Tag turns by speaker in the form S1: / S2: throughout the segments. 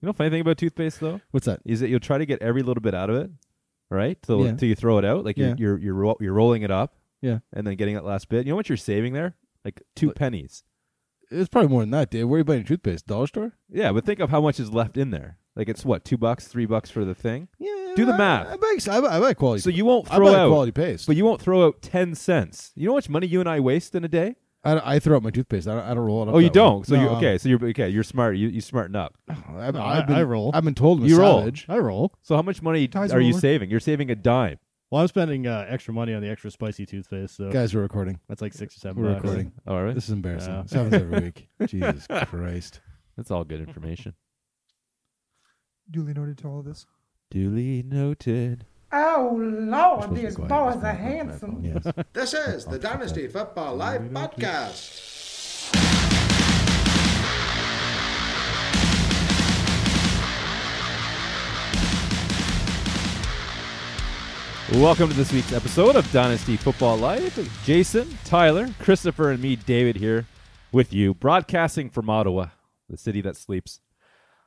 S1: You know, funny thing about toothpaste though
S2: What's that?
S1: is that you'll try to get every little bit out of it, right? Till
S2: Yeah.
S1: till you throw it out, like
S2: Yeah.
S1: you're, you're you're ro- you're rolling it up,
S2: Yeah.
S1: and then getting that last bit. You know what you're saving there? Like two
S2: Like-
S1: pennies.
S2: It's probably more than that, Dave. Where are you buying toothpaste? Dollar store?
S1: Yeah, but think of how much is left in there. Like it's what two bucks, three bucks for the thing.
S2: Yeah.
S1: Do the
S2: I-
S1: math.
S2: I buy, I buy, I buy quality.
S1: So you won't
S2: I
S1: throw
S2: buy
S1: out,
S2: quality paste.
S1: but you won't throw out ten cents. You know how much money you and I waste in a day?
S2: I, I throw out my toothpaste. I don't, I don't roll it up.
S1: Oh, you
S2: that way.
S1: don't. So you
S3: No.
S1: okay? So you're okay. You're smart. You you smarten up.
S2: I,
S3: No,
S2: I've
S3: I-
S2: been,
S3: I roll.
S2: I've been told I'm a
S1: You roll.
S2: savage.
S3: I roll.
S1: So how much money
S3: Ties
S1: are you
S3: roller.
S1: saving? You're saving a dime.
S3: Well, I'm spending uh, extra money on the extra spicy toothpaste, so
S2: Guys, we're recording.
S3: that's like six or 7
S2: We're
S3: bucks.
S2: recording.
S1: All right,
S2: This is embarrassing.
S3: Yeah.
S2: This happens every week. Jesus Christ.
S1: that's all good information.
S4: duly noted to all of this.
S1: Duly noted.
S5: Oh Lord,
S2: Supposed to be
S5: these
S2: quiet.
S5: boys are
S2: Oh,
S5: handsome.
S2: Yes.
S6: This is the Dynasty Football Live Podcast.
S1: Welcome to this week's episode of Dynasty Football Live. Jason, Tyler, Christopher, and me, David, here with you, broadcasting from Ottawa, the city that sleeps.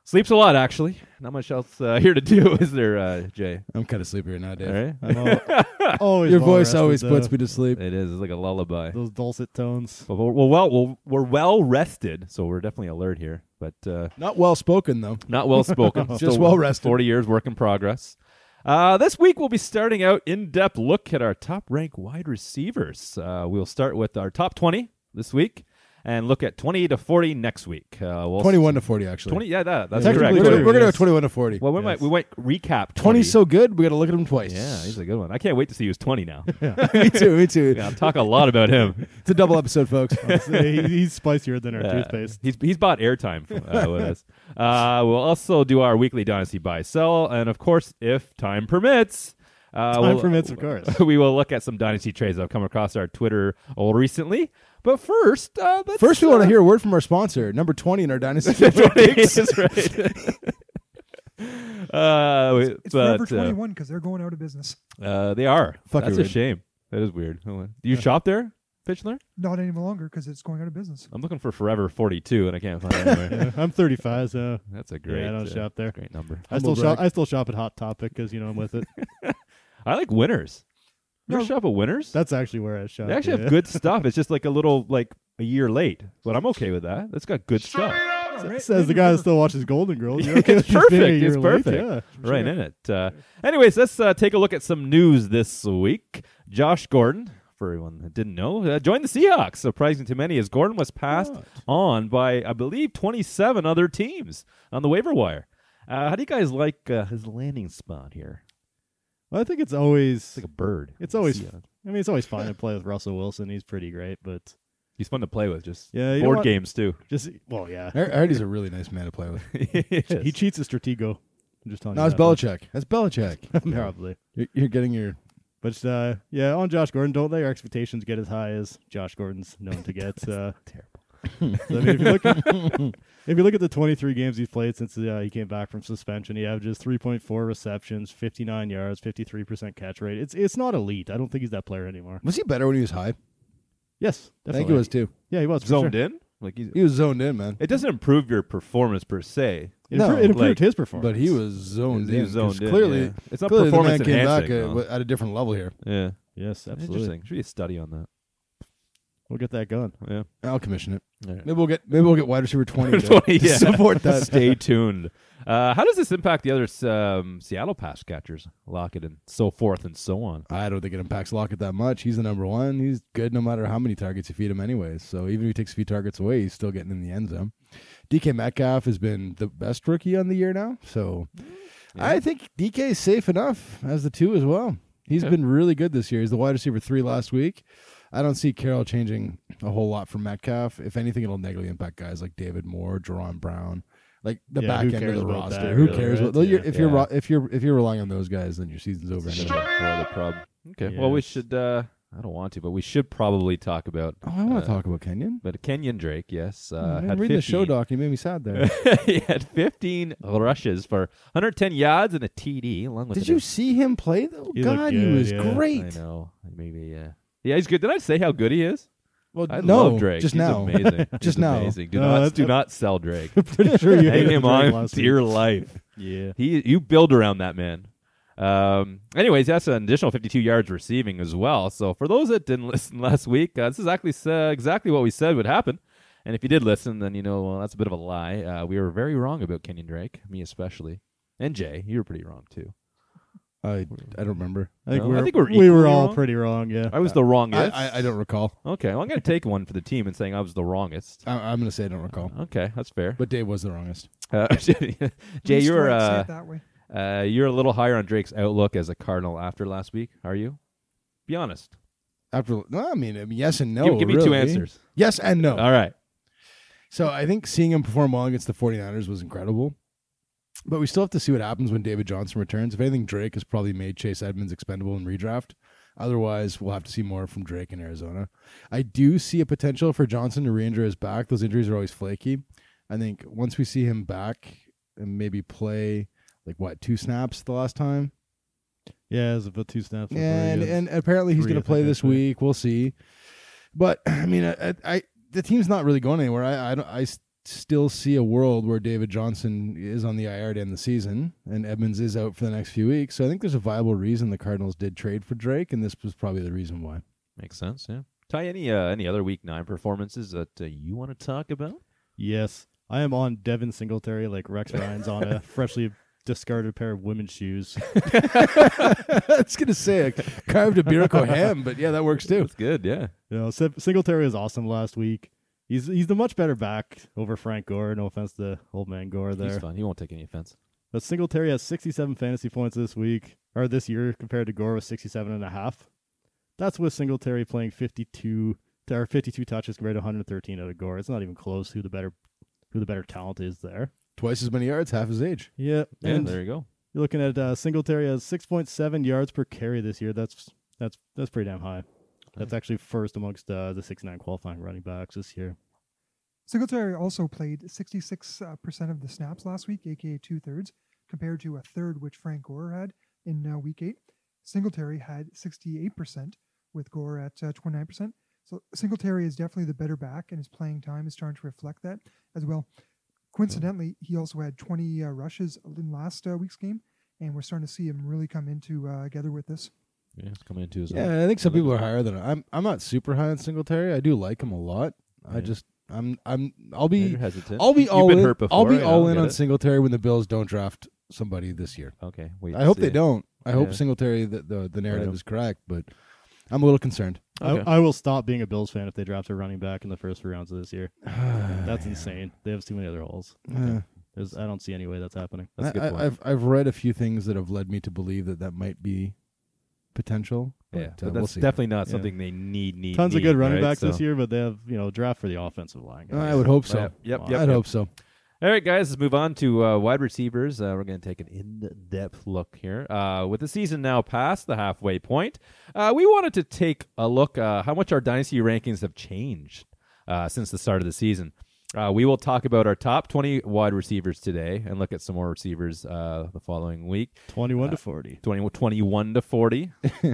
S1: Sleeps a lot, actually. Not much else uh, here to do, is there, uh, Jay?
S2: I'm kind of sleepy right now, Dave.
S1: All right.
S3: I'm al- always
S2: Your
S3: well
S2: voice
S3: rested,
S2: always
S3: though.
S2: puts me to sleep.
S1: It is. It's like a lullaby.
S3: those dulcet tones.
S1: Well, we're, well, well, we're- we're well rested, so we're definitely alert here, but uh,
S2: Not well spoken, though.
S1: not well spoken.
S2: Just well rested.
S1: 40 years work in progress. Uh, this week, we'll be starting out in depth look at our top ranked wide receivers. Uh, we'll start with our top 20 this week and look at 20 to 40 next week. Uh, we'll
S2: 21 to 40, actually.
S1: 20, yeah, that, that's correct.
S2: Technically,
S3: Technically,
S2: we're,
S3: it
S2: we're going to go
S3: is.
S2: 21 to 40.
S1: well, we might we might recap 20.
S2: 20's so good, we got to look at him twice.
S1: yeah, he's a good one. I can't wait to see who's 20 now.
S2: me too, me too.
S1: I'll talk a lot about him.
S2: It's a double episode, folks.
S3: He- he's spicier than our
S1: Yeah.
S3: toothpaste.
S1: He's he's bought airtime from, uh, with us. Uh, we'll also do our weekly dynasty buy sell, and of course, if time permits, uh,
S3: Time
S1: we'll-
S3: permits, of course.
S1: we will look at some dynasty trades I've come across our Twitter all recently. But first, uh, let's,
S2: First, we
S1: uh,
S2: want to hear a word from our sponsor, number 20 in our Dynasty.
S1: That's right. uh, we-
S4: It's
S1: but
S4: Forever
S1: uh,
S4: 21 because they're going out of business.
S1: uh, they are.
S2: Fucker
S1: That's a
S2: weird.
S1: shame. That is weird. Hold on. Do you shop there, Fitchler?
S4: Not any longer because it's going out of business.
S1: I'm looking for Forever 42, and I can't find it anywhere.
S3: Yeah, I'm 35, so
S1: That's a great.
S3: yeah, I don't
S1: uh,
S3: shop there.
S1: Great number.
S3: I still
S2: Humble
S3: shop.
S2: brag.
S3: I still shop at Hot Topic because you know I'm with it.
S1: I like winners. You ever
S4: No.
S1: shop at winners?
S3: That's actually where I shop.
S1: they actually
S3: yeah.
S1: have good stuff. It's just like a little like a year late, but I'm okay with that. That's got good stuff.
S3: Says the guy that still watches Golden Girls. You're
S1: It's
S3: okay with just being a
S1: perfect, it's
S3: year late?
S1: perfect.
S3: Yeah.
S1: Right in it. Uh, anyways, let's uh, take a look at some news this week. Josh Gordon, for everyone that didn't know, uh, joined the Seahawks. Surprising to many, as Gordon was passed on by I believe 27 other teams on the waiver wire. Uh, how do you guys like uh, his landing spot here?
S3: Well, I think it's always.
S1: It's like a bird.
S3: It's always.
S1: Seahawks.
S3: I mean, it's always fun to play with Russell Wilson. He's pretty great, but
S1: He's fun to play with. Just
S3: Yeah, you know
S1: board
S3: what?
S1: games too.
S3: just well, yeah.
S2: I I heard he's a really nice man to play with.
S3: He cheats at Stratego. I'm just telling
S2: No,
S3: you.
S2: it's
S3: that much.
S2: Belichick. That's Belichick.
S3: Probably.
S2: You're, you're getting your.
S3: But uh, yeah, on Josh Gordon, don't let your expectations get as high as Josh Gordon's known to get. Uh, terrible. I mean, if you look, if you look at the 23 games he's played since uh, he came back from suspension, he averages 3.4 receptions, 59 yards, 53% catch rate. It's it's not elite. I don't think he's that player anymore.
S2: Was he better when he was high? I
S3: Yes, definitely.
S2: think he was too.
S3: Yeah, he was for
S1: zoned
S3: sure.
S1: in. Like he's,
S2: He was zoned in, man.
S1: it doesn't improve your performance per se.
S3: It,
S2: No,
S3: impro- it improved
S1: like-
S3: his performance,
S2: But he was zoned
S1: He
S2: in.
S1: was
S2: 'cause
S1: zoned in,
S2: Clearly,
S1: yeah. It's not
S2: clearly the man
S1: performance
S2: came back uh,
S1: enhancing,
S2: at, at a different level here.
S1: Yeah,
S3: yes, absolutely.
S1: interesting. Should be a study on that.
S3: We'll get that going.
S1: Yeah.
S2: I'll commission it.
S1: All right.
S2: Maybe we'll get maybe we'll get wide receiver 20. Joe,
S1: 20,
S2: to
S1: yeah.
S2: Support that.
S1: Stay tuned. Uh, how does this impact the other um, Seattle pass catchers, Lockett and so forth and so on?
S2: I don't think it impacts Lockett that much. He's the number one. He's good no matter how many targets you feed him, anyways. So even if he takes a few targets away, he's still getting in the end zone. DK Metcalf has been the best rookie on the year now. So I think DK is safe enough as the two as well. He's been really good this year. He's the wide receiver three last week. I don't see Carroll changing a whole lot from Metcalf. If anything, it'll negatively impact guys like David Moore, Jerron Brown, like the
S3: Yeah,
S2: back
S3: who
S2: end of
S3: cares
S2: the
S3: about
S2: roster.
S3: that,
S2: who
S3: really,
S2: cares?
S3: right?
S2: Well, you're-
S3: Yeah.
S2: if you're
S1: Yeah.
S2: ro- if you're if you're relying on those guys, then your season's over.
S1: Another problem. Okay. Well,
S3: Yeah.
S1: we should. Uh, I don't want to, but we should probably talk about.
S2: Oh, I want
S1: uh,
S2: to talk about Kenyon.
S1: But Kenyon Drake, yes,
S2: Oh,
S1: uh,
S2: man,
S1: had
S2: reading the show
S1: 15
S2: doc, you made me sad there.
S1: he had 15 rushes for 110 yards and a TD, along with
S2: Did
S1: an
S2: you see him play though?
S3: He looked
S2: God, he
S3: good,
S2: was
S3: yeah.
S2: great.
S1: uh, I know. Maybe yeah. Yeah, he's good. Did I say how good he is?
S2: Well,
S1: I
S2: no,
S1: love Drake.
S2: Just
S1: He's
S2: now.
S1: amazing. He's
S2: Just now.
S1: Amazing. Do
S3: No,
S1: not
S3: that's-
S1: do not sell Drake.
S3: Pretty sure you
S1: Hang
S3: hated
S1: him
S3: Drake
S1: on
S3: last
S1: for your
S3: week.
S1: life.
S3: Yeah.
S1: He you build around that man. Um, anyways, that's an additional 52 yards receiving as well. So for those that didn't listen last week, uh, this is actually uh, exactly what we said would happen. And if you did listen, then you know well, that's a bit of a lie. Uh, we were very wrong about Kenyon Drake, me especially, and Jay. You were pretty wrong too.
S2: I, I don't remember.
S3: I think,
S1: No, I
S3: we're,
S1: think we're
S3: we were
S1: equally
S3: all
S1: wrong.
S3: pretty wrong. Yeah.
S1: I was the
S2: I,
S1: wrongest.
S2: I, I don't recall.
S1: okay, well, I'm gonna take one for the team and saying I was the wrongest.
S2: I, I'm going to say I don't recall.
S1: Okay, that's fair.
S2: Oh. But Dave was the wrongest.
S1: Uh, Jay,
S4: Least
S1: you're
S4: way to say
S1: uh,
S4: it that way.
S1: Uh, you're a little higher on Drake's outlook as a Cardinal after last week, are you? Be honest.
S2: After, no, I mean, I mean, yes and no.
S1: give, give me two
S2: really. Oh.
S1: answers.
S2: Yes and no.
S1: All right.
S2: So I think seeing him perform well against the 49ers was incredible. But we still have to see what happens when David Johnson returns. If anything, Drake has probably made Chase Edmonds expendable in redraft. Otherwise, we'll have to see more from Drake in Arizona. I do see a potential for Johnson to re-injure his back. Those injuries are always flaky. I think once we see him back and maybe play like what two snaps the last time,
S3: Yeah, it was about two snaps. before
S2: and
S3: he got-
S2: and apparently he's
S3: three,
S2: going
S3: I
S2: to play
S3: think,
S2: this
S3: actually.
S2: week. We'll see. But I mean, I, I the team's not really going anywhere. I I, don't, I s- still see a world where David Johnson is on the IR to end the season, and Edmonds is out for the next few weeks. So I think there's a viable reason the Cardinals did trade for Drake, and this was probably the reason why.
S1: Makes sense. Yeah. Ty, any uh, any other Week Nine performances that uh, you want to talk about?
S3: Yes, I am on Devin Singletary like Rex Ryan's on a freshly discarded pair of women's shoes.
S2: I was going to say I carved a Birico ham, but yeah, that works too.
S1: That's good. Yeah.
S3: You know, Sing- Singletary was awesome last week. He's he's the much better back over Frank Gore. No offense to old man Gore
S1: He's
S3: there.
S1: fun. He won't take any offense.
S3: But Singletary has 67 fantasy points this week or this year compared to Gore with 67 and a half. That's with Singletary playing 52 t- or 52 touches compared to 113 out of Gore. It's not even close who the better who the better talent is there.
S2: Twice as many yards, half his age.
S3: Yeah,
S1: Yeah.
S3: and
S1: there you go.
S3: You're looking at uh, Singletary has 6.7 yards per carry this year. That's that's that's pretty damn high. That's actually first amongst uh, the 69 qualifying running backs this year.
S4: Singletary also played 66% uh, percent of the snaps last week, aka two thirds, compared to a third which Frank Gore had in uh, week eight. Singletary had 68%, with Gore at uh, 29%. So Singletary is definitely the better back, and his playing time is starting to reflect that as well. Coincidentally, he also had 20 uh, rushes in last uh, week's game, and we're starting to see him really come into uh, together with this.
S1: Yeah, it's coming into his.
S2: Yeah, I think some people are higher than I'm. I'm not super high on Singletary. I do like him a lot.
S1: Yeah.
S2: I just I'm I'm I'll
S1: You're
S2: be
S1: hesitant.
S2: I'll be
S1: You've
S2: all
S1: been
S2: in.
S1: hurt before.
S2: I'll be
S1: I
S2: all
S1: don't
S2: in
S1: get
S2: on
S1: it.
S2: Singletary when the Bills don't draft somebody this year.
S1: Okay. Wait.
S2: I hope
S1: see.
S2: they don't. I
S1: Yeah.
S2: hope Singletary the the, the narrative
S1: Right.
S2: is correct, but I'm a little concerned.
S1: Okay.
S3: I, I will stop being a Bills fan if they draft a running back in the first three rounds of this year.
S2: Oh,
S3: That's insane. They have too many other holes.
S2: Uh,
S3: There's, I don't see any way that's happening.
S1: That's a good
S2: I,
S1: point.
S2: have I've read a few things that have led me to believe that that might be potential.
S1: Yeah,
S2: but,
S1: but
S2: uh,
S1: that's
S2: we'll see.
S1: definitely not
S3: Yeah.
S1: something they need. Need
S3: Tons of
S1: need,
S3: good running
S1: right?
S3: backs
S1: So-
S3: this year, but they have you know draft for the offensive line.
S2: I
S3: guys.
S2: would hope so.
S1: Yep.
S3: Wow.
S1: Yep.
S2: I'd
S1: yep.
S2: hope so.
S1: All right, guys, let's move on to uh, wide receivers. Uh, we're going to take an in-depth look here. Uh, with the season now past the halfway point, uh, we wanted to take a look uh, how much our dynasty rankings have changed uh, since the start of the season. Uh, we will talk about our top 20 wide receivers today and look at some more receivers uh, the following week.
S3: 21 to 40.
S1: 20, 21 to 40. uh,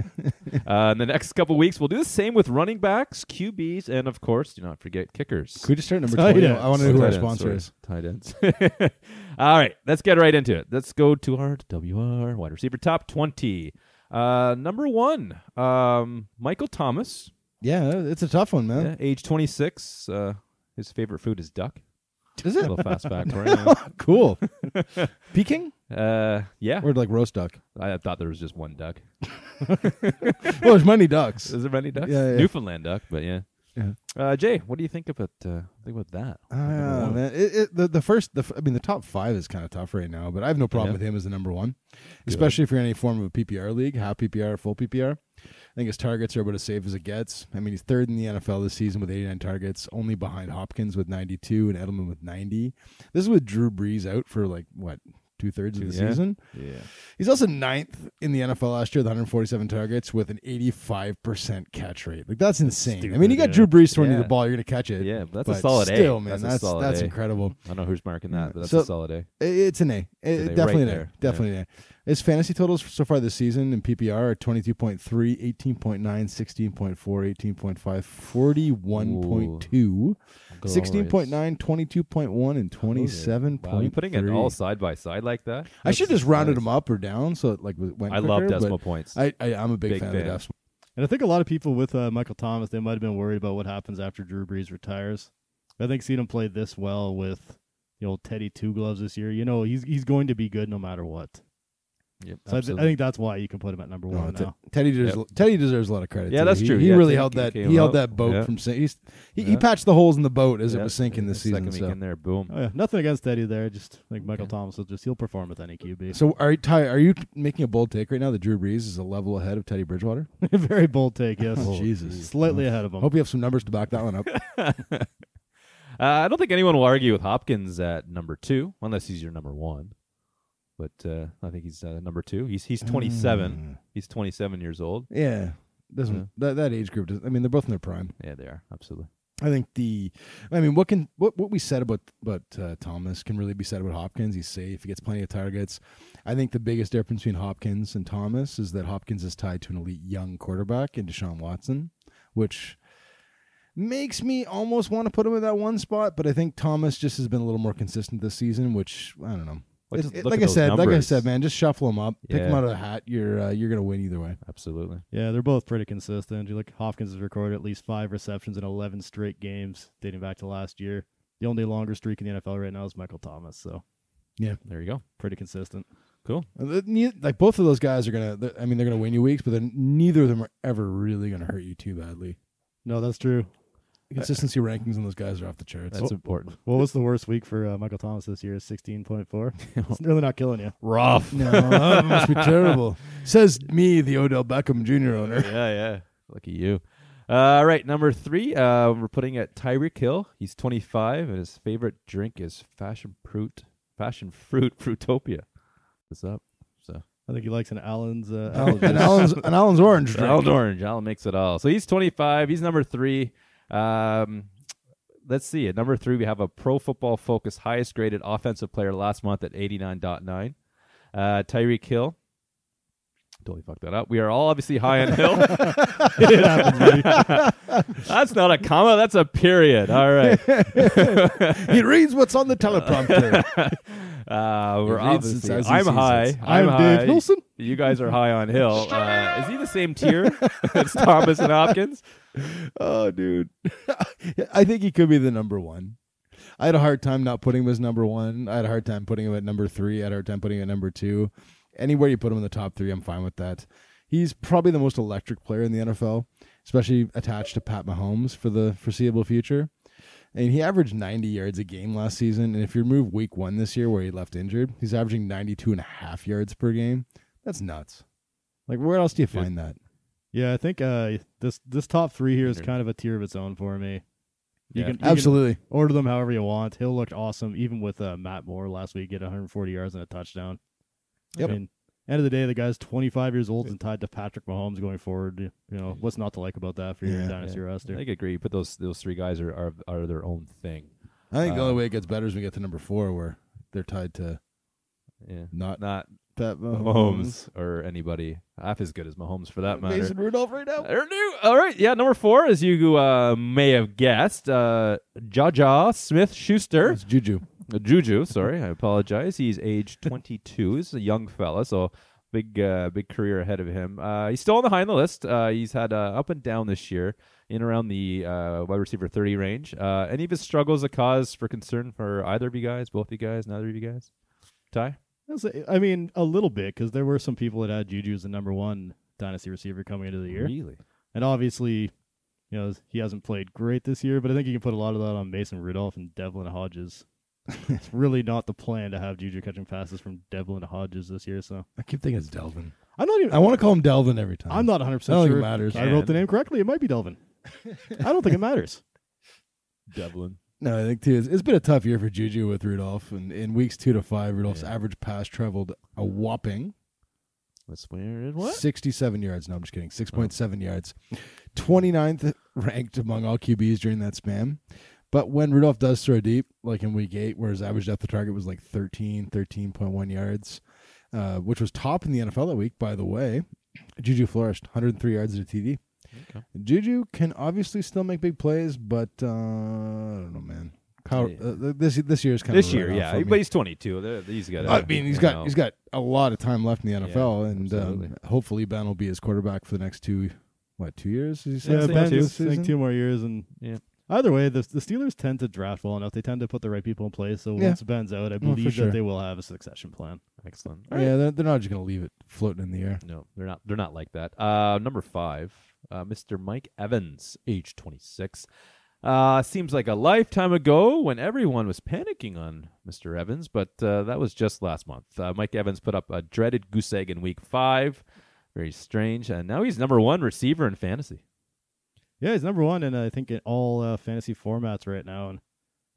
S1: in the next couple weeks, we'll do the same with running backs, QBs, and of course, do not forget kickers.
S2: Could we just start at number
S3: Tight
S2: twenty?
S3: ends.
S2: Oh, I want to know
S1: Tight
S2: who our
S1: ends,
S2: sponsor
S1: sorry.
S2: is.
S1: Tight ends. All right, let's get right into it. Let's go to our WR wide receiver top 20. Uh, number one, um, Michael Thomas,
S2: Yeah, it's a tough one, man.
S1: yeah, age 26. Uh, his favorite food is duck.
S2: Is
S1: A
S2: it
S1: little fast back for him.
S2: cool? Peking
S1: Uh, yeah,
S2: or like roast duck?
S1: I thought there was just one duck.
S2: Well, there's many ducks.
S1: Is there many ducks?
S2: Yeah, yeah.
S1: Newfoundland duck, but yeah.
S2: Yeah.
S1: Uh, Jay, what do you think about uh, think about that? Number
S2: Ah,
S1: one.
S2: man. It, it, the, the first, the, f- I mean, the top five is kind of tough right now, but I have no problem
S1: Yeah.
S2: with him as the number one, especially if you're in any form of a PPR league, half PPR, full PPR. I think his targets are about as safe as it gets. I mean, he's third in the NFL this season with 89 targets, only behind Hopkins with 92 and Edelman with 90. This is with Drew Brees out for like, what, two thirds of the
S1: Yeah.
S2: season.
S7: Yeah.
S2: He's also ninth in the NFL last year with 147 targets with an 85% catch rate. Like that's insane. I mean, you got
S3: yeah.
S2: Drew Brees throwing you
S1: Yeah.
S2: the ball, you're gonna catch it.
S1: Yeah, that's a
S2: But
S1: solid A.
S2: Still, man,
S1: That's a
S2: that's
S1: solid
S2: that's
S1: A.
S2: incredible.
S1: I don't know who's marking that, but that's
S2: So-
S1: a solid A.
S2: I- It's an A. I-
S1: It's an A
S2: definitely
S1: right
S2: an A.
S1: there.
S2: Definitely an A. His fantasy totals so far this season in PPR are 22.3, 18.9, 16.4, 18.5, 41.2, 16.9, 22.1, and 27.3.
S1: Wow, you putting it all side by side like that?
S2: I should have just rounded
S1: nice.
S2: them up or down so it like w- went.
S1: I love
S2: quicker, but
S1: decimal points.
S2: I, I I'm a big,
S1: Big
S2: fan,
S1: fan.
S2: of decimal.
S3: And I think a lot of people with uh, Michael Thomas, they might have been worried about what happens after Drew Brees retires. I think seeing him play this well with the old Teddy Two Gloves this year, you know, he's he's going to be good no matter what.
S1: Yep,
S3: So I, th- I
S1: absolutely.
S3: think that's why you can put him at number
S2: No,
S3: one
S2: Te-
S3: now.
S2: Teddy deserves Teddy deserves a lot of credit.
S1: Yeah,
S2: too.
S1: that's
S2: He-
S1: true.
S2: He,
S1: Yeah,
S2: really
S1: Teddy
S2: held that
S1: came
S2: he held
S1: up.
S2: that boat
S1: Yeah.
S2: from sinking. He, he
S1: Yeah.
S2: patched the holes in the boat as it was sinking
S1: Yeah,
S2: this season.
S1: Second week
S2: So.
S1: in there, boom.
S3: Oh, yeah, nothing against Teddy there. Just like Michael Thomas will just he'll perform with any QB.
S2: so are you, Ty? Are you making a bold take right now that Drew Brees is a level ahead of Teddy Bridgewater?
S3: very bold take, yes.
S2: Oh, Jesus.
S3: slightly ahead of him.
S2: Hope you have some numbers to back that one up.
S1: Uh, I don't think anyone will argue with Hopkins at number two, unless he's your number one. But uh, I think he's uh, number two. He's he's
S2: Mm.
S1: 27. He's 27 years old.
S2: yeah, doesn't
S1: Yeah.
S2: that that age group? Doesn't, I mean, they're both in their prime.
S1: Yeah, they are absolutely.
S2: I think the, I mean, what can what what we said about about uh, Thomas can really be said about Hopkins. He's safe. He gets plenty of targets. I think the biggest difference between Hopkins and Thomas is that Hopkins is tied to an elite young quarterback in Deshaun Watson, which makes me almost want to put him in that one spot. But I think Thomas just has been a little more consistent this season, which I don't know.
S1: Well,
S2: It-
S1: just
S2: it-
S1: look
S2: like
S1: at
S2: I
S1: those
S2: said, like I
S1: numbers.
S2: said, man, just shuffle them up, pick them
S1: Yeah.
S2: out of the hat. You're uh, you're gonna win either way.
S1: Absolutely.
S3: Yeah, they're both pretty consistent. You look, Hopkins has recorded at least five receptions in 11 straight games dating back to last year. The only longer streak in the NFL right now is Michael Thomas, so
S1: There you go.
S3: pretty consistent.
S1: Cool.
S2: Uh, the- ne- Like both of those guys are gonna. th- I mean, they're gonna win you weeks, but then neither of them are ever really gonna hurt you too badly.
S3: No, that's true.
S2: Consistency rankings on those guys are off the charts.
S1: That's important.
S3: What was the worst week for uh, Michael Thomas this year? 16.4. it's really not killing you.
S1: Rough.
S2: no, that must be terrible. Says me, the Odell Beckham Jr. owner.
S1: yeah, yeah. Lucky you. All right, number three. Uh, we're putting at Tyreek Hill. He's 25, and his favorite drink is fashion fruit. Fashion fruit, Fruitopia. What's up? So
S3: I think he likes an Allen's. Uh, Allen
S2: an Allen's an Allen's orange drink.
S1: Al Orange. Al makes it all. So he's 25. He's number three. Um, let's see. At number three, we have a Pro Football Focus highest graded offensive player last month at 89.9. Uh, Tyreek Hill. Totally fucked that up. We are all obviously high on Hill. that's not a comma. That's a period. All right.
S2: He reads what's on the teleprompter.
S1: Uh, we're
S2: reads
S1: obviously.
S2: as he
S1: I'm
S2: sees
S1: high.
S2: it.
S1: I'm,
S3: I'm
S1: high.
S3: Dave Wilson.
S1: You guys are high on Hill. Uh, is he the same tier as Thomas and Hopkins?
S2: oh, dude. I think he could be the number one. I had a hard time not putting him as number one. I had a hard time putting him at number three. I had a hard time putting him at number two. Anywhere you put him in the top three, I'm fine with that. He's probably the most electric player in the NFL, especially attached to Pat Mahomes for the foreseeable future. And he averaged 90 yards a game last season. And if you remove week one this year where he left injured, he's averaging 92 and a half yards per game. That's nuts. Like, where else do you find that?
S3: Yeah, I think uh, this this top three here is kind of a tier of its own for me. You
S1: Yeah.
S3: can you can
S2: Absolutely.
S3: order them however you want. Hill looked awesome, even with uh, Matt Moore last week, get 140 yards and a touchdown.
S2: Yep.
S3: I mean, end of the day, the guy's 25 years old and tied to Patrick Mahomes going forward. You know, what's not to like about that for your
S2: Yeah.
S3: dynasty roster?
S1: I think agree, but those those three guys are are, are their own thing.
S2: I think the
S1: Uh,
S2: only way it gets better is when we get to number four, where they're tied to
S1: Yeah,
S2: not
S1: not
S2: Pat
S1: Mahomes or anybody half as good as Mahomes for that matter.
S2: Mason Rudolph right now.
S1: They're new. All right, yeah, number four, as you uh, may have guessed, uh, Jaja Smith Schuster.
S2: It's Juju.
S1: Uh, Juju, sorry, I apologize. He's age 22. He's a young fella, so big, uh, big career ahead of him. Uh, he's still on the high end of the list. Uh, he's had uh, up and down this year, in around the uh, wide receiver 30 range. Uh, any of his struggles a cause for concern for either of you guys, both of you guys, neither of you guys? Ty,
S3: That's a- I mean, a little bit because there were some people that had Juju as the number one dynasty receiver coming into the year,
S1: really?
S3: and obviously, you know, he hasn't played great this year. But I think you can put a lot of that on Mason Rudolph and Devlin Hodges. it's really not the plan to have Juju catching passes from Devlin Hodges this year. So
S2: I keep thinking it's Delvin.
S3: I'm not even.
S2: I want to call him Delvin every time.
S3: I'm not 100
S2: I don't
S3: percent
S2: think
S3: sure.
S2: it matters.
S3: I wrote the name correctly. It might be Delvin. I don't think it matters.
S1: Devlin.
S2: No, I think too. It's, it's been a tough year for Juju with Rudolph, and in weeks two to five, Rudolph's average pass traveled a whopping
S1: That's where it was.
S2: sixty-seven yards. No, I'm just kidding. Six point seven yards. 29th ranked among all QBs during that span. But when Rudolph does throw deep, like in week eight, where his average depth of target was like 13, 13.1 yards, uh, which was top in the NFL that week, by the way, Juju flourished 103 yards at a TD.
S1: Okay.
S2: Juju can obviously still make big plays, but uh, I don't know, man. Kyle,
S1: Yeah.
S2: uh, this this year is kind
S1: This
S2: of a
S1: year,
S2: write-off
S1: yeah,
S2: for me.
S1: but he's 22. There- He's got.
S2: I mean, he's got he's got a lot of time left in the NFL, and
S1: absolutely.
S2: um, hopefully Ben will be his quarterback for the next two, what two years? Is he
S1: Yeah, I
S2: saying?
S3: Yeah,
S1: think
S3: Ben,
S1: two.
S3: just like
S2: Season?
S3: two more years, and
S1: Yeah.
S3: Either way, the, the Steelers tend to draft well enough. They tend to put the right people in place. So
S2: Yeah. Oh,
S3: once Ben's out, I
S2: for
S3: believe
S2: sure.
S3: that they will have a succession plan.
S1: excellent. All right.
S2: Yeah, they're, they're not just going to leave it floating in the air.
S1: No, they're not. They're not like that. Uh, number five, uh, Mr. Mike Evans, age 26. Uh, seems like a lifetime ago when everyone was panicking on Mr. Evans, but uh, that was just last month. Uh, Mike Evans put up a dreaded goose egg in week five. Very strange. And now he's number one receiver in fantasy.
S3: Yeah, he's number one, in I think in all uh, fantasy formats right now. And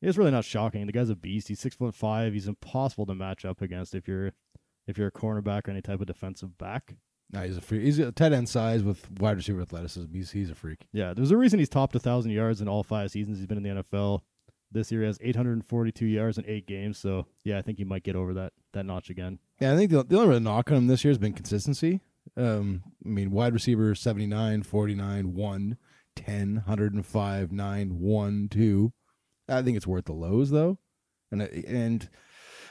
S3: it's really not shocking. The guy's a beast. He's six foot five. He's impossible to match up against if you're if you're a cornerback or any type of defensive back.
S2: No, he's a freak. He's a tight end size with wide receiver athleticism. He's he's a freak.
S3: Yeah, there's a reason he's topped a thousand yards in all five seasons he's been in the NFL. This year he has 842 yards in eight games. So yeah, I think he might get over that that notch again.
S2: Yeah, I think the, the only real knock on him this year has been consistency. Um, I mean, wide receiver 79, 49, 1, 10, 105, 9, 1, 2. I think it's worth the lows, though. And I, and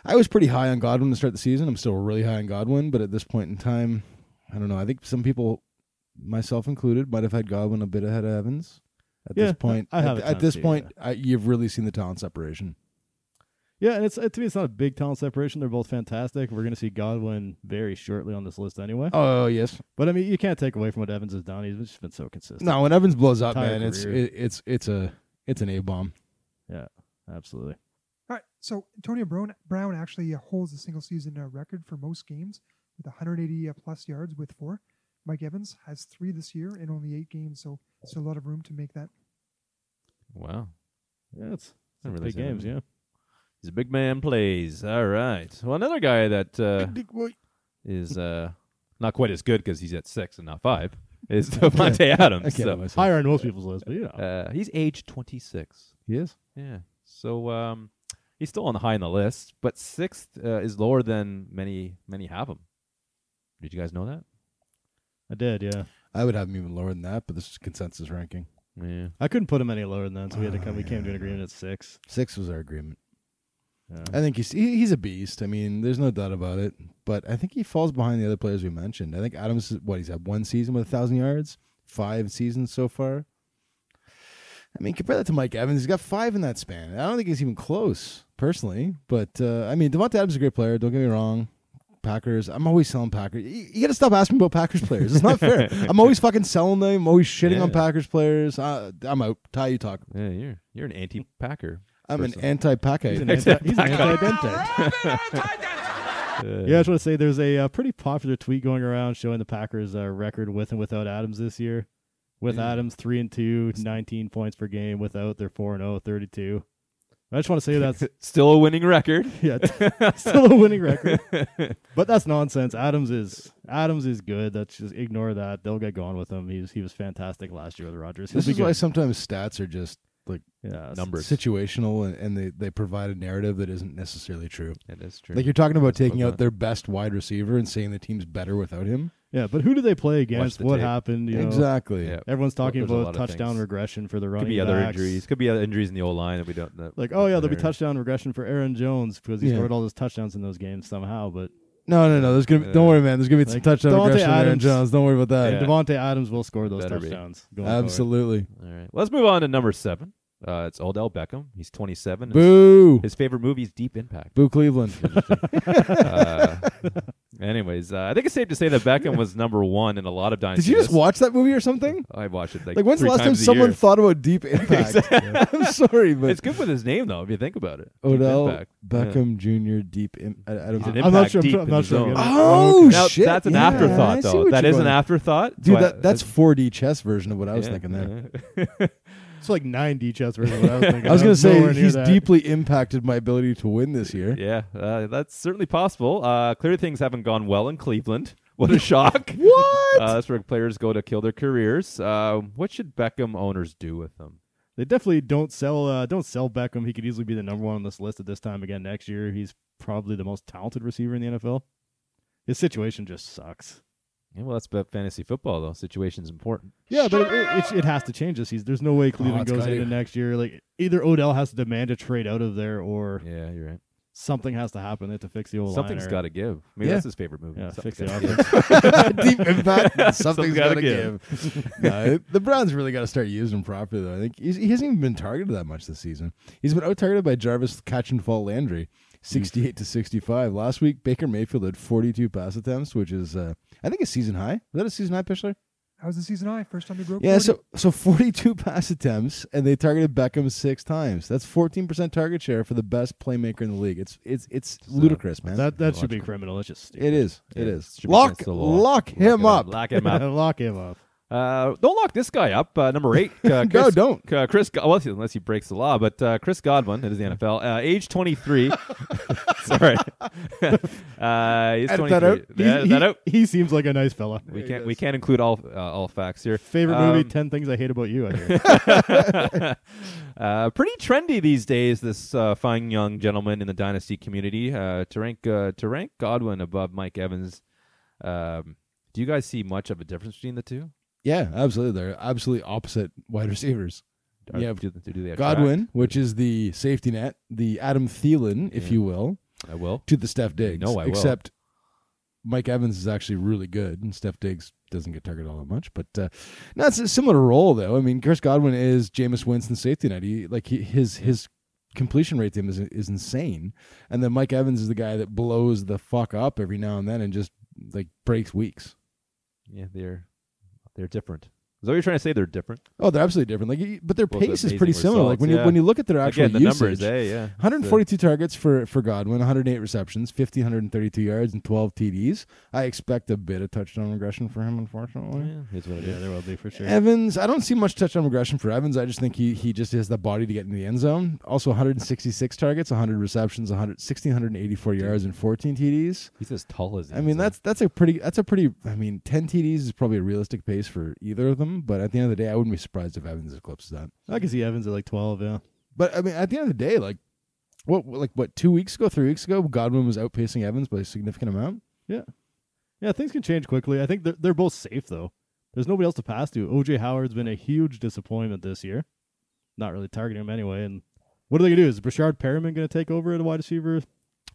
S2: I was pretty high on Godwin to start the season. I'm still really high on Godwin, but at this point in time, I don't know. I think some people, myself included, might have had Godwin a bit ahead of Evans. At
S3: Yeah,
S2: this point,
S3: I have
S2: at,
S3: a
S2: at this
S3: tendency,
S2: point, I, you've really seen the talent separation.
S3: Yeah, and it's uh, to me, it's not a big talent separation. They're both fantastic. We're going to see Godwin very shortly on this list anyway.
S2: Oh yes,
S3: But I mean, you can't take away from what Evans has done. He's just been so consistent.
S2: No, when Evans blows up,
S3: Entire
S2: man, it's
S3: career.
S2: it, it's it's a it's an A bomb.
S3: absolutely.
S4: All right. So Antonio Brown, Brown actually uh, holds the single season uh, record for most games with 180 uh, plus yards with four. Mike Evans has three this year in only eight games, so still a lot of room to make that.
S1: Wow.
S3: Yeah, it's
S1: I didn't
S3: big
S1: realize
S3: games.
S1: that.
S3: Yeah,
S1: He's a big man plays. All right. Well, another guy that uh, is uh, not quite as good because he's at six and not five is Devontae Adams.
S2: I can't
S1: so,
S2: help myself.
S3: higher on most people's list, but you know,
S1: Uh, he's age 26.
S2: He is.
S1: Yeah. So um, he's still on the high on the list, but sixth uh, is lower than many many have him. Did you guys know that?
S3: I did. Yeah,
S2: I would have him even lower than that, but this is consensus ranking.
S1: Yeah.
S3: I couldn't put him any lower than that, so we had to
S2: Oh,
S3: come. We
S2: yeah.
S3: came to an agreement at six.
S2: Six was our agreement.
S3: Yeah.
S2: I think he's he, he's a beast. I mean, there's no doubt about it. But I think he falls behind the other players we mentioned. I think Adams is what he's had one season with a thousand yards, five seasons so far. I mean, compare that to Mike Evans. He's got five in that span. I don't think he's even close, personally. But uh, I mean, Devonta Adams is a great player. Don't get me wrong. Packers. I'm always selling Packers. You, you got to stop asking me about Packers players. It's not fair. I'm always fucking selling them. I'm always shitting on
S1: Yeah.
S2: Packers players. I, I'm out. Ty, you talk.
S1: Yeah. You're you're an anti-packer.
S2: I'm
S1: Person.
S2: an anti-Packer.
S3: He's an anti. He's an anti-dente.
S1: Uh,
S3: Yeah, I just want to say there's a uh, pretty popular tweet going around showing the Packers' uh, record with and without Adams this year. With
S1: Yeah.
S3: Adams, 3 and 2, 19 points per game. Without, they're 4 and 0, 32. I just want to say that's
S1: still a winning record.
S3: yeah, still a winning record. But that's nonsense. Adams is Adams is good. That's just ignore that. They'll get going with him. He's he was fantastic last year with Rodgers. He'll
S2: This
S3: be
S2: is
S3: good.
S2: why sometimes stats are just like
S3: yeah,
S1: Number- Numbers.
S2: situational and, and they, they provide a narrative that isn't necessarily true.
S1: That is true.
S2: Like you're talking about
S1: That's about
S2: taking out
S1: that.
S2: their best wide receiver and saying the team's better without him.
S3: Yeah, but who do they play against?
S1: the
S3: What
S1: tape.
S3: happened? You know,
S2: Exactly.
S1: Yeah.
S3: Everyone's talking
S1: There's a
S3: about
S1: lot of
S3: touchdown
S1: things.
S3: regression for the running
S1: could be other
S3: backs.
S1: injuries. Could be other injuries in the old line that we don't. That
S3: Like, oh yeah, there'll be
S1: there.
S3: touchdown regression for Aaron Jones because he
S2: Yeah.
S3: scored all those touchdowns in those games somehow. But
S2: No, no, no. There's gonna be, don't worry, man. There's gonna be some
S3: Like,
S2: touchdown
S3: Davante
S2: regression there in
S3: Adams.
S2: Jones. Don't worry about
S1: Yeah.
S2: that.
S3: Devontae Adams will score those
S1: Better be.
S3: touchdowns. Going forward.
S2: Absolutely.
S1: All right. Let's move on to number seven. Uh, it's Odell Beckham. He's 27. His-
S2: Boo.
S1: His favorite movie is Deep Impact.
S2: Boo Cleveland.
S1: Uh, anyways, uh, I think it's safe to say that Beckham was number one in a lot of
S2: Did
S1: dynasty.
S2: you just
S1: lists.
S2: watch that movie or something?
S1: I watched it like,
S2: Like when's the
S1: three
S2: last time
S1: times a
S2: someone
S1: year.
S2: thought about Deep Impact? I'm sorry, but Oh,
S1: it's good with his name though, if you think about it. Deep
S2: Odell
S1: Impact. Yeah.
S2: Beckham Jr. Deep Impact. I, I don't.
S1: He's an impact
S2: I-
S3: I'm not sure. I'm
S1: deep
S3: tr- I'm
S1: in
S3: not
S1: the
S3: sure
S1: zone.
S3: I'm getting it.
S2: Oh
S1: Now,
S2: shit!
S1: That's an
S2: Yeah, I
S1: afterthought
S2: see
S1: though.
S2: what
S1: That
S2: you're
S1: is an
S2: going-
S1: afterthought,
S2: Dude,
S1: Why-
S2: that, that's 4D chess version of what I was
S1: yeah,
S2: thinking there.
S1: yeah.
S3: It's like nine D chess version. of What I was thinking.
S2: I was going to say
S3: Nowhere near
S2: he's
S3: that.
S2: deeply impacted my ability to win this year.
S1: Yeah, uh, that's certainly possible. Uh, clearly, things haven't gone well in Cleveland. What a shock!
S2: What?
S1: Uh, that's where players go to kill their careers. Uh, what should Beckham owners do with them?
S3: They definitely don't sell. Uh, don't sell Beckham. He could easily be the number one on this list at this time again next year. He's probably the most talented receiver in the NFL. His situation just sucks.
S1: Yeah, well, that's about fantasy football, though. Situation's important.
S3: Yeah, but it, it, it, has to change this. He's, there's no way Cleveland
S2: Oh, it's
S3: goes
S2: gotta-
S3: into next year. Like either Odell has to demand a trade out of there, or
S1: Yeah, you're right.
S3: something has to happen. They have to fix the old
S1: Something's got to give. Maybe
S2: Yeah.
S1: that's his favorite movie.
S3: yeah,
S1: Something's
S3: fix the
S1: gotta
S3: offense.
S2: Deep impact. Something's
S1: Something's
S2: got
S1: gotta
S2: to give. No, the Browns really got to start using him properly, though. I think he's, he hasn't even been targeted that much this season. He's been out targeted by Jarvis Catch and Fall Landry, 68 to 65. Last week, Baker Mayfield had 42 pass attempts, which is, uh, I think, a season high. Is that a season high, Pichler?
S4: That was the season high. First time he broke.
S2: Yeah,
S4: 40.
S2: so so 42 pass attempts, and they targeted Beckham six times. That's 14% target share for the best playmaker in the league. It's it's it's ludicrous, man.
S3: that that should be criminal. That's just stupid.
S2: it is. It
S1: Yeah,
S2: is.
S1: should be
S2: Lock
S1: against the law.
S2: lock him
S1: Lock
S2: up.
S1: it Lock him up.
S3: Lock him up.
S1: Uh, don't lock this guy up. Uh, number eight. Uh, Chris,
S2: No, don't.
S1: Uh, Chris, Go- well, unless he breaks the law, but uh, Chris Godwin, it is the NFL, uh, age 23. Sorry. uh, he's
S2: Edit
S1: 23.
S2: that out.
S1: Yeah, edit
S3: he,
S1: that out.
S3: he seems like a nice fella.
S1: We can't, we can't include all uh, all facts here.
S3: Favorite
S1: Um,
S3: movie: Ten Things I Hate About You. I hear.
S1: uh, pretty trendy these days. This uh, fine young gentleman in the dynasty community uh, to rank uh, to rank Godwin above Mike Evans. Um, do you guys see much of a difference between the two?
S2: Yeah, absolutely. They're absolutely opposite wide receivers.
S1: Or
S2: Yeah,
S1: do, do they attract?
S2: Godwin, which is the safety net, the Adam Thielen, if
S1: Yeah.
S2: you will,
S1: I will.
S2: to the Steph Diggs.
S1: know I will.
S2: except Mike Evans is actually really good, and Steph Diggs doesn't get targeted all that much. But uh, no, it's a similar role though. I mean, Chris Godwin is Jameis Winston's safety net. He like he, his his completion rate to him is is insane, and then Mike Evans is the guy that blows the fuck up every now and then and just like breaks weeks.
S1: Yeah, they're they're different. Is that what you're trying to say? They're different.
S2: Oh, they're absolutely different. Like, you- but their
S1: Both
S2: pace is
S1: amazing
S2: pretty similar. Like
S1: results,
S2: when you
S1: yeah.
S2: when you look at their actual
S1: Again, the
S2: usage,
S1: numbers. eh? yeah,
S2: 142 targets for, for Godwin, 108 receptions, 1,532 yards, and 12 TDs. I expect a bit of touchdown regression for him,
S1: So,
S2: unfortunately.
S1: yeah, here's what it
S3: yeah,
S1: is.
S3: there will be for sure.
S2: Evans, I don't see much touchdown regression for Evans. I just think he he just has the body to get in the end zone. Also, 166 targets, 100 receptions, 100, 1,684 yards, and 14 TDs.
S1: He's as tall as. he
S2: I
S1: is,
S2: mean,
S1: eh?
S2: that's that's a pretty that's a pretty. I mean, 10 TDs is probably a realistic pace for either of them. But at the end of the day, I wouldn't be surprised if Evans eclipses that.
S3: I can see Evans at like twelve. Yeah,
S2: But I mean, at the end of the day, like what, like what, two weeks ago, three weeks ago, Godwin was outpacing Evans by a significant amount.
S3: yeah. Things can change quickly. I think they're they're both safe though. There's nobody else to pass to. OJ Howard's been a huge disappointment this year. Not really targeting him anyway. And what are they gonna do? Is Brashard Perriman gonna take over at a wide receiver?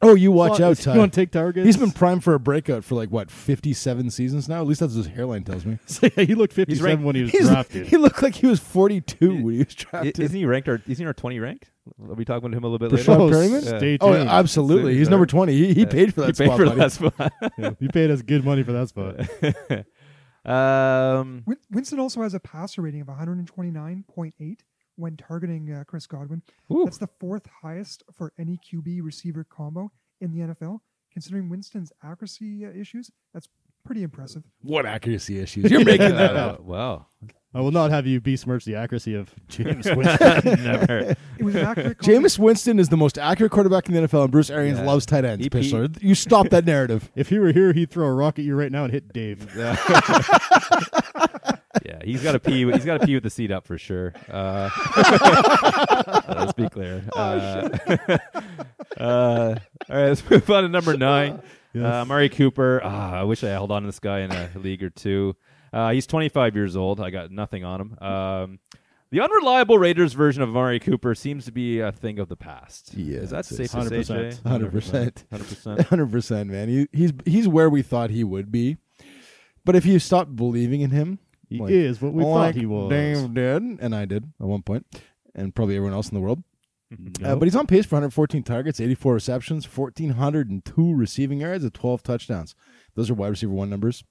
S2: Oh, you watch
S3: slot?
S2: out,
S3: Is he gonna
S2: Ty.
S3: take targets?
S2: He's been primed for a breakout for like what fifty-seven seasons now. At least that's what his hairline tells me.
S3: he looked fifty-seven
S1: ranked-
S3: when he was
S2: He's-
S3: drafted.
S2: he looked like he was forty-two when he was
S1: I-
S2: drafted.
S1: isn't he ranked? Our, isn't he our 20 ranked? Are we talking about him a little bit later?
S2: Brashad
S3: Oh,
S2: Perriman?
S3: Stay tuned.
S2: oh, absolutely. He's number twenty. He, he
S1: Yeah.
S2: paid for that
S1: he paid
S2: spot,
S1: for
S2: buddy.
S1: that spot.
S3: Yeah, you paid us good money for that spot.
S1: um,
S4: Win- Winston also has a passer rating of 129.8 when targeting uh, Chris Godwin.
S1: ooh,
S4: That's the fourth highest for any QB receiver combo in the NFL. Considering Winston's accuracy uh, issues, that's pretty impressive.
S2: What accuracy issues? You're making that up.
S1: uh, wow.
S3: I will not have you besmirch the accuracy of James Winston.
S1: Never.
S4: It was an accurate. combo-
S2: Jameis Winston is the most accurate quarterback in the NFL, and Bruce Arians
S1: Yeah.
S2: loves tight ends.
S1: He- he-
S2: Pistler. You stop that narrative.
S3: if he were here, he'd throw a rock at you right now and hit Dave.
S1: Yeah, he's got to pee. He's got to pee with the seat up for sure. Uh, let's be clear.
S2: Oh,
S1: Uh, uh, all right, let's move on to number nine. Uh, Murray Cooper. Ah, I wish I held on to this guy in a league or two. Uh, he's 25 years old. I got nothing on him. Um, the unreliable Raiders version of Murray Cooper seems to be a thing of the past.
S2: Yeah,
S1: is that
S2: it's-
S1: safe to say,
S3: 100%.
S1: Jay?
S2: 100%.
S1: 100%.
S2: Hundred percent, man. He, he's he's where we thought he would be, but if you stop believing in him,
S3: He
S2: like-
S3: is what we
S2: like
S3: thought he was.
S2: Dave did, and I did at one point, and probably everyone else in the world. Uh,
S3: Nope.
S2: but he's on pace for 114 targets, 84 receptions, 1,402 receiving yards, and 12 touchdowns. Those are wide receiver one numbers.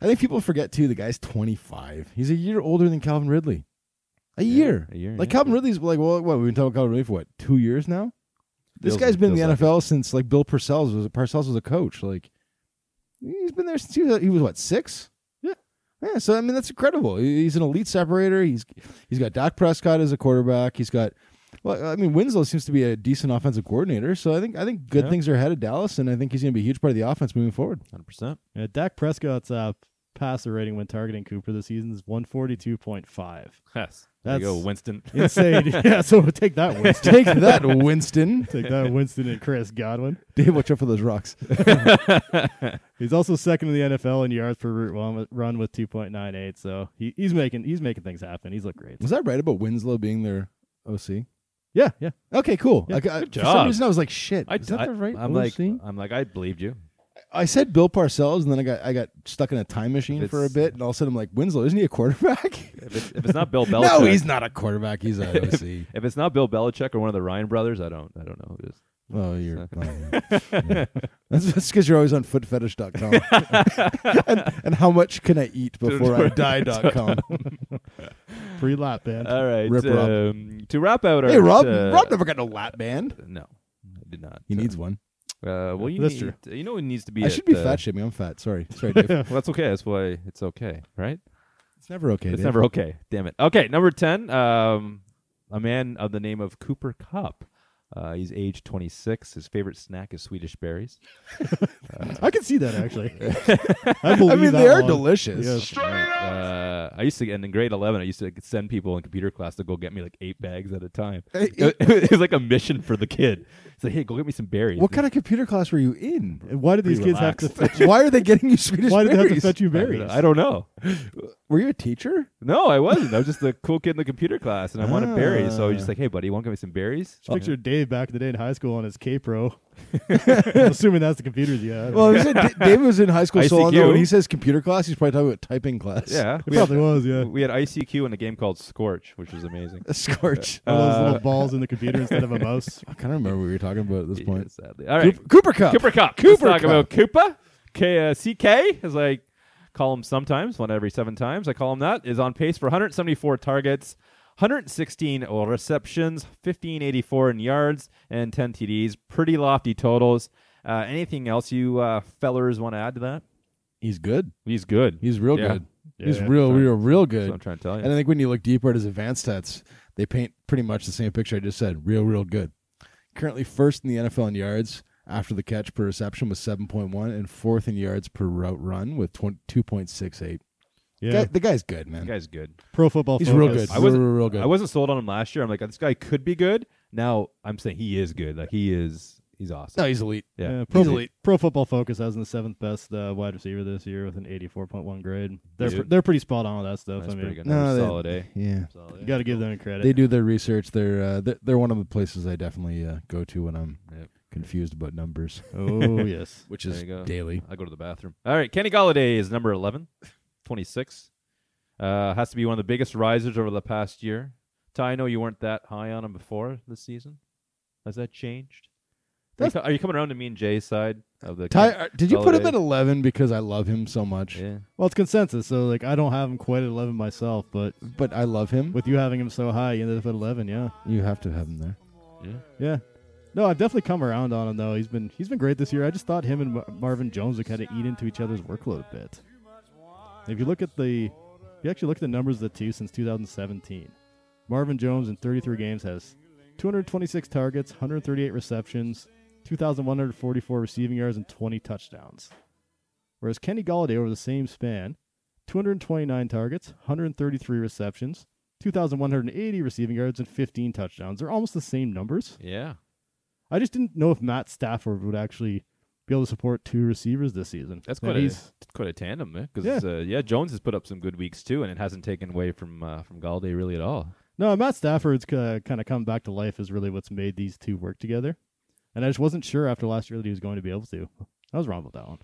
S2: I think people forget too. The guy's 25. He's a year older than Calvin Ridley. A year.
S1: a year,
S2: Like
S1: yeah.
S2: Calvin Ridley's like well, what we've been talking about Calvin Ridley for what two years now. This
S1: Feels-
S2: guy's been in the
S1: feels like
S2: NFL since like Bill Parcells was Parcells was a coach. Like he's been there since he was, he was what six? Yeah, Yeah, so I mean that's incredible. He- He's an elite separator. He's he's got Dak Prescott as a quarterback. He's got well, I mean Winslow seems to be a decent offensive coordinator. So I think I think good
S1: Yeah.
S2: things are ahead of Dallas, and I think he's going to be a huge part of the offense moving forward.
S1: 100%.
S3: Yeah, Dak Prescott's uh, passer rating when targeting Cooper this season is 142.5.
S1: Yes. There you
S3: That's-
S1: go, Winston.
S3: Insane. yeah, so take that, Winston.
S2: Take that, Winston.
S3: take that, Winston and Chris Godwin.
S2: Dave, watch out for those rocks.
S3: He's also second in the NFL in yards per route run- run with 2.98. So he, he's making he's making things happen. He's looked great.
S2: Was that right about Winslow being their OC?
S3: Yeah, yeah.
S2: Okay, cool.
S3: Yeah,
S2: I- I-
S1: good
S2: For some
S1: job.
S2: reason, I was like, "Shit,
S1: I,
S2: is that
S1: I,
S2: the right
S1: I'm
S2: OC?
S1: like, I'm like, I believed you.
S2: I said Bill Parcells, and then I got I got stuck in a time machine for a
S1: It's-
S2: bit, and all of a sudden I'm like, "Winslow, isn't he a quarterback?"
S1: If it's, if it's not Bill Belichick,
S2: no, he's not a quarterback. He's an OC.
S1: if it's not Bill Belichick or one of the Ryan brothers, I don't, I don't know who it is.
S2: Oh, you're. oh, yeah. Yeah. That's just because you're always on footfetish.com. and, and how much can I eat before I die.com.
S3: Pre lap, man.
S2: Uh,
S1: All right,
S2: Rip Rob.
S1: um, to wrap out our
S2: hey, Rob.
S1: uh,
S2: Rob never got a lap band.
S1: no, I did not.
S2: He
S1: Uh,
S2: needs one.
S1: Uh, well, you
S3: That's
S1: need,
S3: true.
S1: You know, it needs to be.
S2: I
S1: at,
S2: should be
S1: uh,
S2: fat shaming. I'm fat. Sorry. Sorry, Dave.
S1: Well, that's okay. That's why it's okay, right?
S2: it's never okay.
S1: it's
S2: Dave.
S1: never okay. Damn it. Okay, number ten. Um, a man of the name of Cooper Cup. Uh, he's age 26. His favorite snack is Swedish berries.
S3: I can see that actually. I believe
S2: I mean,
S3: that
S2: they are
S3: one.
S2: delicious.
S3: Yes.
S1: Uh, I used to, and in grade 11, I used to send people in computer class to go get me like eight bags at a time.
S2: Hey,
S1: It, it was like a mission for the kid. It's like, hey, go get me some berries.
S2: What kind of computer class were you in?
S3: And Why did these kids have to? Fetch,
S2: Why are they getting you Swedish
S3: why did they have to
S2: berries?
S3: fetch you
S1: I don't
S3: berries?
S1: know. I don't know.
S2: Were you a teacher?
S1: No, I wasn't. I was just the cool kid in the computer class, and I wanted berries. So I was
S2: Ah.
S1: just like, "Hey, buddy, you want to give me some berries?"
S3: Just picture Dave back in the day in high school on his K Pro. assuming that's the computers you had.
S2: Well, he said D- David was in high school so long
S1: ICQ.
S2: ago. When he says computer class, he's probably talking about typing class.
S1: yeah,
S3: it
S1: we had,
S3: probably was, yeah.
S1: we had ICQ and a game called Scorch, which was amazing.
S2: A scorch.
S3: All those
S1: Uh,
S3: little balls in the computer instead of a mouse.
S2: I kind of remember what we were talking about at this
S1: Yeah,
S2: point.
S1: sadly. All right,
S2: Coop- Cooper Cup.
S1: Cooper Cup. Let's
S2: Cooper
S1: talk
S2: Cup.
S1: about Koopa. K uh, CK, as I call him sometimes, one every seven times. I call him that. Is on pace for 174 targets, 116 receptions, 1584 in yards, and 10 TDs. Pretty lofty totals. Uh, anything else you uh, fellers want to add to that?
S2: He's good.
S1: He's good.
S2: He's real
S1: Yeah.
S2: good. he's
S3: yeah.
S2: real, real, real
S1: That's
S2: good.
S1: what I'm trying to tell you.
S2: and I think when you look deeper at his advanced stats, they paint pretty much the same picture I just said. Real, real good. Currently first in the NFL in yards after the catch per reception with 7.1 and fourth in yards per route run with 20, 2.68.
S3: Yeah.
S2: Guy- the guy's good, man.
S1: That guy's good.
S3: Pro football.
S2: he's
S3: Focus.
S2: real good.
S1: I wasn't-
S2: real, real, real good.
S1: I wasn't sold on him last year. I'm like, this guy could be good. Now I'm saying he is good. Like he is, he's awesome.
S2: no, he's elite.
S1: Yeah.
S3: Yeah, pro,
S2: elite.
S3: pro Football Focus has him the seventh best uh, wide receiver this year with an 84.1 grade. They're
S1: Dude.
S3: pr- they're pretty spot on with that stuff.
S1: That's
S3: I mean,
S1: pretty good.
S2: No,
S1: That was
S2: they-
S1: solid A.
S2: Yeah.
S1: Solid
S3: you
S1: A.
S3: got to give them credit.
S1: uh,
S2: They do their research. They're uh, they're, they're one of the places I definitely uh, go to when I'm
S1: Yep.
S2: confused about numbers,
S3: Oh yes.
S2: which
S1: There
S2: is
S1: you go.
S2: daily.
S1: I go to the bathroom. All right, Kenny Galladay is number 11, 26. Uh, has to be one of the biggest risers over the past year. Ty, I know you weren't that high on him before this season. Has that changed? Are you, co- are you coming around to me and Jay's side of the?
S2: Ty, uh, did you put him
S1: Galladay?
S2: at eleven because I love him so much?
S1: Yeah.
S3: Well, it's consensus. So like, I don't have him quite at 11 myself, but
S2: But I love him.
S3: with you having him so high, you ended up at 11. Yeah.
S2: you have to have him there.
S3: Yeah. No, I've definitely come around on him though. He's been he's been great this year. I just thought him and Mar- Marvin Jones would kind of eat into each other's workload a bit. If you look at the, if you actually look at the numbers of the two since 2017, Marvin Jones in 33 games has 226 targets, 138 receptions, 2,144 receiving yards, and 20 touchdowns. Whereas Kenny Galladay over the same span, 229 targets, 133 receptions, 2,180 receiving yards, and 15 touchdowns. They're almost the same numbers.
S1: Yeah.
S3: I just didn't know if Matt Stafford would actually be able to support two receivers this season.
S1: That's
S3: Now,
S1: quite a,
S3: he's-
S1: quite a tandem, man.
S3: Yeah.
S1: Because yeah. Uh, yeah, Jones has put up some good weeks too, and it hasn't taken away from uh, from Galladay really at all.
S3: No, Matt Stafford's uh, kind of come back to life is really what's made these two work together. And I just wasn't sure after last year that he was going to be able to. I was wrong about that one.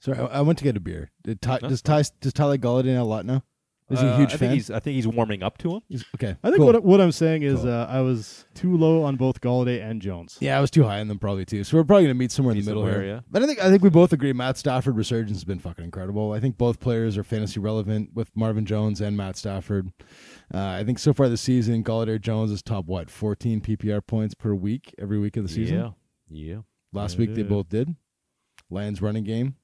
S2: Sorry, I, I went to get a beer. Did Ty,
S1: Huh?
S2: does Ty does Ty like Galladay now a lot now? Is he
S1: Uh,
S2: a huge
S1: I
S2: fan?
S1: Think he's, I think he's warming up to him.
S2: He's- okay.
S3: I think
S2: cool.
S3: what what I'm saying is
S2: Cool.
S3: uh, I was too low on both Galladay and Jones.
S2: yeah, I was too high on them probably too. So we're probably gonna meet somewhere in
S1: Meet
S2: the middle
S1: somewhere,
S2: here.
S1: yeah.
S2: But I think I think we both agree Matt Stafford resurgence has been fucking incredible. I think both players are fantasy relevant with Marvin Jones and Matt Stafford. Uh, I think so far this season, Galladay Jones is top what fourteen PPR points per week every week of the season.
S1: Yeah. Yeah.
S2: Last
S3: Yeah,
S2: week they
S3: yeah.
S2: both did. Lions running game.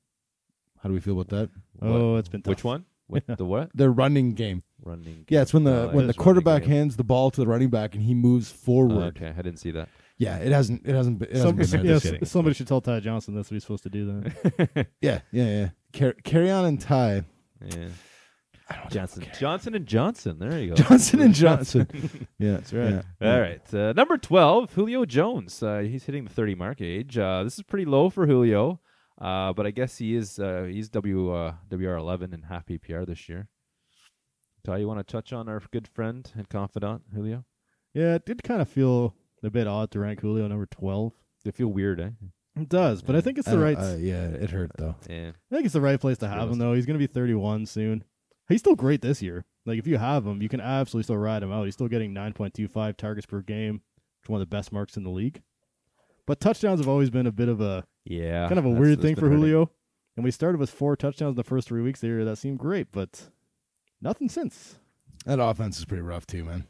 S2: How do we feel about that?
S3: Oh, it's been tough.
S1: Which one? With the what?
S2: Their running game.
S1: Running.
S2: Yeah, it's when the
S1: No, it
S2: when the
S1: is running
S2: quarterback
S1: game.
S2: hands the ball to the running back and he moves forward.
S1: Oh, okay, I didn't see that.
S2: Yeah, it hasn't it hasn't been, it hasn't
S3: Some,
S2: been there
S3: yeah,
S2: this
S1: kidding.
S3: s- somebody should tell Ty Johnson that's what he's supposed to do. That
S2: year. Yeah, yeah, yeah. Car- carry on and tie.
S1: Yeah. Johnson, Johnson and Johnson. There you go.
S2: Johnson and Johnson. yeah, that's right.
S1: All right, uh, number twelve, Julio Jones. Uh, he's hitting the thirty mark age. Uh, this is pretty low for Julio, uh, but I guess he is uh, he's W uh, WR eleven in half PPR this year. Ty, you want to touch on our good friend and confidant Julio?
S3: yeah, it did kind of feel a bit odd to rank Julio number twelve.
S1: They feel weird, eh?
S3: It does, but I think it's the right.
S2: Uh, yeah, it hurt though.
S1: Yeah,
S3: I think it's the right place to have him
S1: Realistic.
S3: though. He's going to be 31 soon. He's still great this year. Like if you have him, you can absolutely still ride him out. He's still getting 9.25 targets per game, which is one of the best marks in the league. But touchdowns have always been a bit of a
S1: yeah.
S3: kind of a
S1: that's-
S3: weird
S1: that's
S3: thing
S1: been
S3: for
S1: hurting.
S3: Julio. And we started with four touchdowns in the first three weeks there. That seemed great, but nothing since.
S2: That offense is pretty rough too, man.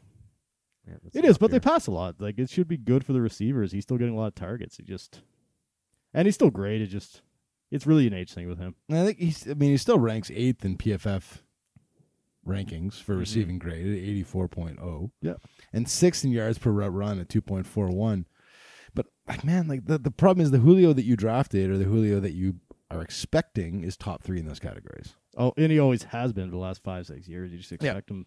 S1: Yeah, that's
S3: It
S1: not
S3: is, but
S1: fair.
S3: they pass a lot. Like it should be good for the receivers. He's still getting a lot of targets. He just and he's still great. It just it's really an age thing with him.
S2: And I think he's. I mean, he still ranks eighth in PFF rankings for
S1: Mm-hmm.
S2: receiving grade at eighty four point oh.
S3: Yeah.
S2: and sixth in yards per route run at two point four one. But like, man, like the the problem is the Julio that you drafted or the Julio that you are expecting is top three in those categories.
S3: Oh, and he always has been for the last five, six years. You just expect him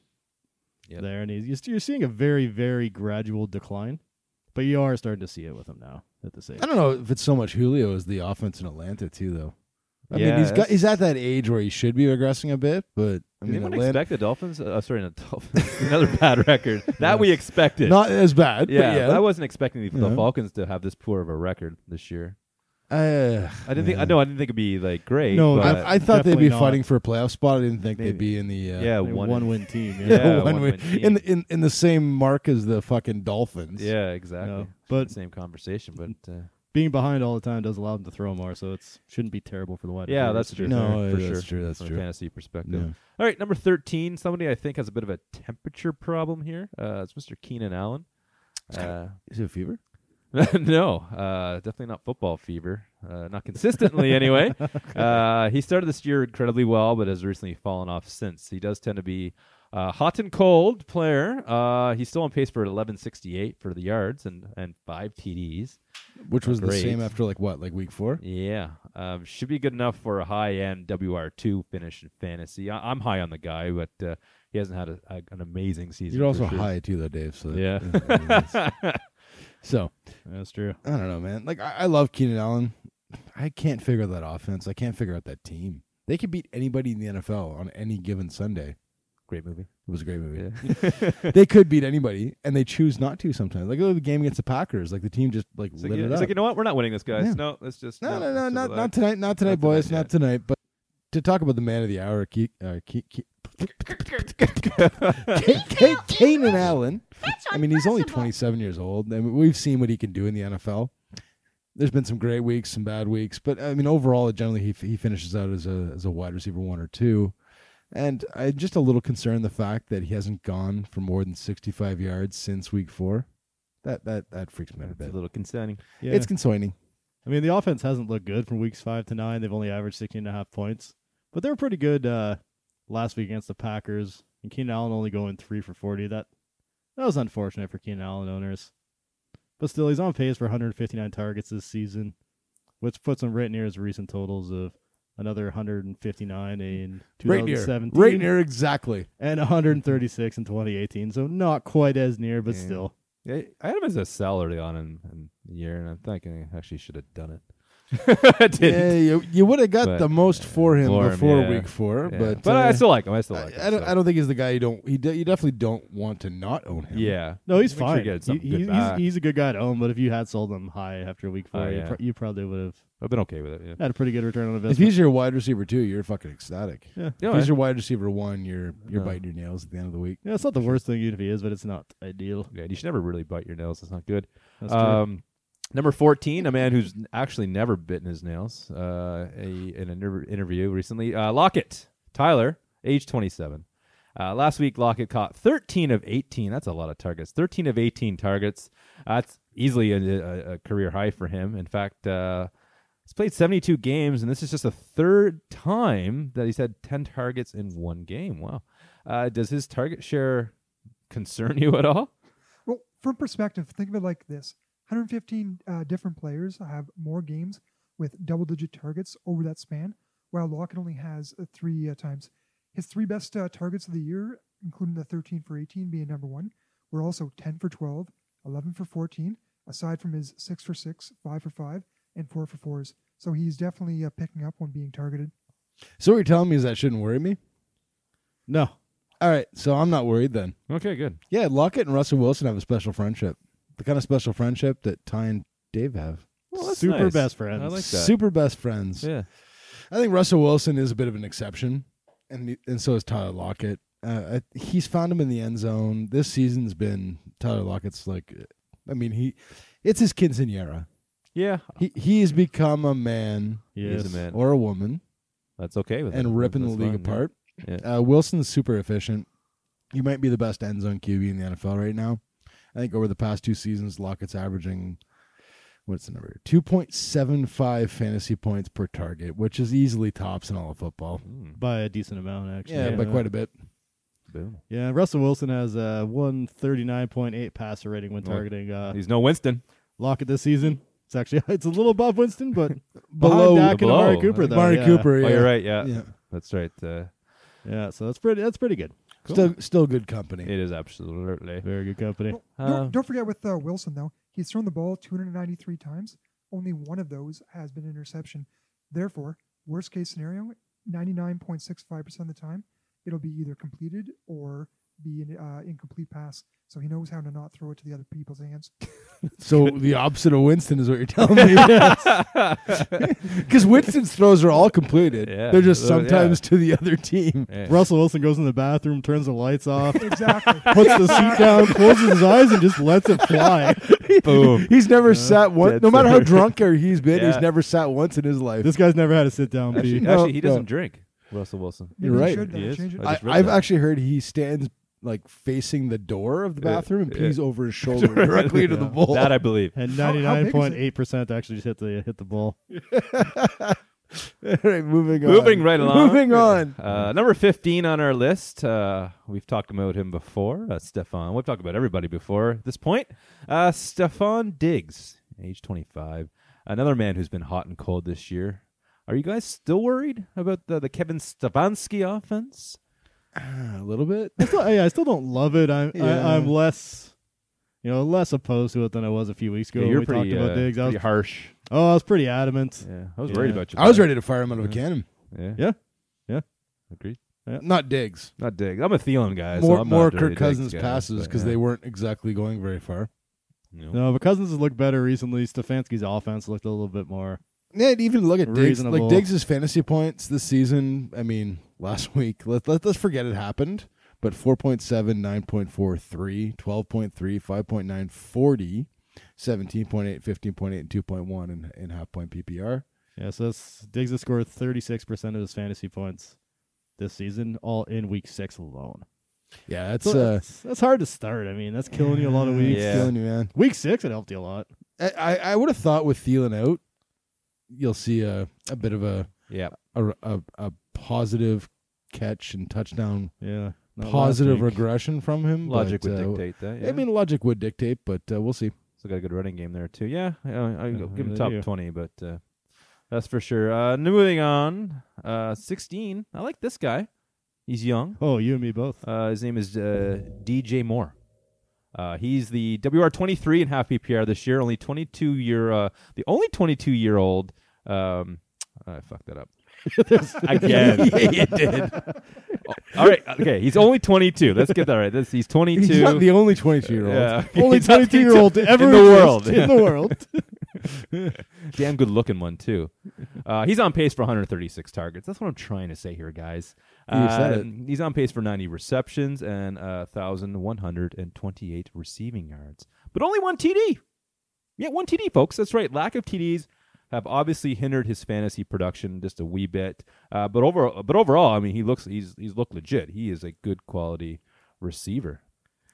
S1: Yep.
S3: there, and he's you're, you're seeing a very, very gradual decline, but you are starting to see it with him now at this age.
S2: I don't know if it's so much Julio as the offense in Atlanta too, though. I
S1: Yeah,
S2: mean, he's got
S1: that's-
S2: he's at that age where he should be regressing a bit, but I
S1: Did
S2: mean,
S1: anyone
S2: Atlanta,
S1: expect the Dolphins? Uh, sorry, not Dolphins. Another bad record. That we expected.
S2: not as bad. but
S1: yeah,
S2: yeah.
S1: I wasn't expecting the, the
S2: Yeah.
S1: Falcons to have this poor of a record this year.
S2: Uh,
S1: I didn't think. I
S2: yeah.
S1: know. I didn't think it'd be like great.
S3: No,
S1: but-
S2: I, I thought they'd
S3: Definitely
S2: be
S3: not.
S2: fighting for a playoff spot. I didn't think they'd
S1: Maybe.
S2: be in the uh,
S1: yeah,
S3: They're a
S1: one,
S3: one win team. Yeah.
S1: Yeah,
S2: one
S1: one
S2: win-
S1: win team.
S2: in, the, in in the same mark as the fucking Dolphins.
S1: Yeah, exactly.
S3: No, but
S1: Same conversation, but uh,
S3: being behind all the time does allow him to throw more, so it's shouldn't be terrible for the wide.
S1: yeah,
S3: receiver.
S1: that's true.
S2: No,
S1: for
S2: that's
S1: sure.
S2: true, that's
S1: from
S2: true.
S1: A fantasy perspective.
S2: Yeah.
S1: All right, number thirteen. Somebody I think has a bit of a temperature problem here. Uh, it's Mr. Keenan Allen. Uh,
S2: Is it a fever?
S1: no, uh, definitely not football fever. Uh, not consistently, anyway. Uh, he started this year incredibly well, but has recently fallen off since. He does tend to be a hot and cold player. Uh, he's still on pace for 1168 for the yards and, and five TDs.
S2: Which was the
S1: Great.
S2: same after like what, like week four?
S1: Yeah, um, should be good enough for a high end WR2 finish in fantasy. I- I'm high on the guy, but uh, he hasn't had a, a- an amazing season.
S2: You're also
S1: for sure.
S2: high too, though, Dave. So
S1: Yeah.
S2: so
S3: that's true.
S2: I don't know, man. Like I, I love Keenan Allen. I can't figure out that offense. I can't figure out that team. They could beat anybody in the NFL on any given Sunday.
S1: Great movie.
S2: It was a great movie.
S1: Yeah.
S2: They could beat anybody, and they choose not to sometimes. Like oh, the game against the Packers, like the team just like
S1: It's
S2: lit
S1: like, you-
S2: it
S1: it's
S2: up.
S1: like, you know what? We're not winning this, guys.
S2: Yeah.
S1: No, let's just
S2: no, no,
S1: let's
S2: no,
S1: just
S2: not not
S1: relax.
S2: tonight, not tonight,
S1: tonight,
S2: boys,
S1: yeah.
S2: not tonight. But to talk about the man of the hour, Ke- uh, Ke- Ke- Ka- Ka- Keenan Allen. I mean, he's only 27 years old. I mean, we've seen what he can do in the NFL. There's been some great weeks, some bad weeks, but I mean, overall, generally he he finishes out as a as a wide receiver one or two. And I'm just a little concerned the fact that he hasn't gone for more than 65 yards since week four. That that that freaks me out a
S1: It's a
S2: bit.
S1: little concerning.
S3: Yeah,
S2: It's concerning.
S3: I mean the offense hasn't looked good from weeks five to nine. They've only averaged 16 and a half points, but they were pretty good uh, last week against the Packers. And Keenan Allen only going three for 40. That that was unfortunate for Keenan Allen owners. But still, he's on pace for 159 targets this season, which puts him right near his recent totals of another 159 in
S2: Right near,
S3: 2017
S2: right near, exactly.
S3: and 136 in 2018. So not quite as near, but
S1: Yeah.
S3: still.
S1: Yeah, I had him as a sell early on in, in the year, and I'm thinking I actually should have done it. I
S2: Yeah,
S1: didn't.
S2: you, you would have got
S1: But,
S2: the most for him
S1: for him,
S2: before
S1: yeah.
S2: week four,
S1: Yeah.
S2: but
S1: but I
S2: uh,
S1: still like him. I still
S2: I,
S1: like him.
S2: I don't.
S1: so.
S2: I don't think he's the guy you don't. He de- you definitely don't want to not own him.
S1: Yeah.
S3: No, he's
S1: Make sure you
S3: fine.
S1: get
S3: He-
S1: something good
S3: he's,
S1: back.
S3: he's, he's a good guy to own, but if you had sold him high after week four,
S1: Oh,
S3: you,
S1: yeah.
S3: pro- you probably would have
S1: I've been okay with it. Yeah.
S3: had a pretty good return on
S2: If
S3: investment.
S2: he's your wide receiver too, you're fucking ecstatic.
S1: Yeah,
S2: if he's
S1: I-
S2: your wide receiver one, you're you're
S1: Yeah.
S2: biting your nails at the end of the week.
S3: Yeah, it's not the worst thing even if he is, but it's not ideal.
S1: yeah, you should never really bite your nails. That's not good.
S3: That's true.
S1: Um, number 14, a man who's n- actually never bitten his nails uh, a, in an inter- interview recently. Uh, Lockett, Tyler, age 27. Uh, last week, Lockett caught 13 of 18. That's a lot of targets. 13 of 18 targets. That's easily a, a, a career high for him. In fact, uh, He's played 72 games, and this is just the third time that he's had 10 targets in one game. Wow. Uh, does his target share concern you at all?
S4: Well, for perspective, think of it like this 115 uh, different players have more games with double digit targets over that span, while Lockett only has uh, three uh, times. His three best uh, targets of the year, including the 13 for 18 being number one, were also 10 for 12, 11 for 14, aside from his 6 for 6, 5 for 5, and 4 for 4s. So he's definitely uh, picking up when being targeted.
S2: So what you're telling me is that shouldn't worry me?
S3: No.
S2: All right, so I'm not worried then.
S1: Okay, good.
S2: Yeah, Lockett and Russell Wilson have a special friendship. The kind of special friendship that Ty and Dave have.
S1: Well, that's
S3: Super
S1: nice.
S3: best friends.
S1: I like that.
S2: Super best friends.
S1: Yeah.
S2: I think Russell Wilson is a bit of an exception, and the- and so is Tyler Lockett. Uh, I- he's found him in the end zone. This season's been Tyler Lockett's like, I mean he, it's his quinceanera.
S1: Yeah.
S2: He he has become a man
S3: Yes.
S1: He's a man.
S2: or a woman
S1: That's okay with him.
S2: and ripping the
S1: That's
S2: league
S1: fine, yeah.
S2: apart.
S1: Yeah.
S2: Uh, Wilson's super efficient. You might be the best end zone QB in the NFL right now. I think over the past two seasons, Lockett's averaging what's the number? Two point seven five fantasy points per target, which is easily tops in all of football.
S1: Mm,
S3: By a decent amount, actually.
S2: Yeah, by quite a bit.
S1: boom.
S3: Yeah, Russell Wilson has a 139.8 passer rating when
S1: Well,
S3: targeting uh,
S1: He's no Winston.
S3: Lockett this season. It's actually it's a little above Winston, but
S2: Below-
S3: behind Dak and
S1: below.
S3: Amari Cooper though.
S2: Amari
S3: yeah.
S2: Cooper. Yeah.
S1: Oh, you're right. Yeah.
S2: Yeah.
S1: That's right. Uh,
S3: Yeah, so that's pretty that's pretty good.
S2: Still, still good company.
S1: it is absolutely.
S3: Very good company.
S4: Well,
S1: Um,
S4: don't, don't forget with uh, Wilson, though, he's thrown the ball 293 times. Only one of those has been interception. Therefore, worst case scenario, 99.65% of the time, it'll be either completed or be an uh, incomplete pass. So he knows how to not throw it to the other people's hands.
S2: So the opposite of Winston is what you're telling me. Because Winston's throws are all completed.
S1: Yeah.
S2: They're just
S1: So, yeah.
S2: sometimes to the other team.
S1: Yeah.
S3: Russell Wilson goes in the bathroom, turns the lights off,
S4: Exactly.
S3: puts the seat down, closes his eyes, and just lets it fly.
S1: Boom.
S2: He's never sat once.
S1: dead
S2: No matter how
S1: center.
S2: drunk or he's been,
S1: Uh, Yeah.
S2: he's never sat once in his life.
S3: This guy's never had a sit down
S1: Actually,
S3: pee.
S2: No,
S1: actually, he doesn't
S2: no.
S1: drink. Russell Wilson.
S4: Maybe
S2: You're
S4: they
S2: right.
S4: should, uh,
S1: He is.
S4: change it.
S1: I
S2: I,
S1: just read
S2: I've
S1: that.
S2: actually heard he stands like facing the door of the
S1: Yeah,
S2: bathroom and
S1: yeah.
S2: pees over his shoulder directly into the bowl.
S1: That I believe.
S3: And
S4: How-
S3: ninety
S4: how big
S3: nine
S4: is it?
S3: point eight percent actually just hit the hit the ball.
S2: All right, moving on.
S1: Moving right along.
S2: Moving on.
S1: Uh, number 15 on our list. Uh, we've talked about him before. Uh, Stefan. We've talked about everybody before at this point. Uh, Stefan Diggs, age 25. Another man who's been hot and cold this year. Are you guys still worried about the, the Kevin Stefanski offense?
S2: Ah, a little bit.
S3: I still, yeah, I still don't love it. I'm
S2: Yeah.
S3: I, I'm less, you know, less opposed to it than I was a few weeks ago.
S1: Yeah,
S3: when
S1: you're
S3: we
S1: pretty,
S3: talked about
S1: uh,
S3: Diggs. I was,
S1: pretty harsh.
S3: oh, I was pretty adamant.
S1: Yeah, I was
S3: Yeah.
S1: worried about you.
S2: I was ready to fire him out of a cannon.
S1: Yeah.
S3: Yeah. Yeah.
S1: Agreed.
S2: Not Diggs.
S1: Not Diggs. I'm a Thielen guy. so
S2: More
S1: I'm not
S2: more
S1: a dirty
S2: Kirk
S1: Diggs
S2: Cousins
S1: guy,
S2: passes
S1: but,
S2: because
S1: yeah.
S2: they weren't exactly going very far.
S1: No.
S3: No, but Cousins has looked better recently. Stefanski's offense looked a little bit more.
S2: Yeah, and even look at Diggs. Like
S3: Reasonable.
S2: Diggs' fantasy points this season. I mean, last week. Let, let, let's forget it happened. But 4.7, 9.43, 12.3, 5.9, 40, 17.8, 15.8, and 2.1 in, in half point PPR.
S3: Yeah, so that's, Diggs has scored thirty six percent of his fantasy points this season, all in week six alone.
S2: Yeah, that's
S3: So
S2: uh,
S3: that's, that's hard to start. I mean, that's killing you a lot of weeks.
S1: Yeah.
S2: killing you, man.
S3: Week six, it helped you a lot.
S2: I, I, I would have thought with Thielen out, you'll see a, a bit of a,
S1: Yeah.
S2: a, a, a positive catch and touchdown,
S3: Yeah, not last
S2: positive
S3: week.
S2: regression from him.
S1: Logic
S2: but,
S1: would
S2: uh,
S1: dictate that. Yeah.
S2: I mean, logic would dictate, but uh, we'll see.
S1: So got a good running game there too. Yeah, I, I I'll
S3: Yeah,
S1: give him
S3: they
S1: top
S3: do.
S1: twenty, but uh, that's for sure. Uh, n- moving on, uh, sixteen. I like this guy. He's young.
S3: Oh, you and me both.
S1: Uh, his name is uh, DJ Moore. Uh, he's the WR twenty three and half PPR this year. Only twenty two year, uh, the only twenty two year old. Um, I fucked that up again. yeah, you did. All right, okay. He's only twenty two. Let's get that right. This, he's twenty two.
S2: He's not the only 22 year old.
S1: Yeah.
S3: Only
S1: He's not
S3: 22 year old to ever
S1: in the
S3: exist
S1: world.
S3: In the world.
S1: damn good looking one too. Uh, he's on pace for 136 targets. That's what I'm trying to say here, guys.
S2: You said
S1: Uh, He's on pace for 90 receptions and uh, 1,128 receiving yards, but only one TD. Yeah, one TD, folks. That's right. Lack of TDs have obviously hindered his fantasy production just a wee bit. Uh, but over, but overall, I mean, he looks he's he's looked legit. He is a good quality receiver.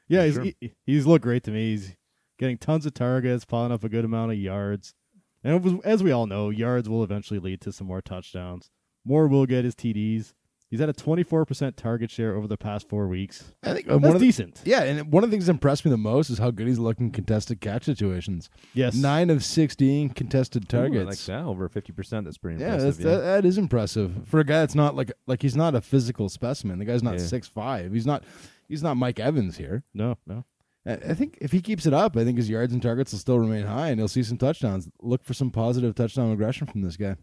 S3: Yeah,
S1: For
S3: he's, he- he's looked great to me. He's getting tons of targets, piling up a good amount of yards. And it was, as we all know, yards will eventually lead to some more touchdowns. Moore will get his TDs. He's at a 24% target share over the past four weeks.
S2: I think uh,
S3: That's
S2: Um, one of the,
S3: decent.
S2: yeah, and one of the things that impressed me the most is how good he's looking contested catch situations.
S3: Yes.
S2: Nine of sixteen contested
S1: Ooh, I
S2: targets.
S1: like that. Over 50%. That's pretty
S2: Yeah, that's,
S1: impressive.
S2: That, that is impressive for a guy that's not like like he's not a physical specimen. The guy's not
S1: Yeah.
S2: six five. He's not he's not Mike Evans here.
S3: No, no.
S2: I I think if he keeps it up, I think his yards and targets will still remain high, and he'll see some touchdowns. Look for some positive touchdown aggression from this guy.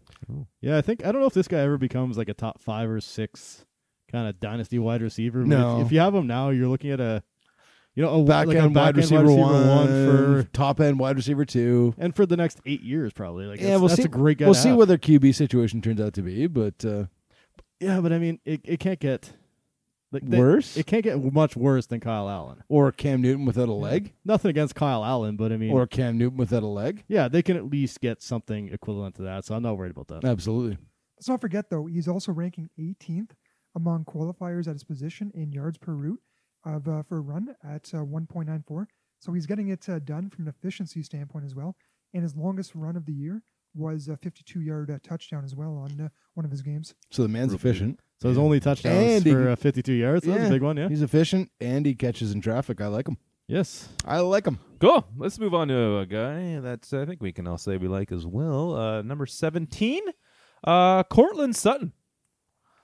S3: Yeah, I think I don't know if this guy ever becomes like a top five or six kind of dynasty wide receiver. but if-
S2: No.
S3: if, you have him now, you're looking at a you know a
S2: Back
S3: like a
S2: end wide
S3: back-end
S2: receiver, one,
S3: for
S2: top end wide receiver two.
S3: and for the next eight years probably. Like
S2: yeah,
S3: that's,
S2: we'll
S3: that's
S2: see.
S3: a great guy.
S2: We'll
S3: to
S2: see
S3: have.
S2: what their QB situation turns out to be, but uh,
S3: Yeah, but I mean, it, it can't get like they-
S2: worse
S3: It can't get much worse than Kyle Allen.
S2: or Cam Newton without a leg,
S3: Nothing against Kyle Allen, but I mean,
S2: or Cam Newton without a leg.
S3: yeah, they can at least get something equivalent to that. So I'm not worried about that.
S2: Absolutely.
S4: Let's not forget, though, he's also ranking 18th among qualifiers at his position in yards per route of uh, for a run at uh, 1.94. So he's getting it uh, done from an efficiency standpoint as well. And his longest run of the year was a 52-yard uh, touchdown as well on uh, one of his games.
S2: So the man's efficient.
S3: So his only touchdowns
S2: And he-
S3: for uh, 52 yards. So That's
S2: Yeah.
S3: a big one, yeah.
S2: He's efficient and he catches in traffic. I like him.
S3: Yes.
S2: I like him.
S1: Cool. Let's move on to a guy that I think we can all say we like as well. Uh, number 17, uh, Cortland Sutton.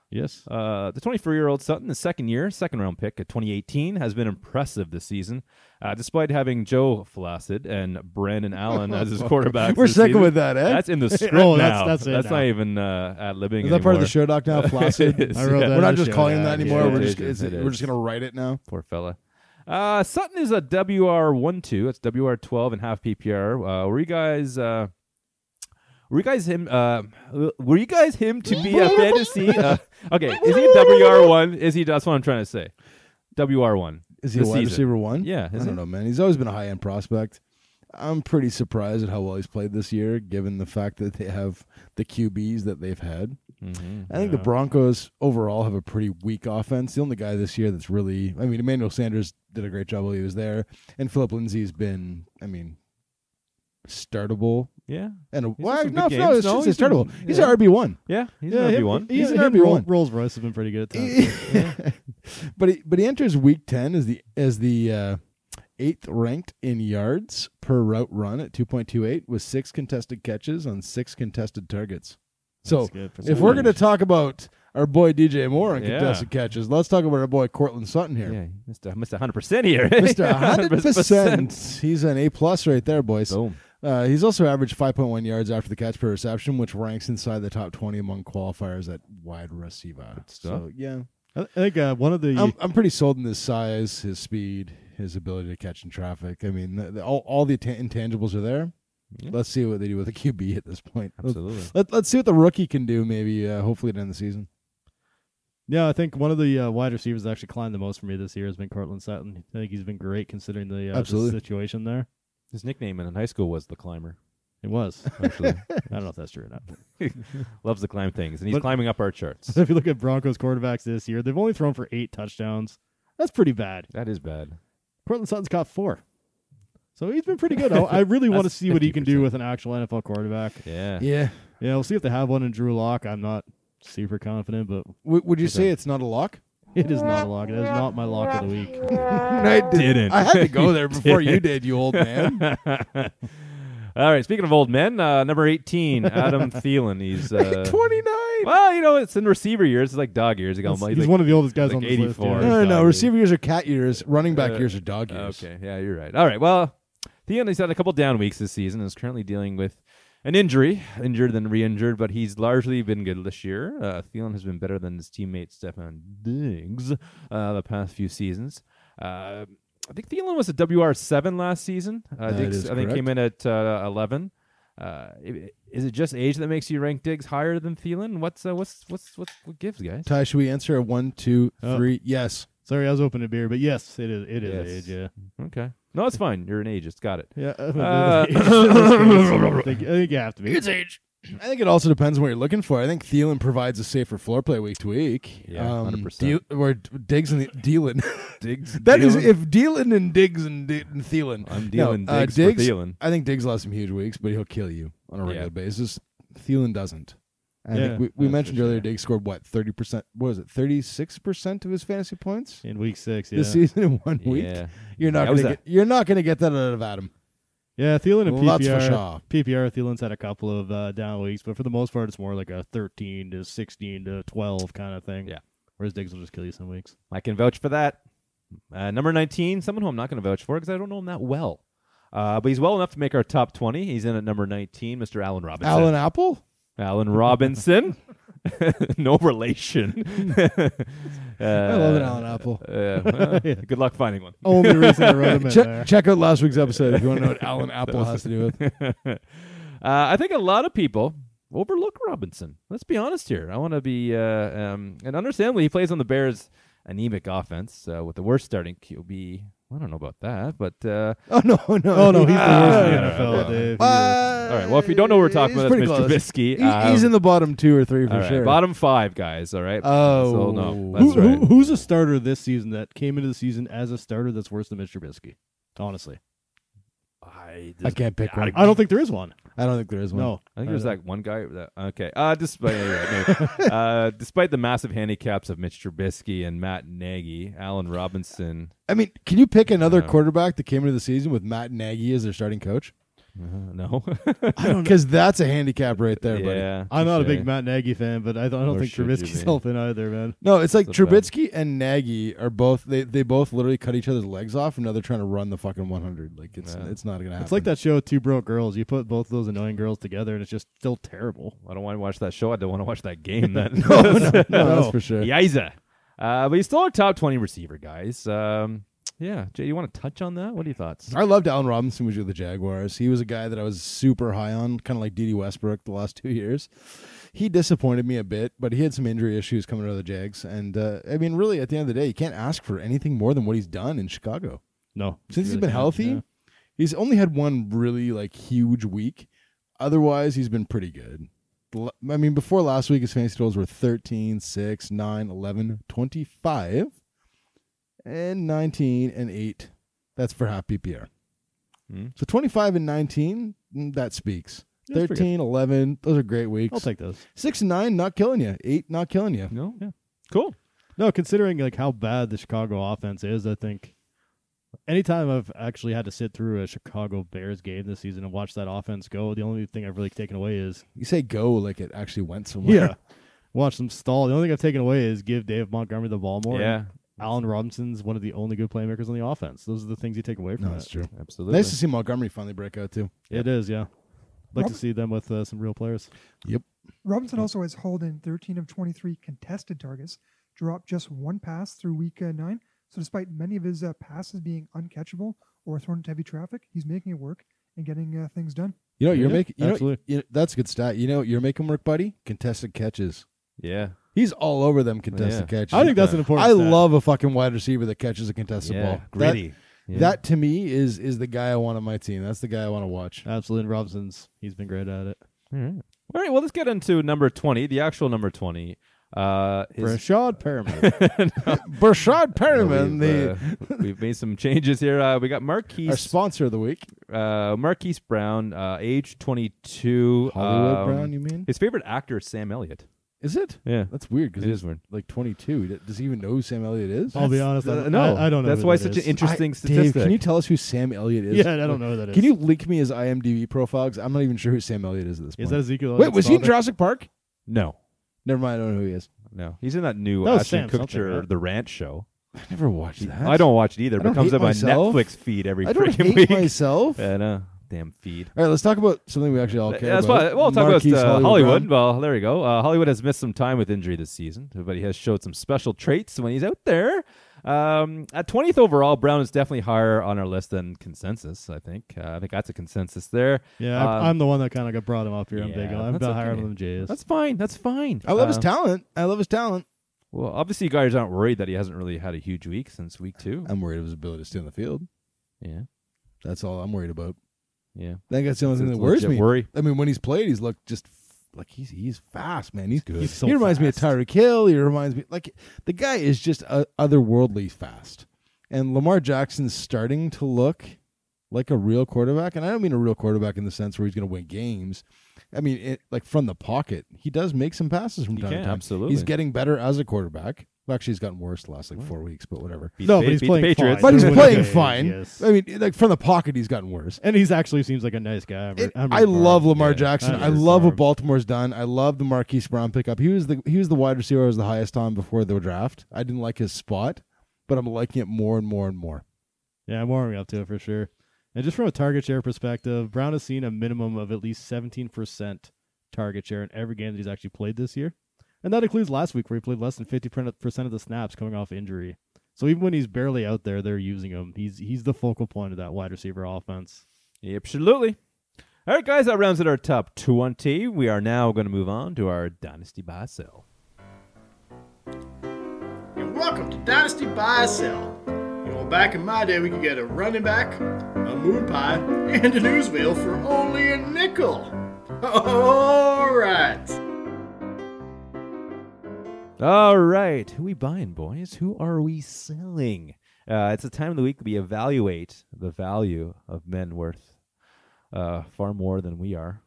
S3: Yes.
S1: Uh, the 24 year old Sutton, the second year, second round pick of 2018, has been impressive this season, uh, despite having Joe Flaccid and Brandon Allen as his quarterbacks.
S2: We're
S1: this
S2: sticking
S1: season.
S2: with that, eh?
S1: That's in the script
S3: Oh, that's-
S1: now.
S3: that's it now.
S1: not even uh, ad libbing.
S2: Is that part of the show doc now? Flaccid.
S1: is,
S3: I wrote
S1: yeah.
S3: that.
S2: We're not
S3: is
S2: just
S3: show
S2: calling him
S3: doc,
S2: that
S3: yeah.
S2: anymore.
S1: It
S2: we're
S1: is,
S2: just it's,
S1: it
S2: we're
S1: is.
S2: just gonna write it now.
S1: Poor fella. Uh, Sutton is a WR12. That's WR12 and half PPR. Uh, were you guys. Uh, were you guys him? Uh, were you guys him to be a fantasy? Uh, okay, is he WR one? Is he? That's what I'm trying to say. WR one.
S2: Is he
S1: This
S2: a wide
S1: season.
S2: receiver one?
S1: Yeah,
S2: I
S1: is he?
S2: don't know, man. He's always been a high end prospect. I'm pretty surprised at how well he's played this year, given the fact that they have the QBs that they've had.
S1: Mm-hmm.
S2: I think the Broncos overall have a pretty weak offense. The only guy this year that's really, I mean, Emmanuel Sanders did a great job while he was there, and Philip Lindsay's been, I mean, startable.
S1: Yeah,
S2: And a,
S1: had
S2: well,
S1: some
S2: no,
S1: good
S2: no,
S1: games.
S2: it's
S1: No,
S2: just
S1: he's
S2: he's startable.
S1: been-
S2: He's
S1: yeah.
S2: an RB one.
S1: yeah, he's
S3: yeah,
S1: an
S3: him-
S1: RB one.
S3: he-
S2: He's an
S3: him
S2: RB1.
S3: Roll- Rolls Royce has been pretty good at times.
S2: but he but he enters week ten as the as the uh, eighth ranked in yards per route run at two point two eight with six contested catches on six contested targets. So
S3: That's good for
S2: if
S3: some
S2: we're
S3: range.
S2: gonna talk about our boy DJ Moore and
S1: Yeah.
S2: contested catches, let's talk about our boy Cortland Sutton here.
S1: Yeah, he missed a, missed a hundred percent here.
S2: Mr. 100%. He's an A plus right there, boys.
S1: Boom.
S2: Uh, he's also averaged 5.1 yards after the catch per reception, which ranks inside the top 20 among qualifiers at wide receiver.
S1: stuff.
S2: So, yeah.
S3: I I think uh, one of the
S2: I'm, I'm pretty sold in his size, his speed, his ability to catch in traffic. I mean, the, the, all, all the ta- intangibles are there.
S1: Yeah.
S2: Let's see what they do with a QB at this point. Let's-
S1: Absolutely.
S2: Let, let's see what the rookie can do, maybe, uh, hopefully, to end the season.
S3: yeah, I think one of the uh, wide receivers that actually climbed the most for me this year has been Cortland Sutton. I think he's been great considering the, uh, the
S2: Absolutely.
S3: situation there.
S1: His nickname in high school was the climber.
S3: It was.
S1: Actually,
S3: I don't know if that's true or not.
S1: loves to climb things, and he's
S3: But-
S1: climbing up our charts.
S3: So if you look at Broncos quarterbacks this year, they've only thrown for eight touchdowns. That's pretty bad.
S1: That is bad.
S3: Cortland Sutton's got four. So he's been pretty good. I, I really want to
S1: That's
S3: see what he can do
S1: 50%.
S3: with an actual NFL quarterback.
S1: Yeah.
S2: Yeah.
S3: Yeah, we'll see if they have one in Drew Lock. I'm not super confident, but
S2: W- would you
S1: Okay.
S2: say it's not a lock?
S3: it is not a lock. That is not my lock of the week.
S2: I
S1: didn't.
S2: I had to go there before you did, you old man.
S1: All right. Speaking of old men, uh, number eighteen, Adam Thielen. He's uh,
S2: 29.
S1: Well, you know, it's in receiver years. It's like dog years. He's,
S3: He's,
S1: got- he's
S3: he's
S1: like-
S3: one of the oldest guys
S1: like
S3: on this list.
S1: 84.
S2: No,
S3: yeah.
S2: no, no.
S1: Dog
S2: Receiver years are cat years. Running back
S1: Uh,
S2: years are dog years.
S1: Okay, yeah, you're right. All right, well, Theon has had a couple down weeks this season and is currently dealing with an injury, injured then re-injured, but he's largely been good this year. Uh, Thielen has been better than his teammate Stefan Diggs uh, the past few seasons. Uh, I think Thielen was a WR seven last season. Uh,
S2: That
S1: Diggs,
S2: is
S1: I think,
S2: correct.
S1: came in at uh, eleven. Uh, i- is it just age that makes you rank Diggs higher than Thielen? What's uh, what's what's what's what gives, guys?
S2: Ty, should we answer a one, two,
S3: Oh.
S2: three? Yes.
S3: Sorry, I was opening a beer, but yes, it is. It is
S1: Yes.
S3: age.
S1: Okay, no, it's fine. You're an ageist. Got it.
S3: Yeah, yeah.
S1: Uh,
S3: I, think, I think you have to be.
S2: age. I think it also depends on what you're looking for. I think Thielen provides a safer floor play week to week.
S1: Yeah, 100%.
S2: 100%. Or Diggs and Dylan.
S1: Diggs.
S2: That is if Dylan and Diggs and, D- and Thielen.
S1: I'm
S2: No,
S1: dealing
S2: uh,
S1: Diggs,
S2: Diggs-
S1: for Thielen.
S2: I think Diggs lost some huge weeks, but he'll kill you on a
S1: Yeah.
S2: regular basis. Thielen doesn't. And I
S3: Yeah,
S2: think we, we
S3: that's
S2: mentioned
S3: for
S2: earlier
S3: sure.
S2: Diggs scored what thirty percent? What was it? Thirty six percent of his fantasy points
S3: in week six. Yeah,
S2: this season in one week.
S1: Yeah.
S2: You're not
S1: That was
S2: gonna
S1: a-
S2: get, you're not gonna get that out of Adam.
S3: yeah. Thielen and
S2: Lots for
S3: PPR.
S2: sure.
S3: PPR Thielen's had a couple of uh, down weeks, but for the most part, it's more like a 13 to 16 to 12 kind of thing.
S1: Yeah.
S3: Whereas Diggs will just kill you some weeks.
S1: I can vouch for that. Uh, number 19, someone who I'm not going to vouch for because I don't know him that well. Uh, but he's well enough to make our top 20. He's in at number 19, Mr. Alan Robinson.
S2: Alan Apple?
S1: Alan Robinson. no relation.
S2: I love an Alan Apple.
S1: Uh, well, good luck finding one.
S3: Only reason I wrote him in there.
S2: Check, check out last week's episode if you want to know what Alan Apple has to do with.
S1: uh, I think a lot of people overlook Robinson. Let's be honest here. I want to be uh, um, and understandably, he plays on the Bears' anemic offense uh, with the worst starting QB. I don't know about that, but uh,
S2: Oh no, no,
S3: Oh, no, he's the worst in
S1: Ah.
S3: the NFL, Dave. He is.
S2: Uh,
S1: all right. Well, if you don't know what we're talking
S2: he's
S1: about, that's
S2: pretty
S1: Mr.
S2: close.
S1: Trubisky. Um,
S2: He- he's in the bottom two or three for sure.
S1: Bottom five guys. All right.
S2: Oh.
S1: so, no,
S2: Who-
S1: that's
S3: who,
S1: right.
S3: who- who's a starter this season that came into the season as a starter that's worse than Mitch Trubisky? Honestly,
S1: I,
S2: I can't pick one.
S3: I don't think there is one.
S2: I don't think there is one.
S3: No,
S1: I think
S2: uh,
S1: there's
S3: don't.
S1: like one guy. That, okay. Uh, despite anyway, no. uh, despite the massive handicaps of Mitch Trubisky and Matt Nagy, Allen Robinson.
S2: I mean, can you pick another
S1: No.
S2: quarterback that came into the season with Matt Nagy as their starting coach?
S1: Uh, no.
S2: Because that's a handicap right there, buddy.
S1: yeah.
S3: I'm not a
S1: touche.
S3: big Matt Nagy fan, but I don't, I don't
S1: Or
S3: think
S1: should you
S3: Trubisky's
S1: be?
S3: helping either, man.
S2: No, it's like
S1: So bad.
S2: Trubisky and Nagy are both they, they both literally cut each other's legs off, and now they're trying to run the fucking 100. Like it's
S1: Yeah.
S2: it's not gonna happen.
S3: It's like that show Two Broke Girls. You put both of those annoying girls together, and it's just still terrible.
S1: I don't want to watch that show. I don't want to watch that game. That
S2: No,
S3: No.
S2: that's for sure.
S1: Yiza. Uh, but he's still our top 20 receiver, guys. Um, yeah. Jay, you want to touch on that? What are your thoughts?
S2: I loved Allen Robinson when he was with the Jaguars. He was a guy that I was super high on, kind of like D.D. Westbrook the last two years. He disappointed me a bit, but he had some injury issues coming out of the Jags. And uh, I mean, really, at the end of the day, you can't ask for anything more than what he's done in Chicago
S3: No,
S2: since he's
S3: Really
S2: been
S3: can't.
S2: healthy.
S3: Yeah.
S2: He's only had one really like huge week. Otherwise, he's been pretty good. L- I mean, before last week, his fantasy totals were 13, 6, 9, 11, 25, and 19 and 8. That's for half PPR.
S1: Hmm.
S2: So 25 and 19, mm, that speaks.
S3: Yeah, that's pretty
S2: 13, 11, those are great weeks.
S3: I'll take those.
S2: 6 and 9, not killing you. 8, not killing you.
S1: No? Yeah. Cool.
S3: No, considering like how bad the Chicago offense is, I think anytime I've actually had to sit through a Chicago Bears game this season and watch that offense go, the only thing I've really taken away is
S2: You say go like it actually went somewhere.
S3: yeah, watch them stall. The only thing I've taken away is give Dave Montgomery the ball more.
S1: Yeah.
S3: Allen Robinson's one of the only good playmakers on the offense. Those are the things you take away from
S2: No,
S3: that.
S2: that's true.
S1: Absolutely.
S2: Nice to see Montgomery finally break out, too.
S3: It is, yeah. Like
S4: Rob-
S3: to see them with uh, some real players.
S4: Robinson also has hauled in 13 of 23 contested targets, dropped just one pass through week uh, nine. So, despite many of his uh, passes being uncatchable or thrown into heavy traffic, he's making it work and getting uh, things done.
S2: You know, you're
S3: Yeah,
S2: making you know,
S3: absolutely.
S2: you know- that's a good stat. You know, you're making work, buddy. Contested catches.
S1: Yeah.
S2: He's all over them contested
S1: Yeah.
S2: catches.
S3: I think that's an important.
S2: I
S3: stat.
S2: love a fucking wide receiver that catches a contested
S1: yeah.
S2: ball.
S1: Gritty.
S2: That,
S1: Yeah.
S2: that to me is is the guy I want on my team. That's the guy I want to watch.
S3: absolutely. And Robinson's he's been great at it.
S1: All right. All right. Well, let's get into number 20, the actual number 20. Uh, his,
S3: Rashad Perriman.
S2: Bershad
S1: we've,
S2: Perriman, the
S1: uh, we've made some changes here. Uh, we got
S2: our
S1: Marquise,
S2: sponsor of the week,
S1: uh, Marquise Brown, uh, age 22.
S2: Hollywood
S1: um,
S2: Brown. You mean
S1: His favorite actor is Sam Elliott.
S2: is it?
S1: Yeah.
S2: That's weird
S1: It
S2: because
S1: is
S2: he's
S1: weird.
S2: like 22. Does he even know who Sam Elliott is?
S3: I'll be honest. I
S1: Uh,
S3: don't-
S1: no,
S3: I, I don't know.
S1: That's
S3: who
S1: why
S3: that
S1: such
S3: is.
S1: an interesting
S2: I-
S1: statistic.
S2: Dave, can you tell us who Sam Elliott is?
S3: Yeah, I don't know who that is.
S2: Can you link me his IMDb profile? Because I'm not even sure who Sam Elliott is at this point.
S3: Is that Ezekiel?
S2: Wait, was he in
S3: Elliott?
S2: Jurassic Park?
S1: no,
S2: Never mind, I don't know who he is.
S1: no, he's in that new
S3: That was
S1: Ashton
S3: Sam something,
S1: Kutcher
S3: right?
S1: The Ranch show.
S2: I never watched that.
S1: I don't watch it either,
S2: I
S1: but it
S2: don't
S1: comes
S2: hate
S1: up on
S2: myself.
S1: Netflix feed every
S2: I don't
S1: freaking
S2: hate
S1: week.
S2: myself.
S1: I know. damn feed.
S2: All right, let's talk about something we actually all care
S1: That's
S2: about.
S1: why. Well, talk
S2: Marquise
S1: about uh, Hollywood.
S2: Brown.
S1: Well, there you go. Uh, Hollywood has missed some time with injury this season, but he has showed some special traits when he's out there. Um, at 20th overall, Brown is definitely higher on our list than consensus. I think. Uh, I think that's a consensus there.
S3: Yeah, I-
S1: Um,
S3: I'm the one that kind of got brought him up here. I'm
S1: yeah,
S3: big. on- I'm
S1: that's
S3: about higher
S1: okay.
S3: than Jay is.
S1: That's fine. That's fine.
S2: I love his
S1: Uh,
S2: talent. I love his talent.
S1: Well, obviously, you guys aren't worried that he hasn't really had a huge week since week two.
S2: I'm worried of his ability to stay on the field.
S1: Yeah,
S2: That's all I'm worried about.
S1: yeah.
S2: I think that's the only thing
S1: It's
S2: that
S1: a
S2: worries
S1: legit
S2: me.
S1: Worry.
S2: I mean, when he's played, he's looked just like he's he's fast, man. He's,
S3: good. He's so
S2: he reminds
S3: fast.
S2: me of Tyreek Hill. He reminds me like the guy is just uh, otherworldly fast. And Lamar Jackson's starting to look like a real quarterback, and I don't mean a real quarterback in the sense where he's going to win games. I mean, it, like from the pocket, he does make some passes from
S1: He
S2: time
S1: can,
S2: to time.
S1: absolutely.
S2: He's getting better as a quarterback. Well, actually, he's gotten worse the last like four weeks, but whatever.
S1: Beat
S3: No,
S1: the,
S3: but he's
S1: beat
S3: playing
S1: the Patriots.
S3: fine.
S2: But he's
S3: Doing
S2: playing
S3: okay,
S2: fine.
S3: yes.
S2: I mean, like from the pocket, he's gotten worse.
S3: And he's actually seems like a nice guy. I'm,
S2: It-
S3: I'm
S2: I
S3: rooting for
S2: love
S3: him.
S2: Lamar
S1: Yeah,
S2: Jackson.
S3: I
S2: I
S3: am
S2: love
S3: for
S2: what
S3: him.
S2: Baltimore's done. I love the Marquise Brown pickup. He was the he was the wide receiver I was the highest on before the draft. I didn't like his spot, but I'm liking it more and more and more.
S3: Yeah, I'm warming up to it for sure. And just from a target share perspective, Brown has seen a minimum of at least 17% target share in every game that he's actually played this year. And that includes last week where he played less than 50% of the snaps coming off injury. So even when he's barely out there, they're using him. He's he's the focal point of that wide receiver offense.
S1: Yeah, Absolutely. All right, guys, that rounds it our top 20. We are now going to move on to our Dynasty Buy Sell.
S6: And welcome to Dynasty Buy Sell. You know, back in my day, we could get a running back, a moon pie, and a newsreel for only a nickel. All right.
S1: All right, who we buying, boys? Who are we selling? Uh, it's a time of the week we evaluate the value of men worth uh, far more than we are.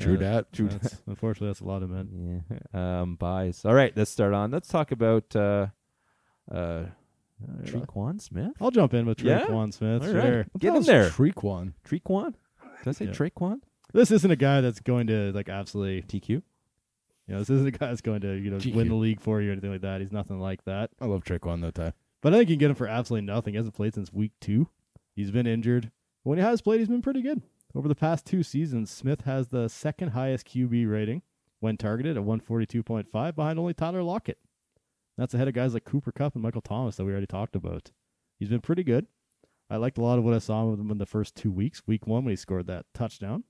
S2: True
S3: Yeah,
S2: dat. True
S3: that's- Unfortunately, that's a lot of men.
S1: Yeah. Um, buys. All right, let's start on. Let's talk about uh, uh, Trequan Smith.
S3: I'll jump in with Trey
S1: Yeah?
S3: Quan Smith.
S1: All right.
S3: Sure.
S1: Get in there.
S2: Trequan.
S1: Trequan? Did I say
S3: Yeah.
S1: Trequan?
S3: This isn't a guy that's going to like absolutely
S1: TQ?
S3: you know, this isn't a guy that's going to, you know,
S2: GQ.
S3: win the league for you or anything like that. He's nothing like that.
S2: I love Trequan though, Ty.
S3: But I think you can get him for absolutely nothing. He hasn't played since week two. He's been injured. But when he has played, he's been pretty good. Over the past two seasons, Smith has the second highest QB rating when targeted at 142.5, behind only Tyler Lockett. That's ahead of guys like Cooper Cup and Michael Thomas that we already talked about. He's been pretty good. I liked a lot of what I saw of him in the first two weeks. Week one, when he scored that touchdown,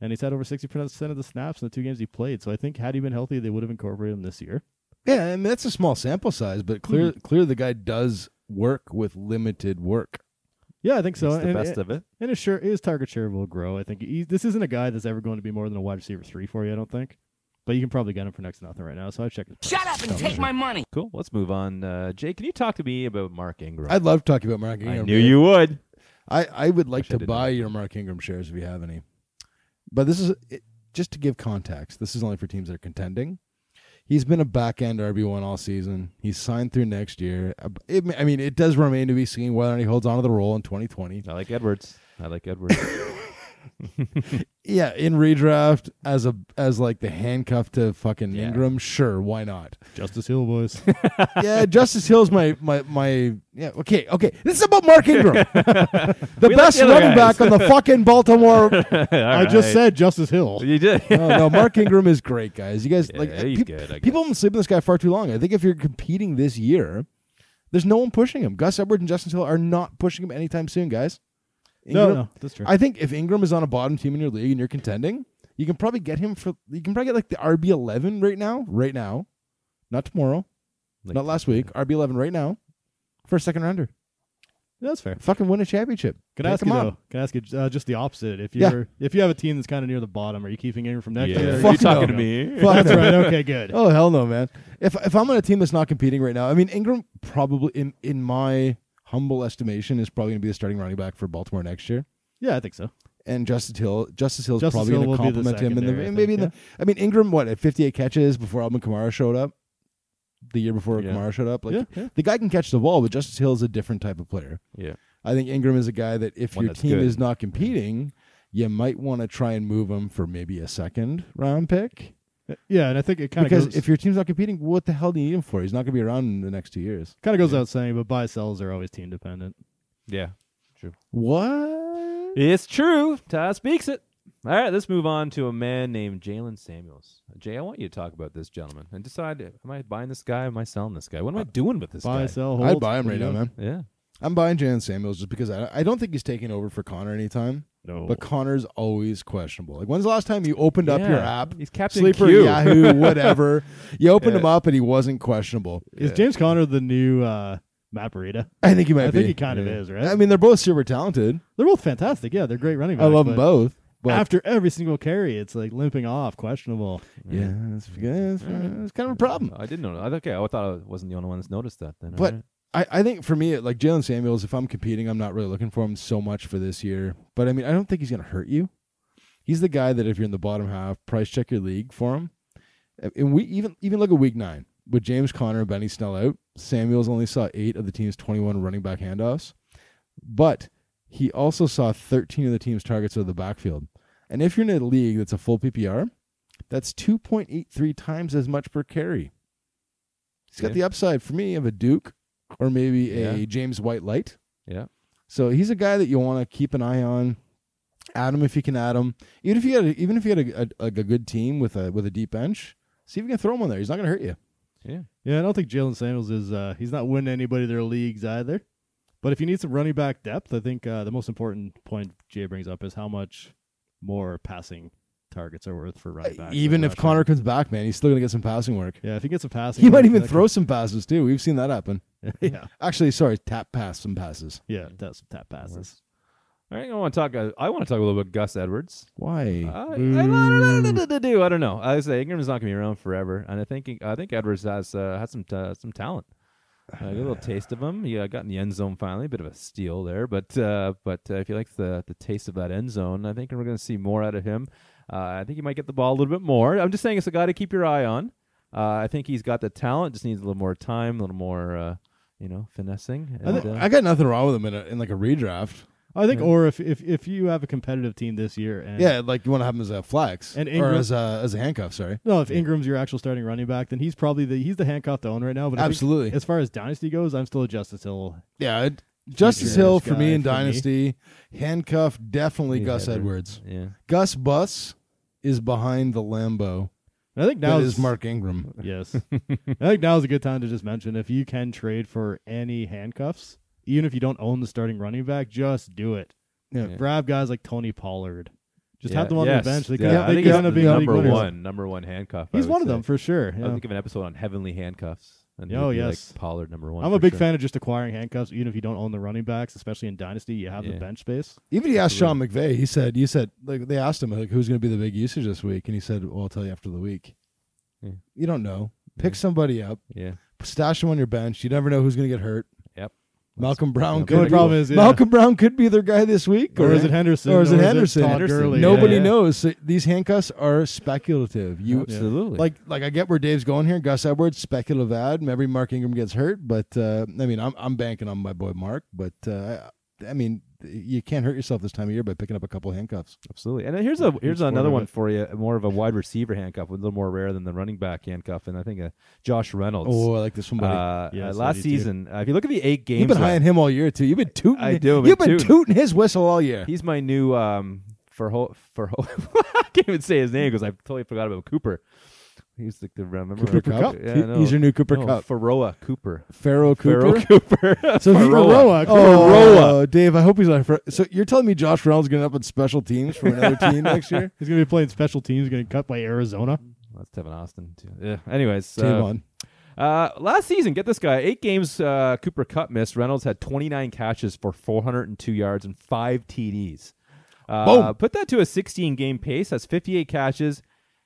S3: and he's had over 60% of the snaps in the two games he played. So I think had he been healthy, they would have incorporated him this year.
S2: Yeah, I mean that's a small sample size, but clear clear the guy does work with limited work.
S3: Yeah, I think so.
S1: It's the
S3: And-
S1: best of it.
S3: And his, share, his target share will grow. I think he, this isn't a guy that's ever going to be more than a wide receiver three for you. I don't think, but you can probably get him for next to nothing right now. So I check. his price.
S7: Shut up and take my money.
S1: Cool. Let's move on. Uh, Jay, can you talk to me about Mark Ingram?
S2: I'd love to talk about Mark Ingram.
S1: I knew you would.
S2: I, I would like
S1: Wish I
S2: to
S1: didn't.
S2: buy your Mark Ingram shares if you have any. But this is it, just to give context. This is only for teams that are contending. He's been a back end RB1 all season. He's signed through next year. It, I mean, it does remain to be seen whether or not he holds on to the role in 2020.
S1: I like Edwards. I like Edwards.
S2: Yeah, in redraft as a as like the handcuff to fucking
S1: Yeah.
S2: Ingram, sure, why not?
S3: Justice Hill boys.
S2: yeah, Justice Hill's my my my yeah. Okay, okay. This is about Mark Ingram, the
S1: We like
S2: best
S1: the other
S2: running
S1: guys.
S2: back on the fucking Baltimore
S3: I just said Justice Hill.
S1: You did.
S2: no, no, Mark Ingram is great, guys. You guys
S1: Yeah,
S2: like
S1: he's
S2: peop-
S1: good, I guess.
S2: people have been sleeping on this guy far too long. I think if you're competing this year, there's no one pushing him. Gus Edwards and Justin Hill are not pushing him anytime soon, guys.
S3: No,
S2: Ingram-
S3: no, that's true.
S2: I think if Ingram is on a bottom team in your league and you're contending, you can probably get him for you can probably get like the RB eleven right now, right now, not tomorrow,
S1: Like-
S2: not last week, RB eleven right now, for a second rounder.
S3: that's fair.
S2: Fucking win a championship.
S3: Can I
S2: Take
S3: ask
S2: him
S3: you
S2: on.
S3: though? Can I ask you uh, just the opposite? If
S2: Yeah.
S3: you're if you have a team that's kind of near the bottom, are you keeping Ingram from next
S1: Yeah.
S3: year? Oh,
S1: You
S2: Fuck
S1: talking
S2: no.
S1: to me?
S2: Fuck
S3: That's
S2: no.
S3: right. Okay, good.
S2: Oh hell no, man! If if I'm on a team that's not competing right now, I mean Ingram probably in in my humble estimation is probably going to be the starting running back for Baltimore next year,
S3: Yeah, I think so.
S2: and Justice Hill Justice Hill's
S3: Justice
S2: probably
S3: Hill
S2: going to
S3: will be the
S2: complement him in the
S3: secondary, I
S2: maybe in
S3: think,
S2: the I mean Ingram what at 58 catches before Alvin Kamara showed up, the year before
S1: Yeah.
S2: Kamara showed up, like
S3: yeah, yeah.
S2: the guy can catch the ball, but Justice Hill is a different type of player.
S1: Yeah.
S2: I think Ingram is a guy that if
S1: One
S2: your
S1: that's
S2: team
S1: good.
S2: is not competing, you might want to try and move him for maybe a second round pick.
S3: Yeah, and I think it kind of
S2: Because
S3: goes,
S2: if your team's not competing, what the hell do you need him for? He's not going to be around in the next two years.
S3: kind of goes out saying, but buy sells are always team dependent.
S1: Yeah.
S2: What?
S1: It's true. Ty speaks it. All right, let's move on to a man named Jalen Samuels. Jay, I want you to talk about this gentleman and decide: Am I buying this guy? Am I selling this guy? What am I doing with this
S3: Buy
S1: guy?
S3: sell hold.
S2: I'd Uh, buy him right now,
S3: Yeah.
S2: man.
S1: Yeah,
S2: I'm buying Jalen Samuels just because I, I don't think he's taking over for Connor anytime.
S3: No.
S2: But Connor's always questionable. Like, when's the last time you opened up your
S1: Yeah.
S2: app?
S1: He's Captain
S2: Sleeper,
S1: Q.
S2: Yahoo, whatever. You opened
S1: Yeah.
S2: him up and he wasn't questionable.
S3: Is James Conner the new uh, Matt Breida?
S2: I think he might
S3: I
S2: be.
S3: think he kind of is, right?
S2: I mean, they're both super talented.
S3: They're both fantastic. Yeah, they're great running
S2: I
S3: backs.
S2: love
S3: but
S2: them both. But
S3: After every single carry, it's like limping off, questionable.
S2: yeah, it's, yeah, it's, it's kind of a problem.
S1: I didn't know. I- Okay, I thought I wasn't the only one that's noticed that. Then,
S2: But
S1: alright.
S2: I, I think for me, like Jalen Samuels, if I'm competing, I'm not really looking for him so much for this year. But I mean, I don't think he's going to hurt you. He's the guy that if you're in the bottom half, price check your league for him. And we even even look at week nine with James Conner and Benny Snell out. Samuels only saw eight of the team's 21 running back handoffs, but he also saw 13 of the team's targets out of the backfield. And if you're in a league that's a full PPR, that's 2.83 times as much per carry. He's got
S1: Yeah.
S2: the upside for me of a Duke or maybe
S1: Yeah.
S2: a James White light.
S1: Yeah.
S2: So he's a guy that you want to keep an eye on. Add him if you can add him. Even if you had a, even if you had a, a like a good team with a with a deep bench, see if you can throw him on there. He's not going to hurt you.
S3: Yeah, I don't think Jalen Samuels is. Uh, he's not winning anybody their leagues either. But if you need some running back depth, I think uh, the most important point Jay brings up is how much more passing targets are worth for running backs.
S2: Uh, even
S3: Like
S2: if
S3: rushing.
S2: Connor comes back, man, he's still going to get some passing work.
S3: yeah, if he gets a passing,
S2: He
S3: work,
S2: might even
S3: that
S2: throw some passes too. We've seen that happen.
S3: could- yeah,
S2: Actually, sorry, tap pass some passes.
S3: yeah, that's tap passes.
S1: All right, I want to talk. uh, I want to talk a little bit about Gus Edwards.
S2: Why?
S1: I, I, don't know what to do. I don't know. I say Ingram's not going to be around forever, and I think I think Edwards has uh, has some ta some talent. Uh, got a little taste of him. Yeah, got in the end zone finally. Bit of a steal there, but uh, but uh, if you like the the taste of that end zone, I think we're going to see more out of him. Uh, I think he might get the ball a little bit more. I'm just saying it's a guy to keep your eye on. Uh, I think he's got the talent. Just needs a little more time, a little more uh, you know finessing.
S2: I,
S1: and,
S2: thi-
S1: uh,
S2: I got nothing wrong with him in, a, in like a redraft.
S3: I think, or if, if if you have a competitive team this year, and
S2: Yeah, like you want to have him as a flex
S3: And
S2: or
S3: Ingram-
S2: as a as a handcuff. Sorry,
S3: No, if Ingram's your actual starting running back, then he's probably the he's the handcuff to own right now. But I think
S2: Absolutely.
S3: as far as dynasty goes, I'm still a Justice Hill.
S2: yeah. I'd- Justice
S3: Future
S2: Hill for me in
S3: guy for me.
S2: Dynasty, handcuff definitely Gus Edwards.
S1: yeah.
S2: Gus Bus is behind the Lambo.
S3: And I think now
S2: That
S3: is
S2: is Mark Ingram.
S3: Yes, I think now is a good time to just mention if you can trade for any handcuffs, even if you don't own the starting running back, just do it.
S2: Yeah.
S3: Grab guys like Tony Pollard. Just
S1: Yeah,
S3: have them on
S1: yes,
S3: the bench. They
S1: yeah,
S3: could,
S1: I
S3: they
S1: think
S3: could
S1: he's
S3: end up
S1: the
S3: being league
S1: number
S3: winners.
S1: one, number one handcuff. I
S3: He's
S1: would
S3: one of
S1: say.
S3: them for sure.
S1: I
S3: yeah.
S1: think of an episode on heavenly handcuffs. And it'd
S3: Oh,
S1: be,
S3: yes.
S1: like Pollard number one.
S3: I'm a
S1: for
S3: big
S1: sure.
S3: fan of just acquiring handcuffs, even if you don't own the running backs, especially in dynasty. You have
S1: Yeah.
S3: the bench space.
S2: Even he asked Sean McVay. He said, "You said like they asked him like who's going to be the big usage this week," and he said, "Well, I'll tell you after the week."
S1: Yeah.
S2: You don't know. Pick somebody up,
S1: Yeah,
S2: stash them on your bench. You never know who's going to get hurt.
S1: Yep.
S2: Malcolm Brown
S1: yeah,
S2: could.
S1: pretty
S2: be-
S1: cool.
S3: problem is, yeah.
S2: Malcolm Brown could be their guy this week,
S3: Or is it Henderson?
S2: Or is it Henderson?
S3: Todd
S1: Henderson.
S3: Gurley?
S2: Nobody
S3: Yeah.
S2: knows. So these handcuffs are speculative. You
S1: absolutely.
S2: like like I get where Dave's going here. Gus Edwards, speculative ad. Maybe Mark Ingram gets hurt, but uh, I mean, I'm I'm banking on my boy Mark. But uh, I I mean, you can't hurt yourself this time of year by picking up a couple handcuffs.
S1: absolutely. And here's a here's another
S3: of
S1: one
S3: it.
S1: for you. More of a wide receiver handcuff, a little more rare than the running back handcuff. And I think uh, Josh Reynolds.
S2: Oh, I like this one, buddy.
S1: uh,
S3: Yes,
S1: uh,
S3: I
S1: last
S3: do too.
S1: season, uh, if you look at the eight games,
S2: You've been
S1: last-
S2: eyeing him all year too. You've been tooting.
S1: I do, I've been
S2: You've been
S1: tooting.
S2: tooting. his whistle all year.
S1: he's my new um for ho- for ho- I can't even say his name because I totally forgot about Cooper. He's like the remember
S2: Cooper
S1: Cooper
S2: Cup.
S1: Yeah,
S2: He-
S1: no,
S2: he's your new Cooper
S1: no,
S2: Cup.
S1: Faroa Cooper.
S2: Pharaoh
S1: Pharaoh
S2: Cooper.
S1: Cooper.
S2: So he-
S1: Faroa.
S2: Oh, Dave, I hope he's not. Fr- so you're telling me Josh Reynolds going up on special teams for another team next year?
S3: He's going to be playing special teams, going to cut by Arizona.
S1: That's Tevin Austin too. Yeah. Anyways,
S2: Team
S1: uh,
S2: on.
S1: Uh, last season, get this guy. Eight games, uh, Cooper Cup missed. Reynolds had 29 catches for 402 yards and five TDs. Uh,
S2: Boom.
S1: put that to a 16 game pace. That's 58 catches,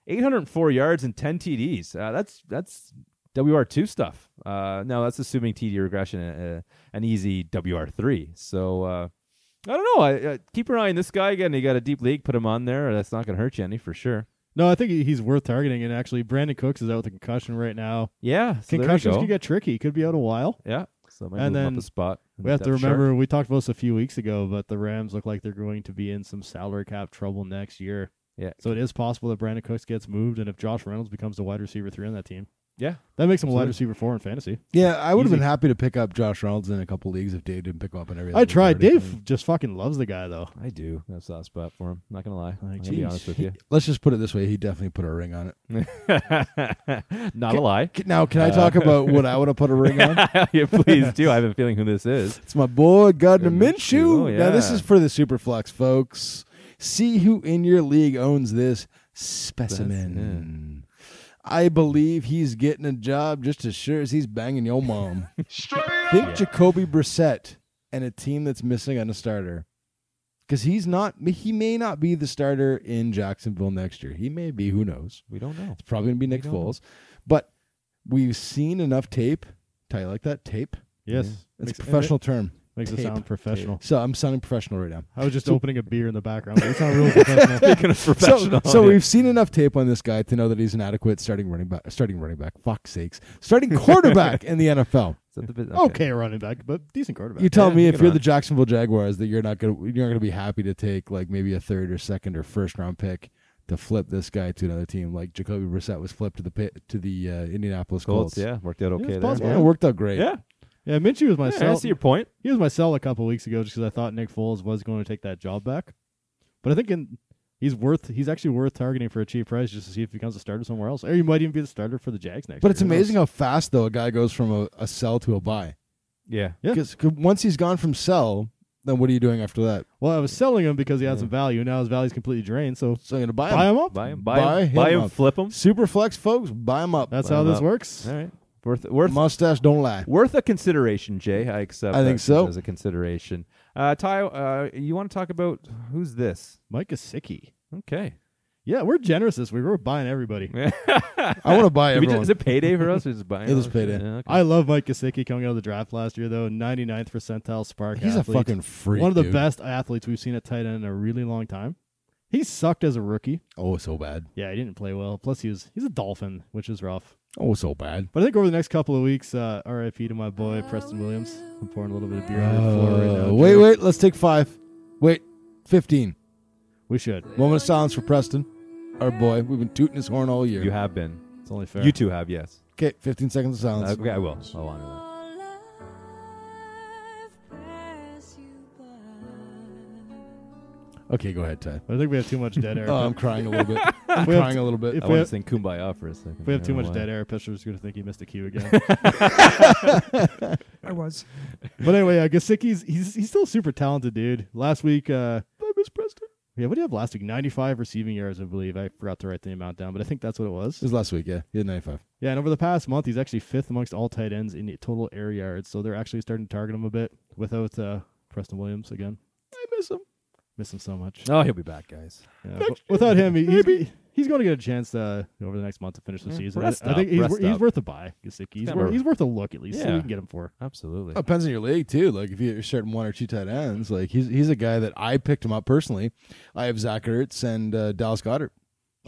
S1: 804 yards, and 10 TDs. Uh, that's that's WR2 stuff. Uh, no, that's assuming TD regression, uh, an easy WR3. So uh, I don't know. I, uh, keep your eye on this guy again. You got a deep league. Put him on there. That's not going to hurt you any for sure.
S3: No, I think he- he's worth targeting. And actually, Brandon Cooks is out with a concussion right now.
S1: Yeah. So there you
S3: Concussions
S1: go.
S3: can get tricky. He could be out a while.
S1: Yeah. So it might
S3: And
S1: move him up
S3: then
S1: a spot. in
S3: We
S1: the
S3: have to
S1: depth chart.
S3: remember we talked about this a few weeks ago, but the Rams look like they're going to be in some salary cap trouble next year.
S1: Yeah.
S3: So it is possible that Brandon Cooks gets moved, and if Josh Reynolds becomes the wide receiver three on that team,
S1: Yeah.
S3: that makes him a
S1: Absolutely.
S3: wide receiver four in fantasy.
S2: Yeah, I would have
S3: Easy.
S2: been happy to pick up Josh Reynolds in a couple leagues if Dave didn't pick him up in every.
S3: I
S2: other
S3: tried.
S2: league already.
S3: Dave just fucking loves the guy, though.
S1: I do have a soft spot for him. Not gonna lie. I'm
S3: Like,
S1: gonna be
S3: geez,
S1: honest with you.
S2: Let's just put it this way: he definitely put a ring on it.
S1: Not a lie.
S2: K- Now,
S1: Uh,
S2: can I talk about what I would have put a ring on?
S1: yeah, please do. I have a feeling who this is.
S2: It's my boy Gardner
S1: Gardner
S2: Minshew.
S1: Minshew, oh,
S2: Now, this
S1: yeah.
S2: is for the Superflex folks. See who in your league owns this
S1: Specimen.
S2: specimen. I believe he's getting a job just as sure as he's banging your mom. Think Jacoby Brissett and a team that's missing on a starter. because he's not. He may not be the starter in Jacksonville next year. He may be. Who knows?
S1: We don't know.
S2: It's probably gonna be Nick
S1: don't know.
S2: Foles, but we've seen enough tape. Ty, you like that tape?
S3: Yes.
S2: That's
S3: Makes-
S2: a professional term.
S3: Makes it
S2: Tape.
S3: sound professional.
S2: So I'm sounding professional right now.
S3: I was just opening a beer in the background. but It's not really professional.
S1: Speaking of
S2: So,
S1: professional,
S2: so
S1: yeah.
S2: we've seen enough tape on this guy to know that he's an adequate starting running back. Starting running back. Fuck's sakes. Starting quarterback in the NFL.
S1: Is that the bit-
S3: okay, running back, but decent quarterback.
S2: You tell
S1: Yeah,
S2: me
S1: you
S2: if
S1: get
S2: you're
S1: on.
S2: the Jacksonville Jaguars that you're not gonna you're not gonna be happy to take like maybe a third or second or first round pick to flip this guy to another team like Jacoby Brissett was flipped to the pit, to the uh, Indianapolis Colts.
S1: Colts, yeah, worked out okay
S3: it's
S1: there.
S3: possible.
S2: Yeah, it worked out great.
S1: Yeah,
S3: yeah, Minshew was my
S1: yeah, I
S3: sell.
S1: see your point.
S3: He was my sell a couple weeks ago just because I thought Nick Foles was going to take that job back. But I think in, he's worth he's actually worth targeting for a cheap price just to see if he becomes a starter somewhere else. Or he might even be the starter for the Jags next
S2: But
S3: year.
S2: it's
S3: Who knows?
S2: amazing how fast though a guy goes from a, a sell to a buy.
S1: Yeah,
S3: Yeah.
S2: Because once he's gone from sell, then what are you doing after that?
S3: Well, I was selling him because he had
S1: Yeah.
S3: some value. Now his value's completely drained, so
S2: So you're gonna buy him.
S3: buy him up.
S1: buy him,
S2: Buy
S1: buy him,
S2: him
S1: buy him,
S2: up.
S1: flip him.
S2: Super flex folks, buy him up.
S3: That's
S1: Buy
S3: how
S1: him
S3: this
S1: up.
S3: works.
S1: All right, worth worth
S2: Mustache don't lie.
S1: worth a consideration, Jay. I accept.
S2: I
S1: that
S2: think so.
S1: as a consideration. Uh, Ty, uh, you want to talk about who's this?
S3: Mike Gesicki.
S1: Okay,
S3: Yeah, we're generous this week. We're buying everybody.
S2: I want to buy
S1: Do we just-
S2: everyone.
S1: is it payday for us? or Is it buying?
S2: It is
S1: us?
S2: payday.
S1: Yeah, okay.
S3: I love Mike Gesicki coming out of the draft last year, though. 99th percentile spark.
S2: He's a
S3: athlete.
S2: fucking freak.
S3: One of the
S2: dude.
S3: best athletes we've seen at tight end in a really long time. He sucked as a rookie.
S2: Oh, so bad.
S3: Yeah, he didn't play well. Plus, he was he's a dolphin, which is rough.
S2: Oh, so bad.
S3: But I think over the next couple of weeks, uh, RIP to my boy Preston Williams. I'm pouring a little bit of beer on your floor right now.
S2: Uh, wait,
S3: Joe.
S2: wait. Let's take five. Wait, fifteen.
S3: We should.
S2: Moment of silence for Preston, our boy. We've been tooting his horn all year.
S1: you have been.
S3: It's only fair.
S1: You two have, yes. Uh,
S2: okay, fifteen seconds of silence.
S1: okay, I will. I'll honor that.
S2: Okay, go ahead, Ty.
S3: But I think we have too much dead air.
S2: Oh, I'm crying a little bit. I'm
S3: Uh, We have
S2: crying a
S3: to-
S2: little bit.
S3: if
S1: I
S3: we
S1: want to
S3: have-
S1: sing "Kumbaya" for a second.
S3: if we have too much dead air, pitcher's going to think he missed a cue again.
S4: I was.
S3: but anyway, uh, Gasicki's he's he's still a super talented dude. Last week, uh, I miss Preston. Yeah, what do you have last week? Ninety-five receiving yards, I believe. I forgot to write the amount down, but I think that's what it
S2: It
S3: was.
S2: was last week. Yeah, he had 95.
S3: Yeah, and over the past month, he's actually fifth amongst all tight ends in total air yards. So they're actually starting to target him a bit without uh, Preston Williams again.
S2: I miss him.
S3: Miss him so much.
S1: Oh, he'll be back, guys.
S3: Yeah, but without him, he, he's, he's going to get a chance uh, over the next month to finish the
S1: Yeah,
S3: season.
S1: rest
S3: I, I think
S1: up,
S3: he's,
S1: rest
S3: wor- he's
S1: up.
S3: worth a buy. Gasicki. He's,
S1: kinda
S3: wor-
S1: a-
S3: he's worth a look at least. See what
S1: Yeah.
S3: we can get him for.
S1: Absolutely.
S3: Oh.
S2: Depends on your league too. Like if you- you're starting one or two tight ends, like he's he's a guy that I picked him up personally. I have Zach Ertz and uh, Dallas Goddard.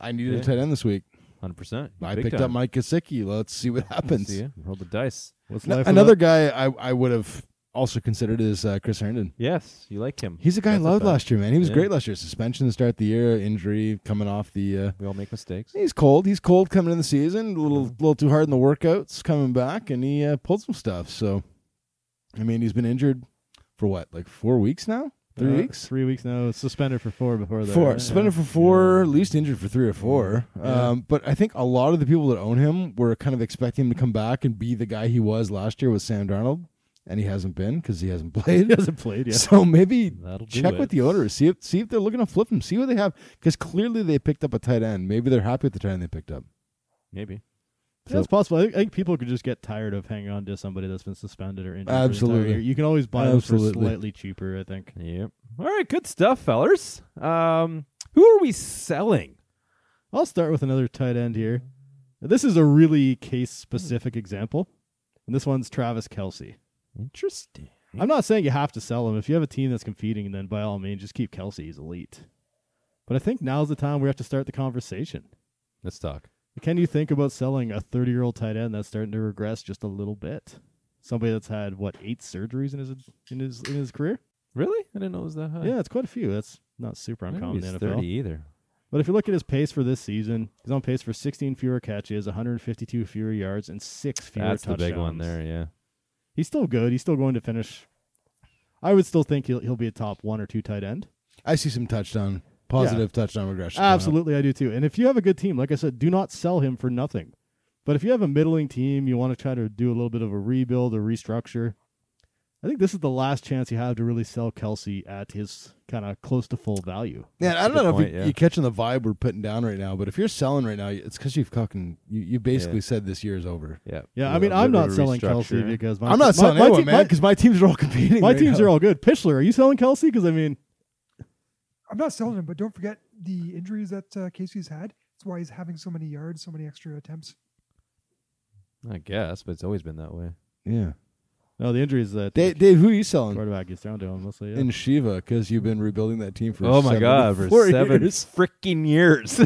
S2: I needed
S1: Yeah.
S2: a tight end this week.
S1: Hundred percent.
S2: I picked up Mike Gesicki. Let's see what happens.
S1: See ya. Roll the dice.
S3: What's
S2: N-
S3: left of
S2: another
S3: that?
S2: guy I, I would have also considered is uh, Chris Herndon.
S1: Yes, you like him.
S2: He's a guy I
S1: That's a
S2: loved
S1: fact.
S2: last year, man. He was
S1: Yeah.
S2: great last year. Suspension to start the year, injury coming off the. Uh,
S1: We all make mistakes.
S2: he's cold. He's cold coming in the season. A little little too hard in the workouts. Coming back, and he uh, pulled some stuff. So, I mean, he's been injured for what, like four weeks now, three
S3: Uh,
S2: weeks.
S3: Three weeks now. Suspended for four before that.
S2: Four.
S3: Yeah.
S2: Suspended for four, at least injured for three or four.
S3: Yeah.
S2: Um, but I think a lot of the people that own him were kind of expecting him to come back and be the guy he was last year with Sam Darnold, and he hasn't been because he hasn't played.
S3: He hasn't played yet.
S2: So maybe
S1: That'll do
S2: check
S1: it.
S2: with the owners, see if see if they're looking to flip him, see what they have, because clearly they picked up a tight end. Maybe they're happy with the tight end they picked up.
S1: Maybe.
S3: Yeah, That's possible. I think, I think people could just get tired of hanging on to somebody that's been suspended or injured. for the entire
S2: Absolutely.
S3: year. You can always buy them for
S2: Absolutely.
S3: slightly cheaper, I think.
S1: Yep. All right. Good stuff, fellers. Um, who are we selling?
S3: I'll start with another tight end here. This is a really case specific example. And this one's Travis Kelsey.
S1: Interesting.
S2: Hmm.
S3: I'm not saying you have to sell him. If you have a team that's competing, then by all means, just keep Kelsey. He's elite. But I think now's the time we have to start the conversation.
S1: Let's talk.
S3: Can you think about selling a 30 year old tight end that's starting to regress just a little bit? Somebody that's had what eight surgeries in his in his in his career?
S1: Really? I didn't know it was that high.
S3: Yeah, it's quite a few. That's not super
S1: I didn't know
S3: uncommon
S1: he
S3: in the
S1: was
S3: NFL.
S1: thirty either.
S3: But if you look at his pace for this season, he's on pace for 16 fewer catches, 152 fewer yards, and six fewer
S1: That's the
S3: touchdowns.
S1: big one there. Yeah.
S3: He's still good. He's still going to finish. I would still think he'll he'll be a top one or two tight end.
S2: I see some touchdown, positive touchdown regression. coming up.
S3: Absolutely, I do too. And if you have a good team, like I said, do not sell him for nothing. But if you have a middling team, you want to try to do a little bit of a rebuild or restructure. I think this is the last chance you have to really sell Kelsey at his kind of close to full value.
S2: Man, I
S1: a
S2: don't
S1: good
S2: know
S1: point,
S2: if you,
S1: yeah.
S2: you're catching the vibe we're putting down right now, but if you're selling right now, it's because you've fucking you, you basically
S1: Yeah.
S2: said this year's over.
S1: Yeah.
S3: Yeah, I
S1: Little
S3: mean, I'm
S1: bit of
S3: not
S1: a
S3: selling
S1: restructure.
S3: Kelsey because my
S2: I'm not
S3: my-
S2: selling
S3: my
S2: anyone,
S3: team-
S2: man, because my teams are all competing.
S3: My, my
S2: right
S3: teams
S2: now.
S3: are all good. Pitchler, are you selling Kelsey? Because I mean,
S4: I'm not selling him, but don't forget the injuries that uh, Casey's had. That's why he's having so many yards, so many extra attempts.
S1: I guess, but it's always been that way.
S2: Yeah.
S3: No, the injuries that
S2: Dave, Dave who are you selling?
S3: quarterback gets down to him mostly. Yeah.
S2: in Shiva because you've been rebuilding that team for
S1: oh my
S2: seven
S1: god, for
S2: four
S1: seven
S2: years.
S1: freaking years.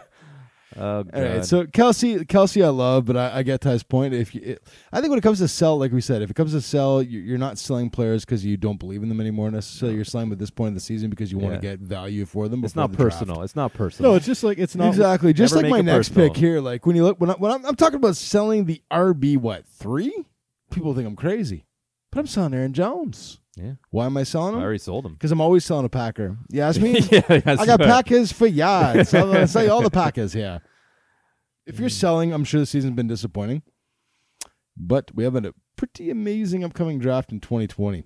S1: oh god.
S2: All right, so Kelsey, Kelsey, I love, but I, I get Ty's point. If you, it, I think when it comes to sell, like we said, if it comes to sell, you- you're not selling players because you don't believe in them anymore necessarily. You're selling them at this point in the season because you want
S1: Yeah.
S2: to get value for them.
S1: it's
S2: before
S1: not
S2: the draft.
S1: personal. It's not personal.
S3: no, it's just like it's not
S2: exactly. Just
S1: Never
S2: like
S1: make
S2: my
S1: it
S2: next
S1: personal.
S2: pick here, like when you look when, I, when I'm, I'm talking about selling the RB, what three? People think I'm crazy, but I'm selling Aaron Jones.
S1: Yeah.
S2: Why am I
S1: I
S2: selling him?
S1: already sold him.
S2: Because I'm always selling a Packer. You ask me. I got
S1: packed.
S2: Packers for yards. So I'm gonna say all the Packers here. If
S1: Mm.
S2: you're selling, I'm sure the season's been disappointing, but we have a pretty amazing upcoming draft in 2020.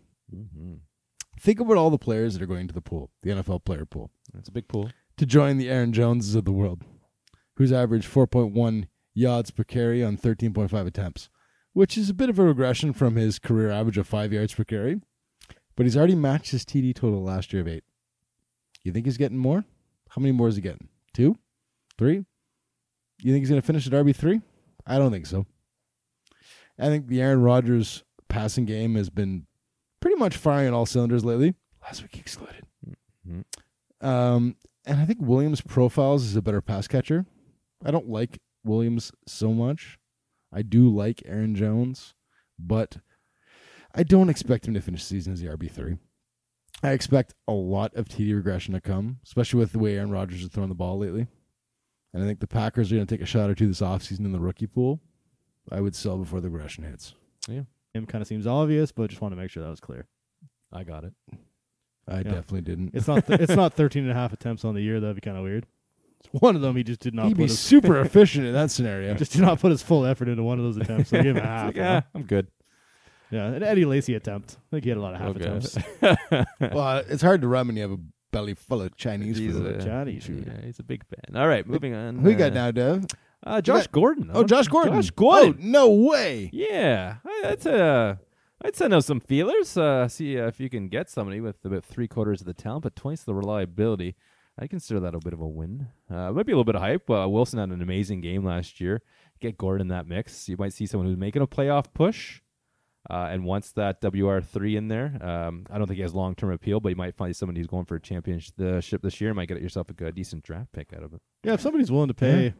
S2: Think about all the players that are going to the pool, the NFL player pool,
S1: It's a big pool.
S2: to join the Aaron Joneses of the world, who's averaged 4.1 yards per carry on 13.5 attempts, which is a bit of a regression from his career average of five yards per carry, but he's already matched his TD total last year of eight. You think he's getting more? How many more is he getting? Two? Three? You think he's going to finish at RB3? I don't think so. I think the Aaron Rodgers passing game has been pretty much firing on all cylinders lately, last week excluded.
S1: Mhm.
S2: Um, and I think Williams profiles is a better pass catcher. I don't like Williams so much. I do like Aaron Jones, but I don't expect him to finish the season as the RB3. I expect a lot of TD regression to come, especially with the way Aaron Rodgers has thrown the ball lately. And I think the Packers are going to take a shot or two this offseason in the rookie pool. I would sell before the regression hits.
S3: him kind of seems obvious, but just want to make sure that was clear.
S1: I got it.
S2: I definitely didn't.
S3: It's not th- it's not 13 and a half attempts on the year. That'd be kind of weird. One of them he just did not
S2: He'd
S3: put
S2: be
S3: his,
S2: super efficient in that scenario.
S3: just did not put his full effort into one of those attempts. So give him a half.
S1: It's like,
S3: you know?
S1: ah, I'm good.
S3: Yeah, an Eddie Lacy attempt. I think he had a lot of half
S1: Okay.
S3: attempts.
S2: well, it's hard to run when you have a belly full of Chinese
S1: He's
S2: food.
S1: a-
S3: Johnny shooter.
S1: yeah, he's a big fan. All right, moving on.
S2: Who you got
S1: Uh,
S2: now, Dev?
S1: Uh, Josh
S2: got-
S1: Gordon.
S2: Oh, Josh Gordon.
S1: Josh Gordon.
S2: Oh, no way.
S1: Yeah, I, that's a. I'd send out some feelers. Uh, see uh, if you can get somebody with about three quarters of the talent, but twice the reliability. I consider that a bit of a win. Uh, might be a little bit of hype. Uh, Wilson had an amazing game last year. Get Gordon in that mix. You might see someone who's making a playoff push, uh, and wants that WR three in there. Um, I don't think he has long term appeal, but you might find somebody who's going for a championship this year. Might get yourself a good, decent draft pick out of it.
S3: Yeah, if somebody's willing to pay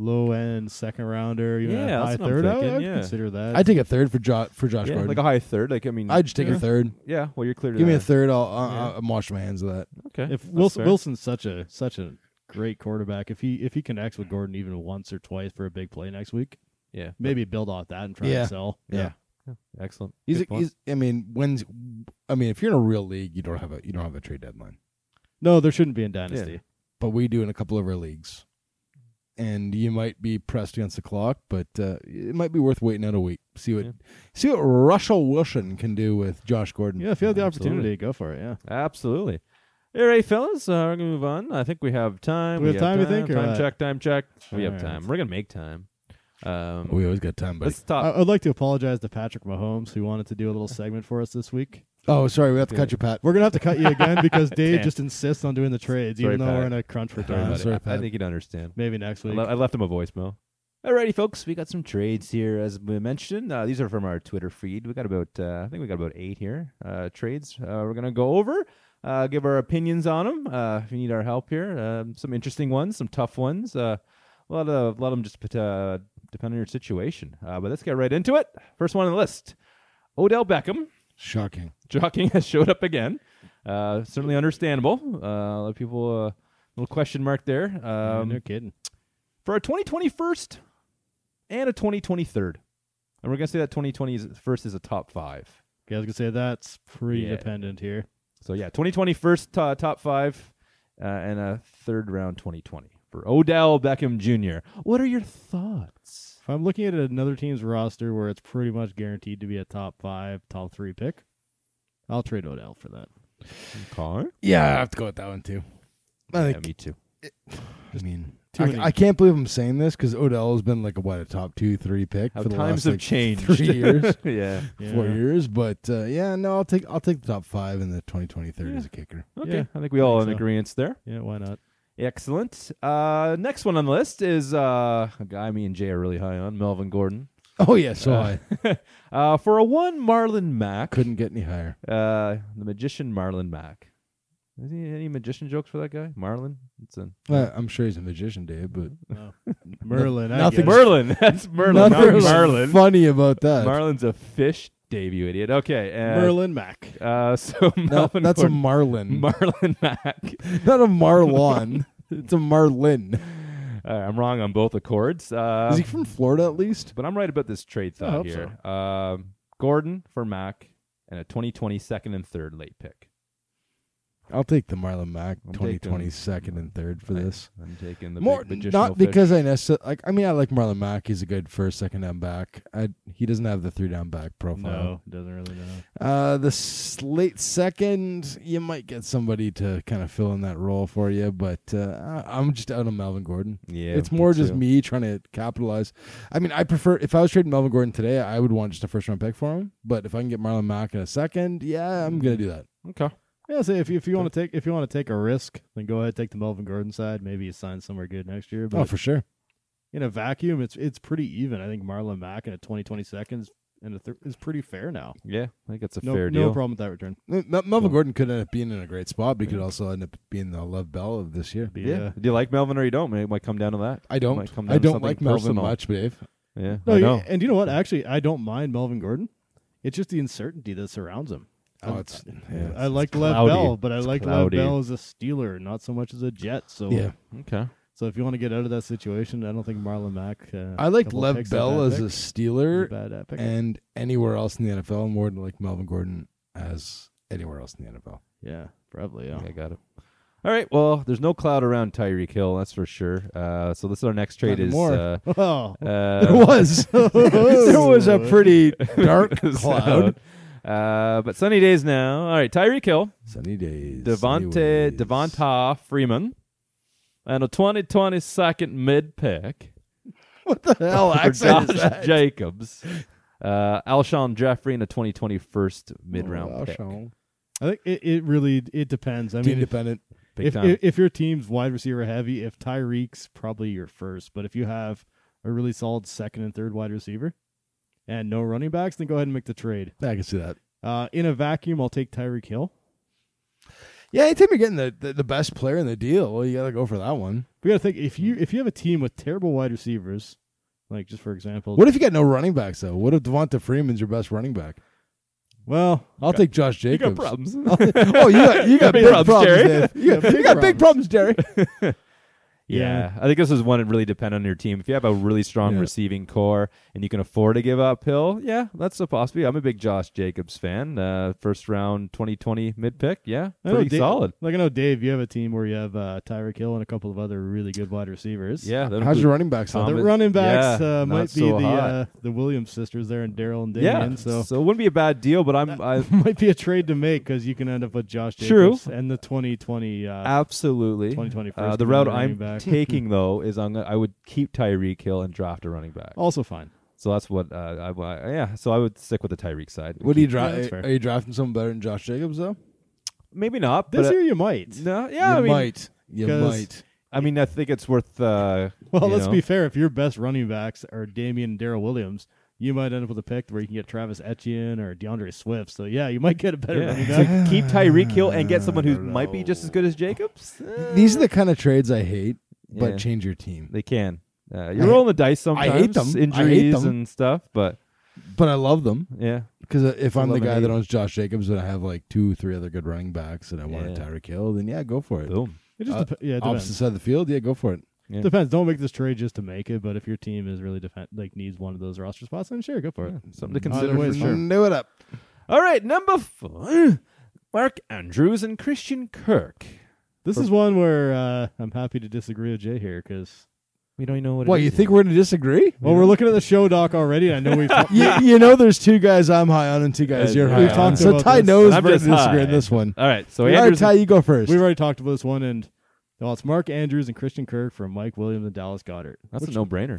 S3: low end second rounder, you
S1: Yeah,
S3: know, high
S1: that's what I'm
S3: third, I would-
S1: thinking,
S3: I would
S1: yeah.
S3: consider that.
S2: I'd take a third for, jo- for Josh
S1: Yeah,
S2: Gordon.
S1: like a high third. Like I mean,
S2: I'd just take a third.
S1: yeah. Well, you're clear. To
S2: Give me a
S1: that.
S2: third. I'll, I'll, I'll, I'll wash my hands of that.
S1: Okay.
S3: if
S1: that's
S3: Wilson,
S1: fair.
S3: Wilson's such a such a great quarterback, if he if he connects with Gordon even once or twice for a big play next week,
S1: yeah.
S3: maybe build off that and try
S2: Yeah.
S3: and sell.
S2: Yeah.
S1: Yeah, Excellent.
S2: He's,
S1: Good
S2: a,
S1: point.
S2: he's I mean, when's I mean, if you're in a real league, you don't have a you don't have a trade deadline.
S3: No, there shouldn't be in dynasty.
S2: but we do in a couple of our leagues. And you might be pressed against the clock, but uh, it might be worth waiting out a week. See what
S1: Yeah.
S2: see what Russell Wilson can do with Josh Gordon.
S3: Yeah, if you have the
S1: Absolutely.
S3: opportunity, go for it. Yeah.
S1: Absolutely. All right, fellas, uh, we're gonna move on. I think we have time.
S3: Do we have time, you think, or
S1: Time
S3: what?
S1: check. Time check. We have
S3: Alright.
S1: time. We're gonna make time. Um,
S2: We always got time, Oh, buddy.
S1: let's talk.
S3: I, I'd like to apologize to Patrick Mahomes, who wanted to do a little segment for us this week.
S2: Oh, sorry, we have to cut you, Pat.
S3: We're gonna have to cut you again because Dave
S1: Damn.
S3: just insists on doing the trades,
S1: Sorry,
S3: even though
S1: Pat.
S3: we're in a crunch for
S1: Sorry,
S3: time.
S1: buddy.
S2: sorry,
S1: I
S2: Pat.
S1: think you'd understand.
S3: Maybe next
S1: I,
S3: week.
S1: le- I left him a voicemail. Alrighty, folks, we got some trades here, as we mentioned. Uh, these are from our Twitter feed. We got about, uh, I think we got about eight here uh, trades. Uh, we're gonna go over, uh, give our opinions on them. Uh, if you need our help here, um, some interesting ones, some tough ones. Uh, a lot of, a lot of them just uh, depend on your situation. Uh, but let's get right into it. First one on the list: Odell Beckham
S2: Shocking.
S1: jockeying has showed up again. Uh, certainly understandable. Uh, a lot of people, uh, little question mark there.
S3: Yeah,
S1: Um,
S3: no kidding.
S1: for a 2021st and a 2023rd. And we're going to say that 2021st is a top five.
S3: Okay, I was gonna say that's pretty
S1: Yeah.
S3: dependent here.
S1: So, yeah, 2021st to- top five uh, and a third round 2020 for Odell Beckham Jr. What are your thoughts?
S3: If I'm looking at another team's roster where it's pretty much guaranteed to be a top five, top three pick, I'll trade Odell for that.
S1: Car?
S2: Yeah, I have to go with that one too. I
S1: Yeah,
S2: think.
S1: me too.
S2: I mean,
S1: Two
S2: I,
S1: innings.
S2: I can't believe I'm saying this because Odell has been like a what a top two, three pick
S1: How
S2: for the
S1: times
S2: last,
S1: have
S2: like,
S1: changed.
S2: three years,
S1: yeah.
S2: four
S3: Yeah.
S2: years. But uh, yeah, no, I'll take I'll take the top five in the 2023 as a kicker.
S1: Okay.
S3: Yeah,
S1: I think we all
S3: think
S1: in
S3: so.
S1: agreement there.
S3: Yeah, why not?
S1: Excellent. Uh, next one on the list is uh, a guy me and Jay are really high on, Melvin Gordon.
S2: Oh yeah, so I
S1: Uh, for a one, Marlon Mack.
S2: couldn't get any higher.
S1: Uh, the magician Marlon Mack. Is he any magician jokes for that guy? Marlon? It's a
S2: Uh, I'm sure he's a magician, Dave, but
S3: Merlin. I
S2: Nothing-
S3: guess.
S1: Merlin. That's Merlin. Not
S2: nothing's
S1: Marlon.
S2: funny about that.
S1: Marlin's a fish, Dave, you idiot. Okay. And,
S3: Merlin Mack.
S1: Uh, so
S2: No,
S1: Melvin
S2: that's a
S1: Gordon,
S2: Marlin,
S1: Marlon Mack.
S2: not a Marlon. it's a Marlin.
S1: Uh, I'm wrong on both accords. Uh,
S2: Is he from Florida at least?
S1: But I'm right about this trade
S3: I
S1: thought
S3: hope
S1: here. Um, Gordon for Mac and a 2020 second and third late pick.
S2: I'll take the Marlon Mack
S1: I'm taking-
S2: 2020 second and third for
S1: I-
S2: this.
S1: I'm taking the
S2: More,
S1: big
S2: not
S1: magicianal fish.
S2: because I necessarily like. I mean, I like Marlon Mack. He's a good first, second down back. I, he doesn't have the three down back profile.
S3: No, doesn't really know.
S2: Uh, the s- late second, you might get somebody to kind of fill in that role for you, but uh, I- I'm just out on Melvin Gordon.
S1: yeah,
S2: it's more just
S1: too.
S2: me trying to capitalize. I mean, I prefer if I was trading Melvin Gordon today, I would want just a first round pick for him. But if I can get Marlon Mack in a second, yeah, I'm gonna do that.
S1: Okay.
S3: Yeah, say if you, if you want to take if you want to take a risk, then go ahead take the Melvin Gordon side. Maybe you sign somewhere good next year. But
S2: Oh, for sure.
S3: in a vacuum, it's it's pretty even. I think Marlon Mack in a 20, 20 seconds and a thir- is pretty fair now.
S1: Yeah, I think it's a
S3: No,
S1: fair
S3: no
S1: deal.
S3: problem with that return.
S2: Mel- Melvin Gordon could end up being in a great spot, but he could also end up being the Love Bell of this year.
S3: Be,
S1: Yeah.
S3: uh,
S1: Do you like Melvin or you don't? Maybe it might come down to that.
S2: I
S1: Might
S2: don't.
S1: come down
S2: I
S1: to
S2: don't
S1: something
S2: like Melvin
S1: personal.
S2: much, Dave.
S1: Yeah.
S3: no,
S1: I
S3: you-
S1: know.
S3: and you know what? Actually, I don't mind Melvin Gordon. It's just the uncertainty that surrounds him.
S2: Oh, it's yeah,
S3: I liked Lev
S1: cloudy.
S3: Bell, but I liked Lev
S1: cloudy.
S3: Bell as a Steeler, not so much as a Jet. So
S2: yeah.
S1: okay.
S3: So if you want to get out of that situation, I don't think Marlon Mack. Uh,
S2: I liked
S3: couple
S2: Lev
S3: picks and
S2: Bell
S3: bad
S2: as a
S3: pick-
S2: Steeler
S3: bad uh, pick.
S2: and anywhere else in the NFL, more than like Melvin Gordon as anywhere else in the NFL.
S3: Yeah, probably.
S1: I
S3: Yeah.
S1: think I got it. All right. Well, there's no cloud around Tyreek Hill, that's for sure. Uh, so this is our next trade.
S2: Not
S1: Is
S2: anymore.
S1: uh,
S3: Oh,
S1: uh,
S2: was there was a pretty dark cloud.
S1: Uh, but sunny days now. All right, Tyreek Hill.
S2: Sunny days.
S1: Devonte Devonta Freeman and a 2020 second mid pick
S2: Hell,
S1: for Josh Jacobs. Uh, Alshon Jeffrey and a 2020 first
S2: Oh,
S1: mid round pick.
S3: I think it, it really it depends. I mean, if,
S2: independent.
S1: Big
S3: if,
S1: time.
S3: if if your team's wide receiver heavy, if Tyreek's probably your first, but if you have a really solid second and third wide receiver and no running backs, then go ahead and make the trade.
S2: I can see that.
S3: Uh, in a vacuum, I'll take Tyreek Hill.
S2: Yeah, anytime you're getting the, the, the best player in the deal, well, you got to go for that one.
S3: We gotta think if
S1: Hmm.
S3: you if you have a team with terrible wide receivers, like just for example,
S2: What if you got no running backs, though? What if Devonta Freeman's your best running back?
S3: well,
S2: I'll take Josh
S1: you
S2: Jacobs.
S1: got problems.
S2: oh, you got, you got
S1: big
S2: big
S1: problems,
S2: problems,
S1: Jerry.
S2: Dave. You got, you got big problems, Jerry.
S1: yeah. I think this is one that really depend on your team. If you have a really strong
S2: Yeah.
S1: receiving core and you can afford to give up Hill, yeah, that's a possibility. I'm a big Josh Jacobs fan. Uh, first round 2020 mid pick, yeah,
S3: I know
S1: pretty
S3: Dave-
S1: solid.
S3: Like I know Dave, you have a team where you have uh, Tyreek Hill and a couple of other really good wide receivers.
S1: Yeah, that'll
S2: How's
S1: be-
S2: your running backs?
S1: Tom
S2: though?
S3: The
S1: Thomas-
S3: running backs
S1: yeah,
S3: uh,
S1: not
S3: might be
S1: so
S3: the
S1: hot.
S3: uh, the Williams sisters there and Daryl and
S1: yeah,
S3: Damien. So
S1: so it wouldn't be a bad deal, but I'm I,
S3: might be a trade to make because you can end up with Josh
S1: True.
S3: Jacobs and the 2020. Uh,
S1: Absolutely.
S3: 2020
S1: Uh,
S3: first
S1: the route
S3: running
S1: I'm
S3: back.
S1: taking though is I'm gonna, I would keep Tyreek Hill and draft a running
S2: Oh.
S1: back.
S3: also fine.
S1: So that's what uh, I, I- yeah. So I would stick with the Tyreek side.
S2: What do you eh,
S3: Yeah,
S2: draft?
S3: that's fair.
S2: are you drafting someone better than Josh Jacobs though?
S1: Maybe not
S3: This
S1: but, uh,
S3: year you might.
S1: no, yeah.
S2: you
S1: I mean,
S2: might. You
S3: 'cause-
S2: might.
S1: I mean, I think it's worth. Uh,
S3: Well,
S1: you
S3: let's
S1: know.
S3: be fair. If your best running backs are Damien and Daryl Williams, you might end up with a pick where you can get Travis Etienne or DeAndre Swift. So yeah, you might get a better
S1: Yeah.
S3: running
S1: It's
S3: back.
S1: like, keep Tyreek Hill and get someone who might be just as good as Jacobs. Eh,
S2: These are the kind of trades I hate, but
S1: Yeah.
S2: change your team.
S1: they can. Uh, you're
S2: I-
S1: rolling the dice sometimes.
S2: hate them. I hate
S1: Injuries
S2: them.
S1: and stuff, but
S2: But I love them
S1: yeah.
S2: because if I'm the
S1: Eleven
S2: guy
S1: eight.
S2: that owns Josh Jacobs and I have like two, three other good running backs and I want
S1: Yeah.
S2: a Tyreek Hill, then yeah, go for it.
S1: Boom.
S3: It just
S2: Uh,
S3: dep- yeah, it
S2: Opposite
S3: depends.
S2: side of the field, yeah, go for it.
S1: Yeah.
S3: Depends. Don't make this trade just to make it. But if your team is really defend like needs one of those roster spots, then sure, go for it. Uh,
S1: Something to
S3: Either
S1: consider
S3: way,
S1: for
S3: it's
S1: sure.
S2: Knew it up.
S1: All right, number four. Mark Andrews and Christian Kirk.
S3: This is one where uh, I'm happy to disagree with Jay here because
S1: We don't even know what.
S2: What
S1: it
S2: you
S1: is
S2: think
S1: yet.
S2: we're gonna disagree?
S3: well, we're looking at the show doc already. And I know we've talked
S2: you, you know, there's two guys I'm high on and two guys
S1: Uh,
S2: you're
S1: we've
S2: high on.
S3: talked
S2: So
S3: about
S2: Ty
S3: this.
S2: knows
S1: I'm
S2: we're gonna
S1: just
S2: disagree on
S1: high.
S2: this one.
S1: All right, so
S2: All right,
S1: Andrews.
S2: Ty, you go first.
S3: we've already talked about this one, and Well, it's Mark Andrews and Christian Kirk for Mike Williams and Dallas Goddard.
S1: That's
S3: which,
S1: a no-brainer.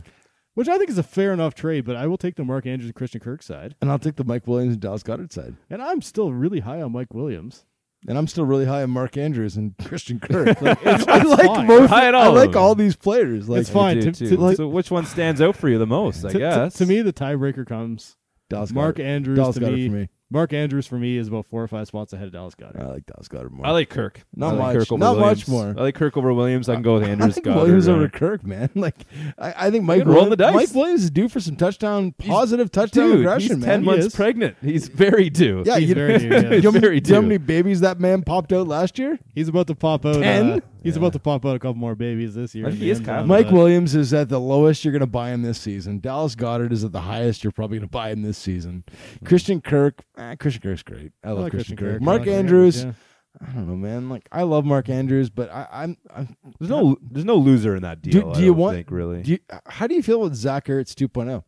S3: which I think is a fair enough trade, but I will take the Mark Andrews and Christian Kirk side.
S2: And I'll take the Mike Williams and Dallas Goddard side.
S3: And I'm still really high on Mike Williams.
S2: And I'm still really high on Mark Andrews and Christian Kirk. Like, it's- I like
S3: fine.
S2: most.
S1: High on
S2: I
S1: all of
S2: like
S1: them.
S2: all these players. Like
S3: It's fine.
S1: You do
S3: To-
S1: too.
S3: to- like-
S1: so which one stands out for you the most? I
S3: To- to-
S1: guess
S3: to, me, the tiebreaker comes
S2: Dallas
S3: Mark
S2: Goddard.
S3: Andrews
S2: Dallas
S3: to
S2: Goddard
S3: me,
S2: for me.
S3: Mark Andrews for me is about four or five spots ahead of Dallas Goddard.
S2: I like Dallas Goddard more.
S1: I like Kirk.
S2: Not
S1: I like
S2: much.
S1: Kirk over
S2: Not
S1: Williams.
S2: much more.
S1: I like Kirk over Williams. I can go with
S2: I
S1: Andrews.
S2: think
S1: Goddard,
S2: Williams
S1: or-
S2: over Kirk, man. Like I, I think
S1: Roll
S2: Mike
S1: the
S2: Williams,
S1: dice.
S2: Mike Williams is due for some touchdown, positive touchdown
S1: Dude,
S2: aggression,
S1: he's
S2: man.
S1: ten
S3: He
S1: months
S3: is.
S1: pregnant. He's very due.
S2: Yeah,
S3: He's
S2: you
S3: very new, yeah.
S1: He's
S2: you know
S1: very
S2: how
S1: due.
S2: many babies that man popped out last year?
S3: He's about to pop out.
S2: Ten?
S3: uh, he's about to pop out a couple more babies this year.
S1: I
S3: in
S1: think
S3: the
S1: he is
S3: end
S1: kind of
S3: zone,
S2: Mike
S3: but-
S2: Williams is at the lowest you're going to buy him this season. Dallas Goddard is at the highest you're probably going to buy him this season. Christian Kirk, eh, Christian Kirk's great. I
S3: I
S2: love
S3: like
S2: Christian, Kirk.
S3: I
S2: Mark
S3: like
S2: Andrews,
S3: yeah.
S2: I don't know, man. Like I love Mark Andrews, but I, I'm, I'm
S1: There's no. There's no loser in that deal.
S2: Do-
S1: I
S2: do you
S1: don't
S2: want-
S1: think, really?
S2: Do you, how do you feel with Zach Ertz 2.0?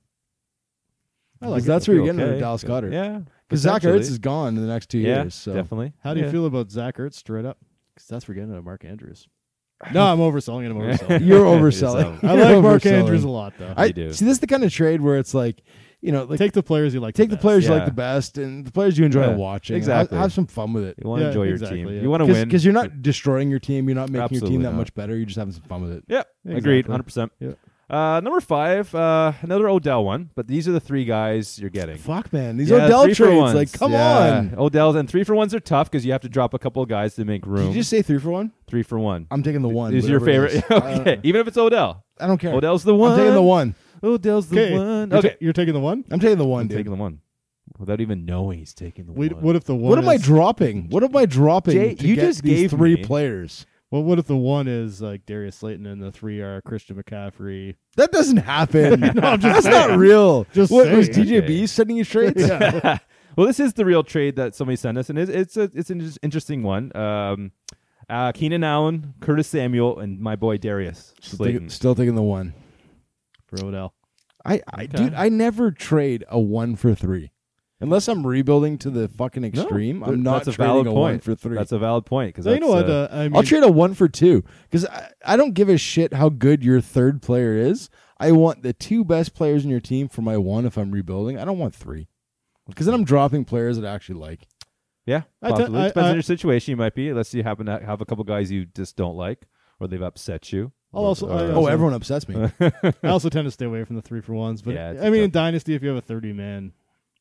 S3: I like
S2: Because
S3: it.
S2: that's where you're
S1: Feel
S2: getting rid
S1: okay.
S2: of Dallas Goddard.
S1: Yeah,
S2: Because Zach
S1: potentially.
S2: Ertz is gone in the next two
S1: yeah,
S2: years. So
S1: definitely.
S3: How do you
S1: Yeah.
S3: feel about Zach Ertz straight up? Because that's where we're getting at Mark Andrews. No, I'm overselling it. I'm overselling. it.
S2: you're
S1: Yourself.
S2: overselling.
S3: I
S2: You're
S3: like Mark
S2: overselling.
S3: Andrews a lot, though.
S2: I
S1: You do.
S2: see. This is the kind of trade where it's like, you know, like take,
S3: take the players you like.
S2: the
S3: best.
S2: players you
S1: Yeah.
S2: like the best and the players you enjoy
S1: Yeah,
S2: watching. and
S1: exactly.
S2: Have, have some fun with it.
S1: You want to
S3: Yeah,
S1: enjoy your
S3: exactly,
S1: team.
S3: yeah.
S1: You want to win.
S2: Because you're not destroying your team. You're not making your
S1: Absolutely
S2: team that
S1: not.
S2: much better. You're just having some fun with it.
S1: Yeah, agreed, hundred percent.
S3: Yeah.
S1: Uh, number five, uh, another Odell one, but these are the three guys you're getting.
S2: Fuck, man. These
S1: Yeah,
S2: Odell
S1: three for
S2: trades.
S1: ones.
S2: Like, come
S1: Yeah.
S2: on.
S1: Odell's and three for ones are tough because you have to drop a couple of guys to make
S2: Did
S1: room.
S2: you just say three for one?
S1: three for one.
S2: I'm taking the one.
S1: is your
S2: whatever it
S1: favorite?
S2: is. I don't-
S1: okay, even if it's Odell.
S2: I don't care.
S1: Odell's the one.
S2: I'm taking the one.
S1: Odell's the
S3: Okay,
S1: one.
S3: You're,
S1: Okay,
S3: ta- you're taking the one.
S2: I'm taking the one,
S1: I'm
S2: dude.
S1: taking the one without even knowing he's taking the
S3: We,
S1: one.
S3: what if the one?
S2: What am I
S3: is-
S2: dropping? What am I dropping?
S1: Jay,
S2: to
S1: you
S2: get
S1: just
S2: these
S1: gave
S2: three
S1: me-
S2: players.
S3: well, what if the one is like Darius Slayton and the three are Christian McCaffrey?
S2: That doesn't happen. That's
S3: saying.
S2: not real.
S3: Just
S2: what was
S3: saying.
S2: DJB
S1: Okay.
S2: sending you trades?
S1: well, this is the real trade that somebody sent us, and it's it's, a, it's an interesting one. Um, uh, Keenan Allen, Curtis Samuel, and my boy Darius
S2: Still,
S1: Slayton.
S2: taking, still taking the one.
S3: For Odell.
S2: I, I
S1: Okay.
S2: dude, I never trade a one for three, unless I'm rebuilding to the fucking
S1: No,
S2: extreme.
S1: th-
S2: I'm not
S1: that's a
S2: trading
S1: valid
S2: a
S1: point
S2: one for three.
S1: That's a valid point because
S3: So you know what?
S1: Uh,
S3: Uh, I mean,
S2: I'll trade a one for two because I, I don't give a shit how good your third player is. I want the two best players in your team for my one if I'm rebuilding. I don't want three because then I'm dropping players that I actually like.
S1: yeah,
S3: I te-
S1: possibly.
S3: I-
S1: depends
S3: I-
S1: on your situation. You might be unless you happen to have a couple guys you just don't like or they've upset you. Uh,
S3: I'll
S1: Or-
S3: also- I
S1: or-
S2: Oh,
S3: also-
S2: everyone upsets me.
S3: I also tend to stay away from the three for ones. But
S1: Yeah, it's
S3: I mean,
S1: tough.
S3: in Dynasty, if you have a 30 man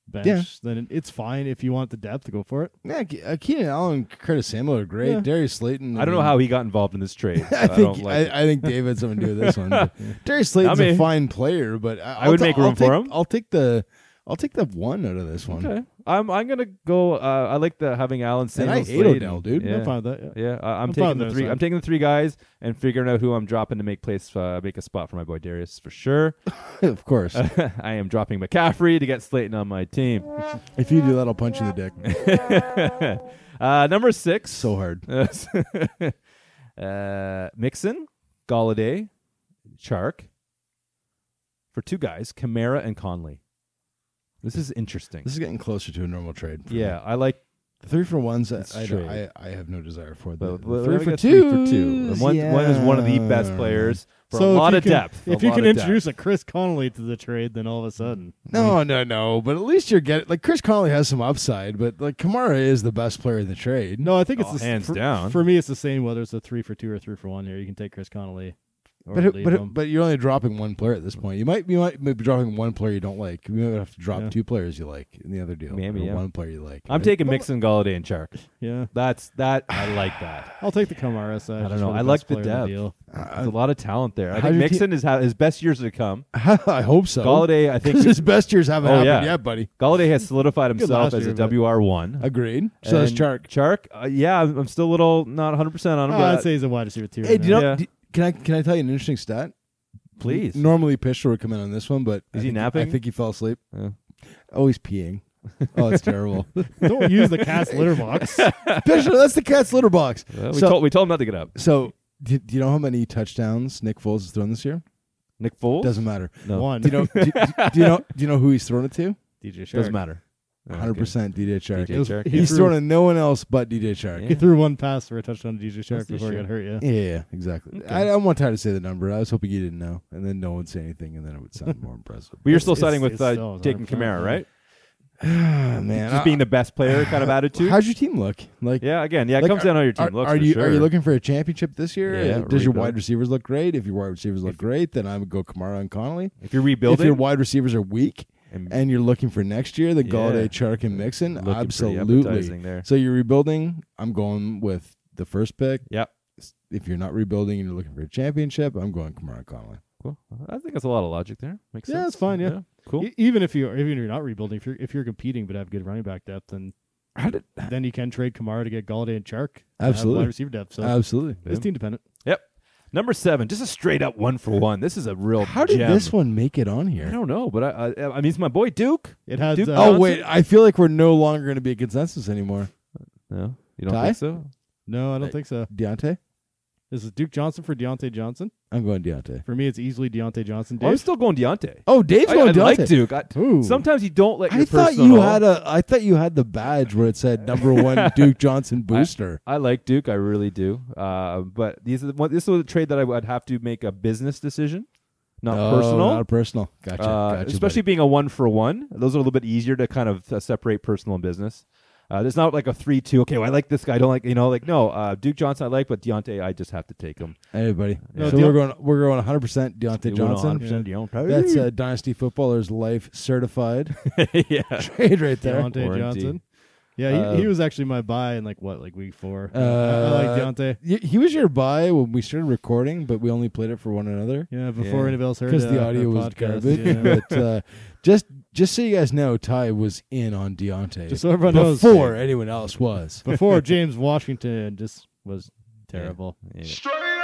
S3: bench,
S2: Yeah.
S3: then it- it's fine if you want the depth to go for it.
S2: Yeah, Ke- uh, Keenan Allen, Curtis Samuel are great.
S3: Yeah.
S2: Darius Slayton.
S1: I don't know
S2: mean,
S1: how he got involved in this trade.
S2: I
S1: I
S2: think
S1: don't
S2: I,
S1: like it.
S2: I think Dave had something to do with this one. but Darius Slayton's
S1: I mean,
S2: a fine player, but I,
S1: I
S2: I'll
S1: would
S2: ta-
S1: make
S2: I'll
S1: room for
S2: take-
S1: him.
S2: I'll take the I'll take the one out of this one.
S1: Okay, I'm I'm gonna go. Uh, I like the having Allen Samuel.
S2: I hate
S1: Slayton.
S2: Odell, dude. I'm
S1: Yeah.
S3: I'm fine with that. Yeah.
S1: Yeah, I, I'm,
S3: I'm fine
S1: taking
S3: with
S1: the
S3: that
S1: three.
S3: side.
S1: I'm taking the three guys and figuring out who I'm dropping to make place, uh, make a spot for my boy Darius for sure.
S2: of course.
S1: I am dropping McCaffrey to get Slayton on my team.
S2: if you do that, I'll punch you in the dick.
S1: Uh, number six,
S2: so hard.
S1: uh, Mixon, Galladay, Chark, for two guys, Kamara and Conley. This is interesting.
S2: This is getting closer to a normal trade. for me.
S1: yeah, I like
S2: The three for ones. I,
S1: It's
S2: I,
S1: trade.
S2: I, I have no desire for
S1: the, the-
S2: the, the
S1: we
S2: three for
S1: got
S2: two. uh,
S1: for two. And one, one is one of the best players for a lot
S3: if you
S1: of
S3: can-
S1: depth. a
S3: If you
S1: lot
S3: can
S1: of depth.
S3: introduce a Chris Connolly to the trade, then all of a sudden,
S2: No, no, no. But at least you're getting like Chris Conley has some upside, but like Kamara is the best player in the trade.
S3: no, I think it's
S1: Oh,
S3: the s-
S1: hands
S3: for,
S1: down.
S3: For me, it's the same whether it's a three for two or three for one. Here, you can take Chris Connolly. Or
S2: But it,
S3: leave
S2: but
S3: him.
S2: it, but you're only dropping one player at this point. You might you might be dropping one player you don't like. You might have to drop
S3: Yeah.
S2: two players you like in the other deal.
S1: Maybe,
S2: or
S1: yeah.
S2: one player you like.
S1: I'm
S2: right?
S1: taking Mixon, Galladay, and Chark.
S3: yeah,
S1: That's that. I like that.
S3: I'll take the Kamara
S1: I
S3: side.
S1: don't
S3: just
S1: know.
S3: for
S1: I like
S3: best
S1: the
S3: player in
S1: depth.
S3: deal.
S1: There's a lot of talent there. I
S2: How'd
S1: think
S2: your team-
S1: Mixon is ha- his best years are to come.
S2: I hope so.
S1: Galladay, I think
S2: Because his best years haven't
S1: Oh,
S2: happened
S1: yeah.
S2: yet, buddy.
S1: Galladay has solidified
S3: Good
S1: himself
S3: last
S1: as
S3: year,
S1: a
S3: but-
S1: WR one.
S2: Agreed. So that's
S1: And
S2: Chark.
S1: Chark, uh, yeah, I'm I'm still a little not 100 percent on him.
S3: Oh, I'd
S1: but
S3: say he's a wide receiver too.
S2: Hey,
S3: right
S2: do you know?
S1: Yeah.
S2: do- can I can I tell you an interesting stat?
S1: please.
S2: Normally, Pishler would come in on this one, but I
S1: he
S2: think-
S1: napping?
S2: I think he fell asleep.
S1: Yeah.
S2: Oh, he's peeing. Oh, it's terrible.
S3: now. don't use the cat's litter box.
S2: Pishler, that's the cat's litter box.
S1: Well, Uh, we,
S2: so,
S1: told, we told him not to get up.
S2: so do, do you know how many touchdowns Nick Foles has thrown this year?
S1: Nick Foles
S2: Doesn't matter.
S1: no.
S3: One,
S2: Do you know? do, do- do you know? Do you know who he's thrown it to?
S3: DJ Shark.
S1: Doesn't matter.
S2: Hundred percent DJ
S1: DJ
S2: Shark. It was-
S1: Shark,
S2: He's
S3: yeah.
S2: thrown at no one else but DJ Shark.
S1: Yeah.
S3: He threw one pass for a touchdown to DJ Shark
S1: That's the
S3: before he
S1: issue.
S3: got hurt. Yeah.
S2: Yeah, yeah, exactly. I, I'm not tired to say the number. I was hoping you didn't know, and then no one say anything, and then it would sound more impressive.
S1: But you're still
S3: It's-
S1: siding
S3: it's-
S1: with
S3: it's
S1: uh,
S3: still
S1: taking
S3: hard.
S1: Kamara, right?
S2: Ah, man,
S1: Just
S2: I-
S1: being the best player kind of attitude.
S2: How's your team look? Like,
S1: yeah, again, yeah, it
S2: like,
S1: comes down on your team.
S2: are,
S1: looks
S2: are
S1: for
S2: you
S1: sure.
S2: are you looking for a championship this year?
S1: Yeah,
S2: Uh, Does your
S1: rebuild.
S2: wide receivers look great? If your wide receivers look great, then I would go Kamara and Connolly.
S1: if you're
S2: If your
S1: rebuilding?
S2: wide receivers are weak
S1: and
S2: and you're looking for next year, the
S1: Yeah.
S2: Galladay, Chark, and Mixon,
S1: looking pretty
S2: absolutely.
S1: appetizing there.
S2: So you're rebuilding. I'm going with the first pick.
S1: Yep.
S2: If you're not rebuilding and you're looking for a championship, I'm going Kamara and Connolly.
S1: Cool. I think that's a lot of logic there. Makes
S3: Yeah,
S1: sense.
S3: it's fine, yeah.
S1: Cool.
S3: E- Even if you even if you're not rebuilding, if you're if you're competing but have good running back depth, then
S2: How did
S3: then you can trade Kamara to get Galladay and Chark. to have
S2: Absolutely.
S3: wide receiver depth. So
S2: absolutely?
S3: it's team dependent.
S1: Yep. Number seven, just a straight up one for one. This is a real.
S2: How did
S1: gem.
S2: this one make it on
S1: I
S2: here?
S1: don't know, but I, I, I mean, it's my boy Duke.
S3: It has.
S1: Duke-
S3: uh,
S2: Oh
S1: Johnson?
S2: wait, I feel like we're no longer going to be a consensus anymore.
S1: No, you don't
S2: Ty?
S1: think so?
S3: no, I don't think so.
S2: Deontay,
S3: This is Duke Johnson for Deontay Johnson.
S2: I'm going Deontay.
S3: For me, it's easily Deontay Johnson.
S1: Well, I'm
S3: Dave,
S1: still going Deontay.
S2: Oh, Dave's
S1: I,
S2: going
S1: I
S2: Deontay.
S1: like Duke. I,
S3: Ooh.
S1: sometimes you don't let. Your
S2: I thought
S1: personal
S2: you
S1: hall-
S2: had a. I thought you had the badge where it said number one Duke Johnson booster.
S1: I like Duke, I really do. Uh, but these are the, one- this was a trade that I would have to make a business decision, not
S2: Oh,
S1: personal.
S2: not personal. Gotcha.
S1: Uh,
S2: gotcha
S1: especially
S2: buddy.
S1: being a one for one, those are a little bit easier to kind of uh, separate personal and business. Uh, it's not like a three two. Okay, well, I like this guy. I don't like you know like no uh, Duke Johnson I like, but Deontay I just have to take him.
S2: Hey, buddy.
S1: No,
S2: so
S3: Deont-
S2: we're going. We're going 100 percent Deontay Johnson.
S1: 100% Deontay.
S2: That's a dynasty footballer's life certified
S1: yeah.
S2: trade right there.
S3: Deontay
S1: Warranty.
S3: Johnson. Yeah, he,
S2: Uh,
S3: he was actually my buy in like what, like week four. I- I
S2: Uh,
S3: like Deontay.
S2: Y- He was your buy when we started recording, but we only played it for one another.
S3: Yeah, before anybody else heard
S2: because
S3: uh,
S2: the
S3: our
S2: audio was
S3: podcast,
S2: garbage.
S3: yeah.
S2: But uh, just just so you guys know, Ty was in on Deontay
S3: Just so everyone knows,
S2: before anyone else was.
S3: before James Washington just was terrible.
S1: Yeah.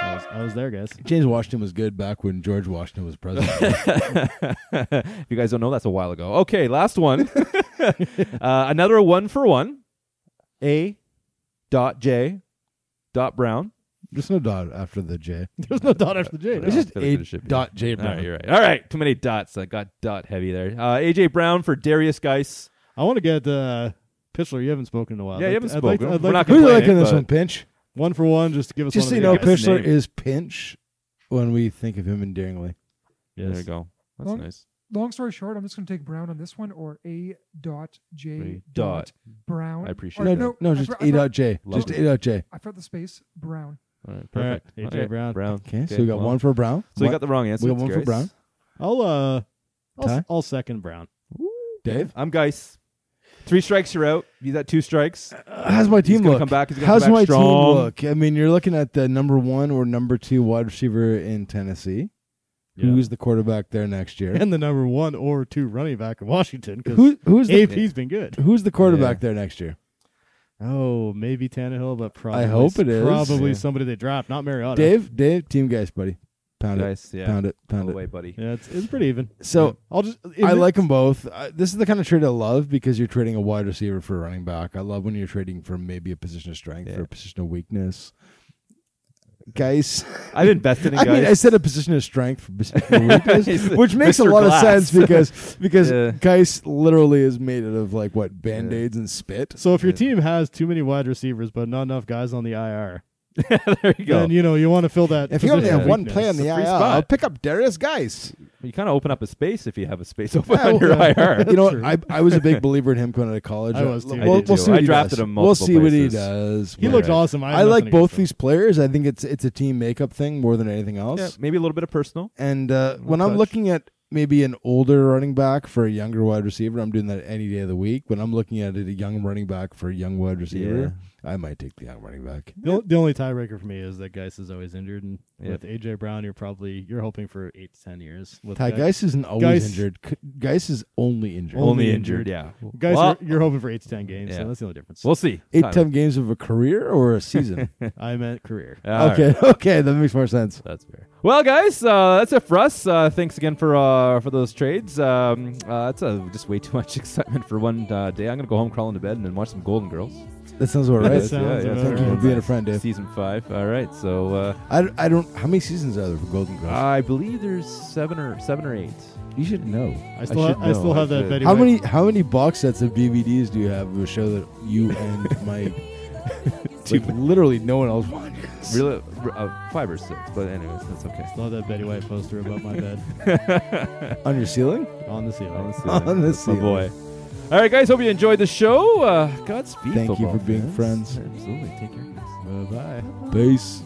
S3: I, was, I was there, guys.
S2: James Washington was good back when George Washington was president.
S1: if you guys don't know, that's a while ago. Okay, last one. uh, another one for one. A. Dot J. Dot Brown.
S2: There's no dot after the J.
S3: There's no dot after the J.
S1: No.
S2: It's just
S1: I feel like
S2: a
S1: it should be.
S2: dot
S1: All
S2: J.
S1: right,
S2: Brown.
S1: you're right. All right, too many dots. I got dot heavy there. Uh, AJ Brown for Darius Geis.
S3: I want to get uh, Pitchler. You haven't spoken in a while.
S1: Yeah,
S3: I'd
S1: you
S3: like-
S1: haven't
S3: I'd like-
S1: spoken.
S3: I'd
S1: We're
S3: like
S1: not
S3: to
S1: gonna
S2: Who's
S1: Complain,
S2: liking this
S1: but-
S2: one? Pinch.
S3: one for one. Just to give us
S2: Just so
S3: one
S2: you
S3: of
S2: know,
S3: the
S1: guy's
S2: Pitchler
S1: name.
S2: is Pinch when we think of him endearingly.
S1: There you go. That's
S4: Well,
S1: nice.
S4: Long story short, I'm just going to take Brown on this one or A dot J
S1: A
S4: dot Brown.
S1: I appreciate
S4: Or
S2: No,
S1: that.
S2: no, no,
S4: I
S2: just
S4: fr- I
S2: A
S4: fr-
S2: dot J.
S1: Love
S2: Just
S1: it.
S2: A dot J.
S4: I forgot the space Brown.
S1: All right,
S3: All right,
S1: perfect.
S3: AJ
S1: All right,
S3: Brown.
S1: Brown.
S2: Okay, so we got
S1: well.
S2: one for Brown.
S1: So you got the wrong answer.
S2: we got
S1: It's
S2: one for
S1: Geis.
S2: Brown.
S3: I'll uh, I'll,
S2: Ty?
S3: s- I'll second Brown.
S2: Dave.
S1: I'm Geis. Three strikes, you're out. You got two strikes.
S2: How's my team
S1: gonna
S2: look?
S1: come back. He's gonna
S2: Uh, How's
S1: come back
S2: my
S1: strong.
S2: team look? I mean, you're looking at the number one or number two wide receiver in Tennessee. Who's the quarterback there next year?
S3: and the number one or two running back in Washington because
S2: Who, who's the
S3: AP's been good.
S2: who's the quarterback there next year?
S3: Oh, maybe Tannehill, but probably
S2: hope it is.
S3: probably
S1: Yeah.
S3: somebody they draft, not Mariota.
S2: Dave, Dave, team guys, buddy, pound it,
S1: Geis, yeah.
S2: pound it,
S1: All
S2: pound
S1: the
S2: it.
S1: way, buddy.
S3: Yeah, it's, it's pretty even.
S2: So
S3: I'll just
S2: I like them both. I, this is the kind of trade I love because you're trading a wide receiver for a running back. I love when you're trading from maybe a position of strength
S1: Yeah.
S2: for a position of weakness. Guys,
S1: I've invested in
S2: I
S1: Geis.
S2: mean, I said a position of strength for position of weakness,
S1: He's
S2: which makes
S1: Mr.
S2: a lot
S1: Glass.
S2: of sense because because
S1: Yeah.
S2: Geis literally is made out of like what band aids and spit.
S3: So if your team has too many wide receivers but not enough guys on the IR,
S1: there you go.
S3: then you know you want to fill that.
S2: If you only
S3: position
S2: have one
S3: weakness.
S2: play on the
S1: It's a free
S2: IR,
S1: spot.
S2: I'll pick up Darius Geis.
S1: You kind of open up a space if you have a space open
S2: Yeah,
S1: on your
S2: well,
S1: IR.
S2: You know, what? I I was a big believer in him going out of college.
S3: I was too.
S2: We'll,
S3: I did
S1: too.
S2: we'll see
S1: I
S2: what he
S1: drafted
S2: does.
S1: him
S2: We'll
S1: multiple
S2: see what he
S1: places.
S2: does.
S3: he
S2: Whatever.
S3: looked awesome. I,
S2: I like both these players. I think it's it's a team makeup thing more than anything else.
S1: Yeah, maybe a little bit of personal.
S2: And uh, when I'm
S1: touch.
S2: looking at maybe an older running back for a younger wide receiver, I'm doing that any day of the week. When I'm looking at it, a young running back for a young wide receiver, I might take the young running back.
S3: The, o- the only tiebreaker for me is that Geis is always injured, and
S1: Yeah.
S3: with AJ Brown, you're probably you're hoping for eight to ten years. With
S2: Ty
S3: Ge-
S2: Geis isn't always
S3: Geis-
S2: injured. C- Geis is only injured.
S3: Only
S1: Only
S3: injured.
S1: injured, yeah.
S3: Geis,
S1: well,
S3: you're, you're hoping for eight to ten games.
S1: Yeah.
S3: So that's the only difference.
S1: we'll see.
S2: Eight
S1: Tyler.
S2: ten games of a career or a season.
S3: I meant career.
S1: All right.
S2: okay, okay, that makes more sense.
S1: That's fair. Well, guys, uh, that's it for us. Uh, thanks again for uh, for those trades. Um, uh, that's uh, just way too much excitement for one uh, day. I'm gonna go home, crawl into bed, and then watch some Golden Girls.
S2: That sounds about right.
S3: That sounds
S1: yeah, yeah,
S3: about
S2: Thank you for
S3: right.
S2: being a friend, Dave.
S1: Season five. All right. So uh,
S2: I, I don't. How many seasons are there for Golden Girls?
S1: I believe there's seven or seven or eight.
S2: you should know.
S3: I still,
S1: should
S3: ha- I
S1: know.
S3: still
S1: I
S3: have that
S1: should.
S3: Betty.
S2: How
S3: White-
S2: many how many box sets of DVDs do you have of a show that you and Mike, like, literally no one else watches?
S1: Really, uh, five or six. But anyways, that's okay.
S3: Still have that Betty White poster above my bed
S2: On your ceiling?
S3: on the ceiling.
S1: Honestly,
S2: On the
S1: uh, my
S2: ceiling.
S1: boy. All right, guys. Hope you enjoyed the show. Uh, Godspeed.
S2: Thank you
S1: football
S2: for being
S1: fans.
S2: friends.
S1: Absolutely. Take care. guys.
S2: Bye bye. Peace.